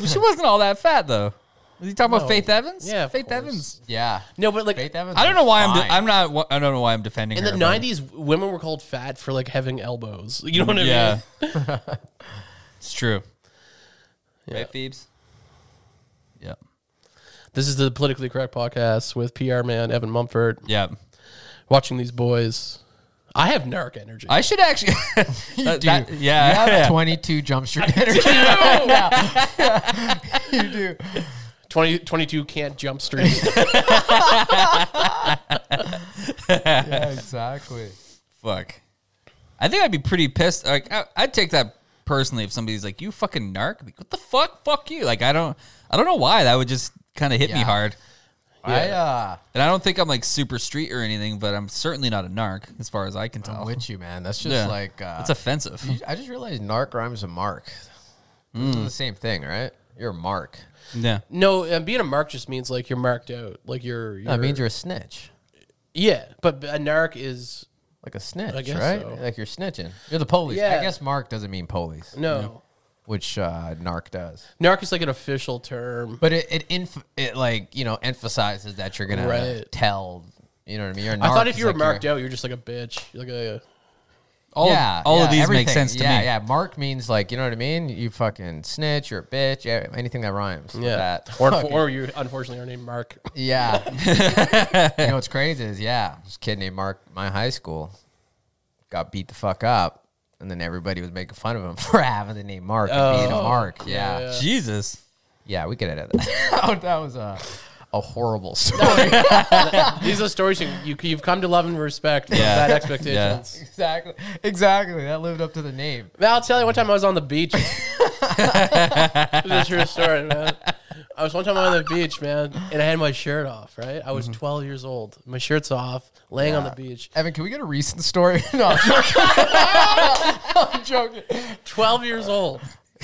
S1: She wasn't all that fat though. Was he talking about Faith Evans?
S3: Yeah, of
S1: Faith
S3: course.
S1: Evans.
S2: Yeah.
S3: No, but like
S2: Faith Evans
S1: I don't know
S2: was
S1: why I'm.
S2: fine. (laughs)
S1: De- I'm not. wa- I don't know why I'm defending
S3: in
S1: her.
S3: the
S1: but-
S3: nineties, women were called fat for like having elbows. You know what I mean?
S1: Yeah,
S3: (laughs)
S1: it's true.
S3: Yeah.
S1: Right, Phoebes. Yep.
S3: This is the politically correct podcast with PR man Evan Mumford.
S1: Yep.
S3: Watching these boys, I have narc energy.
S1: I should actually. (laughs) That-
S2: do.
S1: that- yeah.
S2: You have
S1: yeah.
S2: 22 Jump Street energy right now. you do.
S3: 20, 22 can't
S2: (laughs)
S3: jump street.
S2: Yeah, exactly.
S1: Fuck. I think I'd be pretty pissed. Like I, I'd take that personally if somebody's like, "You fucking narc." Like, what the fuck? Fuck you. Like I don't. I don't know why that would just kind of hit me
S2: Yeah.
S1: hard.
S2: I uh,
S1: And I don't think I'm like super street or anything, but I'm certainly not a narc as far as I can tell.
S2: I'm with you, man. That's just
S1: Yeah.
S2: like uh,
S1: That's offensive. (laughs)
S2: I just realized narc rhymes with mark. Those are the same thing, right? You're a mark.
S1: Yeah.
S3: no, and being a mark just means like you're marked out. Like you're. you're
S2: That means you're a snitch.
S3: Yeah, but a narc is
S2: Like a snitch,
S3: I guess
S2: right?
S3: so.
S2: Like you're snitching. You're the police.
S3: Yeah.
S2: I guess mark doesn't mean police,
S3: no.
S2: which uh, narc does.
S3: Narc is like an official term.
S2: But it it, inf- it like you know emphasizes that you're gonna
S3: Right.
S2: tell. You know what I mean? You're a narc.
S3: I thought if
S2: It's
S3: you were
S2: like you're-
S3: marked out, you're just like a bitch. You're like a
S1: All
S2: yeah,
S1: of, all
S2: yeah,
S1: of these
S2: everything.
S1: make sense to
S2: yeah,
S1: me.
S2: Yeah, Mark means like you know what I mean. You fucking snitch, you're a bitch, yeah, anything that rhymes. with
S3: yeah. (laughs)
S2: that.
S3: Or,
S2: Fucking-
S3: or you unfortunately are named Mark.
S2: yeah. (laughs) you know what's crazy is yeah, this kid named Mark, my high school, got beat the fuck up, and then everybody was making fun of him (laughs) for having the name Mark and being a Mark. Oh. Yeah, yeah,
S1: Jesus.
S2: we could edit (laughs) that. out. that was a. a (laughs) horrible story.
S3: These are stories you, you you've come to love and respect. Yeah,
S1: Yeah.
S3: that expectations.
S2: exactly. Exactly. That lived up to the name.
S3: Man, I'll tell you, one time I was on the (laughs) beach. this is a true story, man. I was one time on the beach, man, and I had my shirt off, right? I was 12 years old. My shirt's off, laying on the beach.
S2: Evan, can we get a recent story? (laughs) no, I'm joking.
S1: (laughs)
S2: I'm joking.
S3: 12 years old.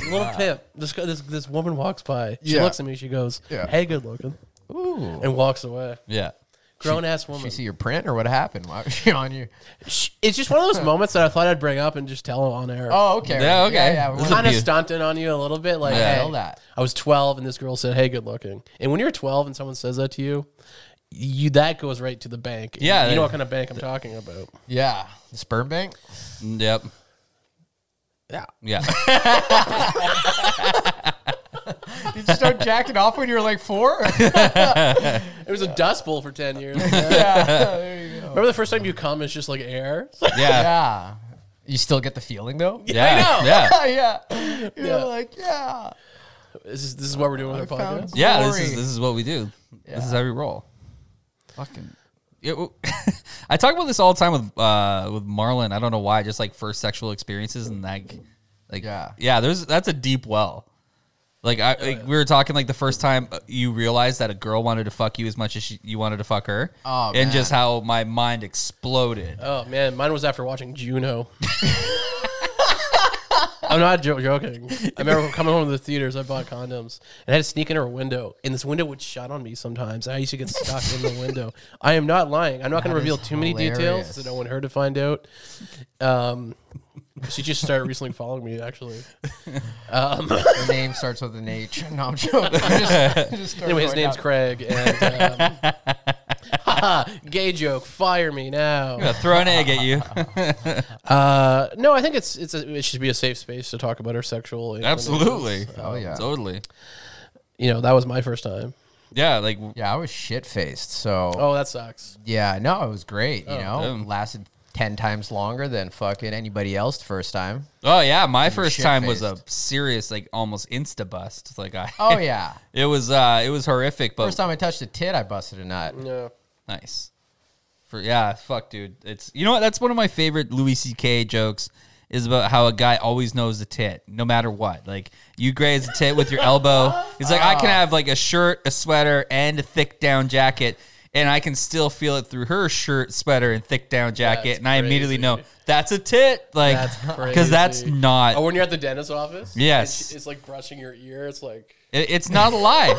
S3: Little pimp. This, guy- this this woman walks by. She
S2: Yeah.
S3: looks at me. She goes,
S2: Yeah.
S3: "Hey, good looking,"
S2: Ooh.
S3: and walks away.
S1: Yeah.
S3: Grown ass woman.
S2: Did you see your print or what happened? Why was she on you?
S3: Sh- it's just one of
S2: (laughs)
S3: those moments that I thought I'd bring up and just tell on air.
S2: Oh, okay.
S1: Yeah, okay.
S2: Yeah,
S1: This
S2: yeah.
S1: is
S3: kind of
S1: be-
S3: stunting on you a little bit. Like,
S2: Yeah.
S3: hey,
S2: Feel that.
S3: I was 12 and this girl said, hey, good looking. And when you're 12 and someone says that to you, you that goes right to the bank.
S1: Yeah,
S3: You
S1: they-
S3: know what kind of bank I'm talking about.
S2: yeah. The sperm bank?
S1: Mm, Yep.
S3: Yeah.
S1: Yeah.
S2: Did you start jacking off when you were
S1: (laughs)
S2: like four?
S3: It was a dust bowl for 10
S2: (laughs)
S3: years.
S2: yeah. (laughs) There you go.
S3: Remember the first time you come, it's just like air?
S1: (laughs)
S3: (laughs)
S2: (laughs)
S1: Yeah.
S2: Yeah. You still get the feeling though?
S1: Yeah. Yeah. Yeah.
S2: (laughs) yeah. You're
S3: Yeah.
S2: like, yeah.
S3: this, is, this is what we're doing with
S2: I
S3: our
S2: found-
S3: podcast.
S1: This
S2: Glory.
S1: is this is what we do. This is
S2: Yeah.
S1: how we roll. Fucking. Yeah, w- (laughs) I talk about this all the time with uh with Marlon. I don't know why. Just like first sexual experiences and like, like
S2: Yeah.
S1: yeah. There's that's a deep well. Like I like, we were talking like the first time uh, you realized that a girl wanted to fuck you as much as she, you wanted to fuck her.
S2: Oh,
S1: and
S2: man.
S1: just how my mind exploded.
S3: Oh, man. Mine was after watching Juno. (laughs) I'm not jo- joking. I remember coming home to the theaters, I bought condoms and I had to sneak in her window. And this window would shut on me sometimes. I used to get stuck
S2: (laughs)
S3: in the window. I am not lying. I'm not going to
S2: That
S3: reveal
S2: is
S3: too many
S2: hilarious.
S3: details that I want her to find out. Um, she just started recently following me, actually.
S2: Her name starts with an H. (laughs) No,
S1: (laughs)
S2: I'm joking. I just, I just
S3: Anyway, his name's Craig. And, um,
S2: (laughs)
S3: haha, gay joke. Fire me now.
S1: I'm gonna throw an egg at
S2: (laughs)
S1: you. (laughs)
S3: Uh, no, I think it's it's a, it should be a safe space to talk about our sexual. inclinations.
S1: Absolutely.
S2: Oh yeah.
S1: Totally.
S3: You know, that was my first time.
S1: Yeah. Like
S2: Yeah, I was shit faced. So
S3: Oh, that sucks.
S2: yeah, no, it was great.
S3: Oh,
S2: You know,
S1: damn.
S2: lasted ten times longer than fucking anybody else the first
S3: (laughs)
S2: time.
S1: Oh yeah, my first time was a
S2: shit-faced.
S1: serious, like almost insta bust. Like I,
S2: Oh yeah.
S1: (laughs) it was, uh, it was horrific, but
S2: First time I touched a tit, I busted a
S3: (laughs)
S2: nut.
S3: Yeah.
S1: nice. For yeah, fuck, dude. It's you know what? That's one of my favorite Louis C.K. jokes is about how a guy always knows the tit, no matter what. Like you graze the tit with your elbow. He's like, I can
S3: Ah.
S1: have like a shirt, a sweater, and a thick down jacket. And I can still feel it through her shirt, sweater, and thick down jacket,
S3: That's
S1: and I immediately
S3: crazy.
S1: know that's a tit, like,
S3: That's
S1: because that's
S3: crazy.
S1: not
S3: Or Oh, when you're at the dentist's office.
S1: Yes.
S3: It's, it's like brushing your ear. It's like
S1: It, it's not a lie.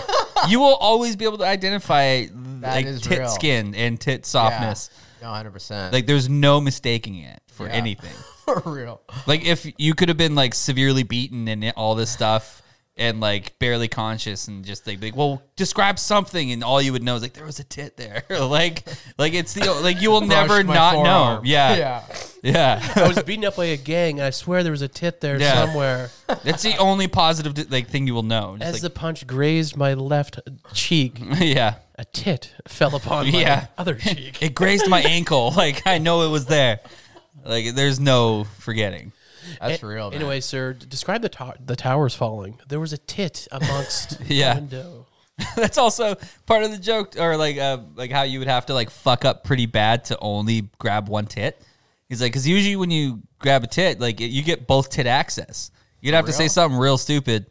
S1: you will always be able to identify like
S2: is
S1: tit
S2: real.
S1: skin and tit
S2: Yeah.
S1: softness.
S2: No, hundred percent.
S1: Like there's no mistaking it for
S2: Yeah.
S1: anything.
S2: (laughs) for
S3: (laughs)
S2: real.
S1: Like if you could have been like severely beaten and all this stuff and like barely conscious and just like, like well describe something and all you would know is like there was a tit there. (laughs) like like it's the like you will never
S2: Brushed my
S1: not know.
S2: forearm.
S1: Yeah. Yeah.
S2: Yeah.
S3: (laughs) (laughs) I was beaten up by a gang, and I swear there was a tit there
S1: Yeah.
S3: (laughs) somewhere.
S1: That's the only positive like thing you will know.
S3: As
S1: Just
S3: the
S1: like,
S3: punch grazed my left cheek,
S1: (laughs) yeah.
S3: a tit fell upon my
S1: Yeah.
S3: (laughs) other cheek.
S1: (laughs) It grazed my ankle. (laughs) Like I know it was there. Like there's no forgetting.
S2: That's real. Man.
S3: Anyway, sir, d- describe the to- the towers falling. There was a tit (laughs) amongst
S1: Yeah.
S3: the window.
S1: (laughs) That's also part of the joke, or like uh, like how you would have to like fuck up pretty bad to only grab one tit. He's like, because usually when you grab a tit, like it, you get both tit access. You'd have to say something real stupid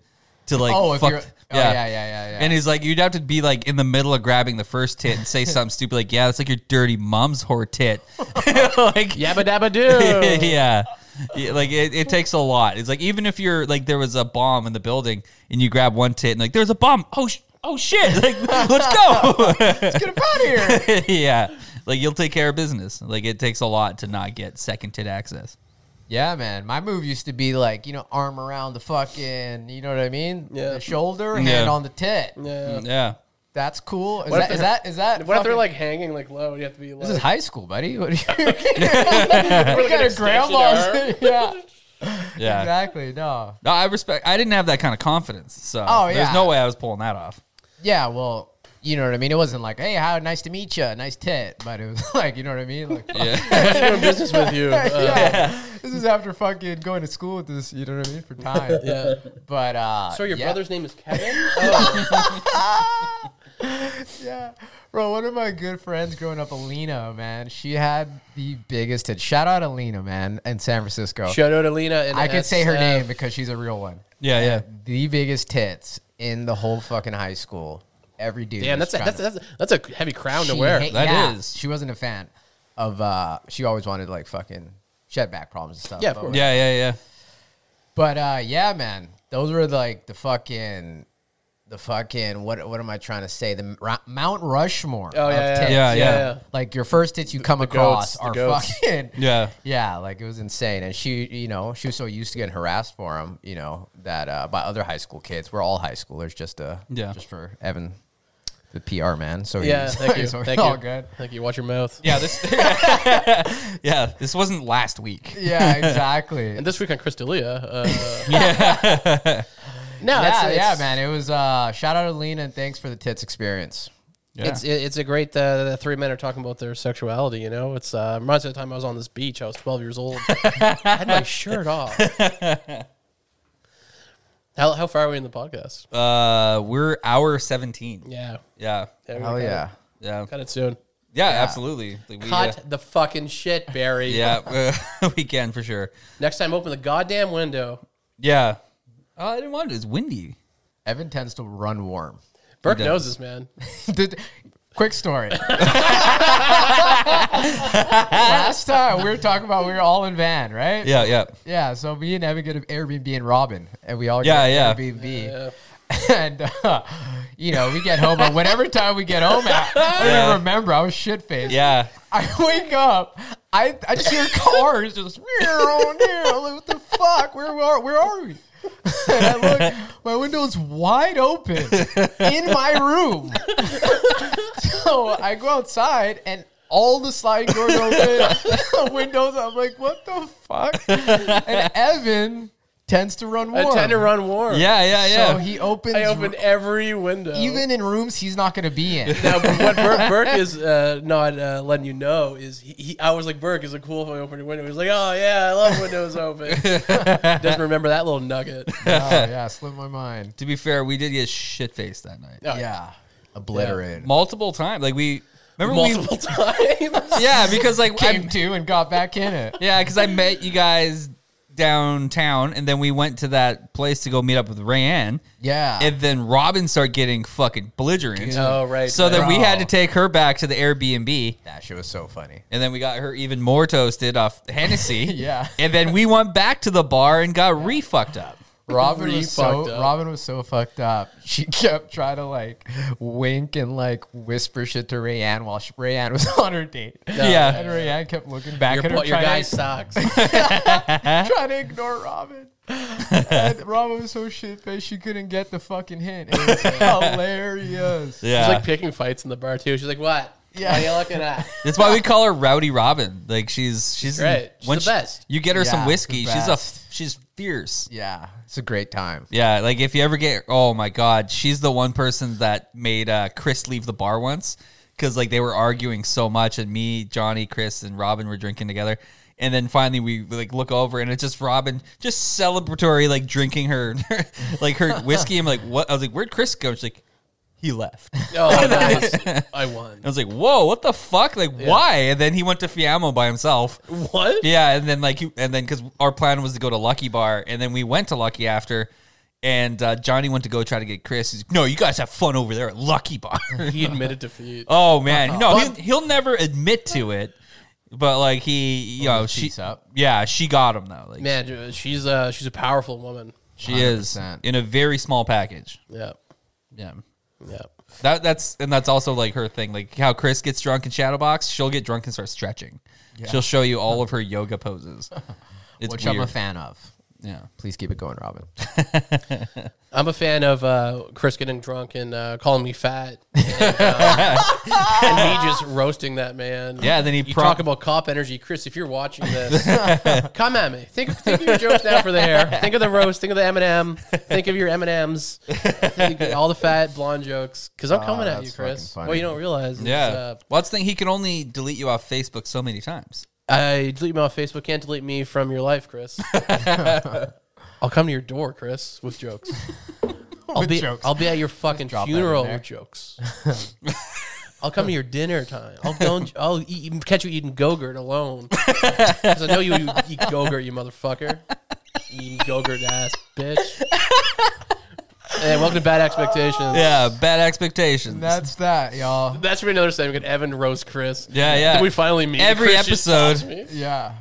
S1: to like
S2: oh, if
S1: fuck.
S2: you're, oh, yeah, yeah, yeah, yeah.
S1: And he's like, you'd have to be like in the middle of grabbing the first tit and
S2: (laughs)
S1: say something stupid like, "Yeah, that's like your dirty mom's whore tit." (laughs) like,
S3: Yabba dabba doo.
S1: yeah. (laughs) Yeah, like it, it takes a lot. It's like even if you're like there was a bomb in the building and you grab one tit and like there's a bomb. Oh sh- oh shit! (laughs) Like let's go.
S2: (laughs)
S1: (laughs)
S2: Get up out of
S3: (laughs)
S2: here.
S1: yeah, like you'll take care of business. Like it takes a lot to not get second tit access.
S2: yeah, man. My move used to be like, you know, arm around the fucking, you know what I mean?
S3: Yeah.
S2: The shoulder,
S1: Yeah.
S2: hand on the tit.
S3: Yeah.
S1: Yeah,
S2: That's cool. Is
S3: What if
S2: that, is
S3: they're-
S2: that is that
S3: What if they're
S2: Mm. fucking-
S3: like hanging like low? And you have to be like.
S2: This is high school, buddy. What
S3: (laughs)
S2: are you, (laughs)
S3: We're
S2: what
S3: looking
S2: kind
S3: at
S2: of grandma's?
S3: (laughs)
S2: yeah, (laughs)
S1: yeah.
S2: exactly. No.
S1: No, I respect. I didn't have that kind of confidence, so
S2: Oh,
S1: there's
S2: yeah.
S1: no way I was pulling that off.
S2: Yeah, well, you know what I mean. It wasn't like, hey, how nice to meet you, nice tit, but it was (laughs) like, you know what I mean. Like,
S1: Yeah,
S3: doing business with (laughs) you. Uh,
S2: (laughs) yeah, this is after fucking going to school with this. You know what I mean for time.
S3: (laughs) yeah.
S2: But uh,
S3: So your
S2: yeah. (laughs)
S3: brother's name is Kevin. Oh,
S2: Yeah, Bro, one of my good friends growing up, Alina, man, she had the biggest hit. Shout out Alina, man, in San Francisco.
S3: Shout out Alina. And
S2: I could say her name because she's a real one.
S1: Yeah, yeah.
S2: The biggest tits in the whole fucking high school. Every dude.
S3: Damn,
S2: was
S3: that's a,
S2: trying
S3: that's,
S2: to-
S3: a, that's, a, that's a heavy crown to
S2: She
S3: wear.
S2: hate-
S1: That
S2: yeah,
S1: is.
S2: She wasn't a fan of. uh She always wanted like fucking. She had back problems and stuff.
S3: Yeah, of
S2: but-
S3: course.
S1: Yeah, yeah, yeah.
S2: But uh, yeah, man, those were like the fucking, the fucking. What what am I trying to say? The Ra- Mount Rushmore.
S3: Oh
S2: of
S3: yeah, yeah,
S2: tits.
S1: Yeah, yeah.
S2: Like your first hits you come
S3: the
S2: across
S3: goats, the
S2: are
S3: goats.
S2: fucking.
S1: Yeah.
S2: Yeah, like it was insane, and she, you know, she was so used to getting harassed for them, you know, that uh, by other high school kids. We're all high schoolers, just uh,
S1: Yeah.
S2: just for Evan, the PR man. So
S3: Yeah,
S2: he's- (laughs)
S3: thank you.
S2: so
S3: Thank
S2: it's all
S3: you.
S2: good.
S3: Thank you. Watch your mouth.
S1: Yeah, this (laughs) Yeah, this wasn't last week.
S2: Yeah, exactly.
S3: And this week on Crystalia.
S2: (laughs)
S3: Uh,
S1: (laughs)
S3: no,
S2: yeah, yeah,
S3: it's, it's-
S2: man. It was uh, shout out to Lena and thanks for the tits experience.
S3: It's it- it's a great uh, the three men are talking about their sexuality. You know, it's uh, reminds me of the time I was on this beach. I was 12
S2: (laughs)
S3: years old. I had my shirt off. how how far are we in the podcast?
S1: Uh we're hour 17. Yeah. Yeah.
S3: yeah, yeah we
S2: Hell
S3: got
S2: yeah.
S3: it.
S1: Yeah,
S3: got it soon.
S1: absolutely. Like, we,
S3: Cut
S1: uh,
S3: the fucking shit, Barry.
S1: yeah, (laughs) we can for sure.
S3: Next time, open the goddamn window.
S1: Yeah. Oh, I didn't want it. It's windy.
S2: Evan tends to run warm. (laughs)
S3: Burke
S1: does.
S3: knows this, man.
S2: Did- Quick story.
S3: (laughs)
S2: Last time we were talking about we were all in van, right?
S1: Yeah, yeah.
S2: Yeah, so me and Evan get an Airbnb in Robin, and we all
S1: Yeah,
S2: get
S1: yeah.
S2: an Airbnb. (laughs) And, uh, you know, we get home, and whatever time we get home at, I don't
S1: Yeah.
S2: even remember. I was shit faced.
S3: (laughs)
S1: Yeah.
S2: I wake up. I, I just hear cars just oh, near. I'm like, what the fuck? Where are where are we? (laughs) And I look, my window's wide open in my room. (laughs) so I go outside and all the sliding doors (laughs) open, windows. I'm like, what the fuck? And Evan tends to run warm.
S3: I tend to run warm.
S1: Yeah, yeah, yeah.
S2: So he opens.
S3: I open every window.
S2: even in rooms he's not going to be in.
S3: Now, but what Burke, Burke is uh, not uh, letting you know is he, he, I was like, Burke, is it cool if I open your window? He's like, oh, yeah, I love windows open. Doesn't remember that little nugget.
S2: Oh, yeah, slipped my mind.
S1: To be fair, we did get shit faced that night.
S2: Yeah, obliterated.
S1: Multiple times. Like we remember
S3: Multiple times.
S1: we (laughs) Yeah, because like I,
S2: came to and got back in it.
S1: Yeah, because I met you guys downtown, and then we went to that place to go meet up with Rayanne.
S2: (laughs) Yeah.
S1: And then Robin started getting fucking belligerent.
S3: Oh, right,
S1: So
S3: right.
S1: then we had to
S2: Bro.
S1: take her back to the Airbnb.
S2: that shit was so funny.
S1: And then we got her even more toasted off Hennessy.
S2: Yeah.
S1: And then we went back to the bar and got re fucked up.
S2: Robin
S3: (laughs) Really
S2: was so
S3: fucked up.
S2: Robin was so fucked up. (laughs) She kept trying to like wink and like whisper shit to Rayanne while she, Rayanne was (laughs) on her date.
S1: (laughs) yeah.
S2: And Rayanne kept looking back
S3: Your,
S2: at her
S3: your
S2: trying,
S3: guy
S2: to,
S3: sucks.
S2: trying to ignore Robin. (laughs) and Robin was so shit faced she couldn't get the fucking hint. It (laughs) was hilarious.
S1: Yeah.
S3: She's like picking fights in the bar, too. She's like, what?
S2: Yeah.
S3: What are you looking at?
S1: That's why we call her Rowdy Robin. Like she's she's
S3: Great. She's
S1: when
S3: the
S1: she-
S3: best.
S1: You get her
S2: Yeah,
S1: some whiskey.
S2: the
S1: She's a
S2: best.
S1: f- she's fierce.
S2: Yeah, it's a great time.
S1: Yeah, like if you ever get, oh my god, she's the one person that made uh, Chris leave the bar once because like they were arguing so much, and me, Johnny, Chris, and Robin were drinking together, and then finally we like look over and it's just Robin just celebratory like drinking her (laughs) like her whiskey. I'm like, what? I was like, where'd Chris go? She's like, he left. I
S3: Oh, nice. I won.
S1: was like, whoa, what the fuck? Like, why? And then he went to Fiamma by himself.
S3: What?
S1: Yeah, and then like you, and then because our plan was to go to Lucky Bar, and then we went to Lucky after, and uh, Johnny went to go try to get Chris. He's like, no, you guys have fun over there at Lucky Bar. (laughs)
S3: He admitted defeat.
S1: oh
S2: Uh-huh.
S1: man, no, he'll, he'll never admit to it, but like he, you know, she,
S2: cheeks up.
S1: yeah, she got him though. Like
S3: Man, she's, uh, she's a powerful woman.
S1: she is
S2: 100%.
S1: in a very small package.
S3: Yeah.
S1: Yeah.
S3: Yeah.
S1: That, that's and that's also like her thing, like how Chris gets drunk in Shadowbox. She'll get drunk and start stretching. She'll show you
S2: (laughs)
S1: all of her yoga poses. It's
S2: which
S1: weird.
S2: I'm a fan of.
S1: Yeah.
S2: Please keep it going, Robin.
S3: I'm a fan of uh, Chris getting drunk and uh, calling
S1: (laughs)
S3: me fat, and, uh, and me just roasting that man.
S1: Yeah, then he
S3: you
S1: prob-
S3: talk about cop energy, Chris. If you're
S1: (laughs)
S3: watching this, come at me. Think, think of your jokes now for the hair. Think of the roast. Think of the M and m Think of your M and M's. All the fat blonde jokes. Because
S1: Oh,
S3: I'm coming at
S2: that's
S3: you, Chris.
S2: fucking funny.
S3: Well, you don't realize. is,
S1: Yeah.
S3: Uh,
S1: well, that's the thing. He can only delete you off Facebook so many times.
S3: I delete me off Facebook. Can't delete me from your
S1: (laughs)
S3: life, Chris. I'll come to your door, Chris, with
S1: (laughs)
S3: jokes. I'll be
S2: jokes.
S3: I'll be at your fucking
S2: drop that in
S1: (laughs)
S3: funeral
S2: there.
S3: with jokes. I'll come to your dinner time. I'll go. And, I'll eat, catch you eating
S1: (laughs)
S3: Gogurt alone. 'Cause I know you eat Gogurt, you motherfucker. Eating Gogurt ass bitch. Hey, welcome to Bad Expectations.
S1: Yeah, bad expectations.
S2: That's that, (laughs) y'all.
S3: That should be another segment. Evan roast Chris.
S1: Yeah, yeah.
S3: Then we finally meet.
S1: Every
S3: Chris just
S1: episode.
S3: stops me.
S2: Yeah.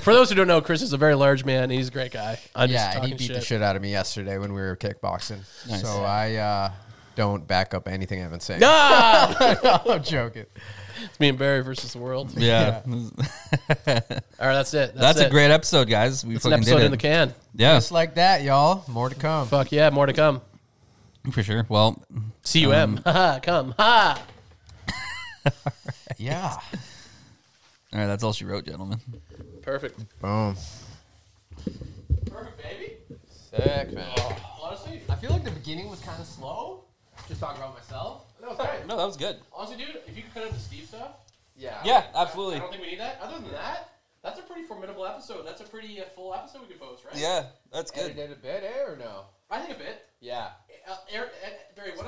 S3: For those who don't know, Chris is a very large man. and He's a great guy. I'm just
S2: Yeah, and he
S3: talking
S2: beat the shit out of me yesterday when we were kickboxing. So I uh, don't back up anything Evan's saying.
S3: Ah!
S2: (laughs) I'm joking.
S3: It's me and Barry versus the world.
S1: yeah.
S3: All right, that's
S1: (laughs)
S3: it.
S1: That's a
S3: it.
S1: great episode, guys. We
S3: It's an
S1: fucking
S3: episode
S1: did it.
S3: in the can.
S1: yeah,
S2: Just like that, y'all. More to come.
S3: Fuck yeah, more to come.
S1: for sure. Well,
S3: C U (laughs) M. Haha, come. Ha.
S2: Yeah.
S1: all right, that's all she wrote, gentlemen.
S3: Perfect.
S2: Boom.
S3: Perfect, baby.
S2: Sick, man.
S3: Honestly,
S2: I feel like the beginning was kind of slow. Just talking about myself.
S3: no, it's great.
S1: No, that was good.
S3: Honestly, dude, if you could cut into Steve stuff,
S2: Yeah.
S1: absolutely.
S3: think we need that. Other than that, that's a pretty formidable episode. That's a pretty uh, full episode we could post, right?
S1: Yeah, that's
S2: Edited a bit, eh, or no?
S3: I think a bit.
S2: Yeah.
S3: Uh, Barry, what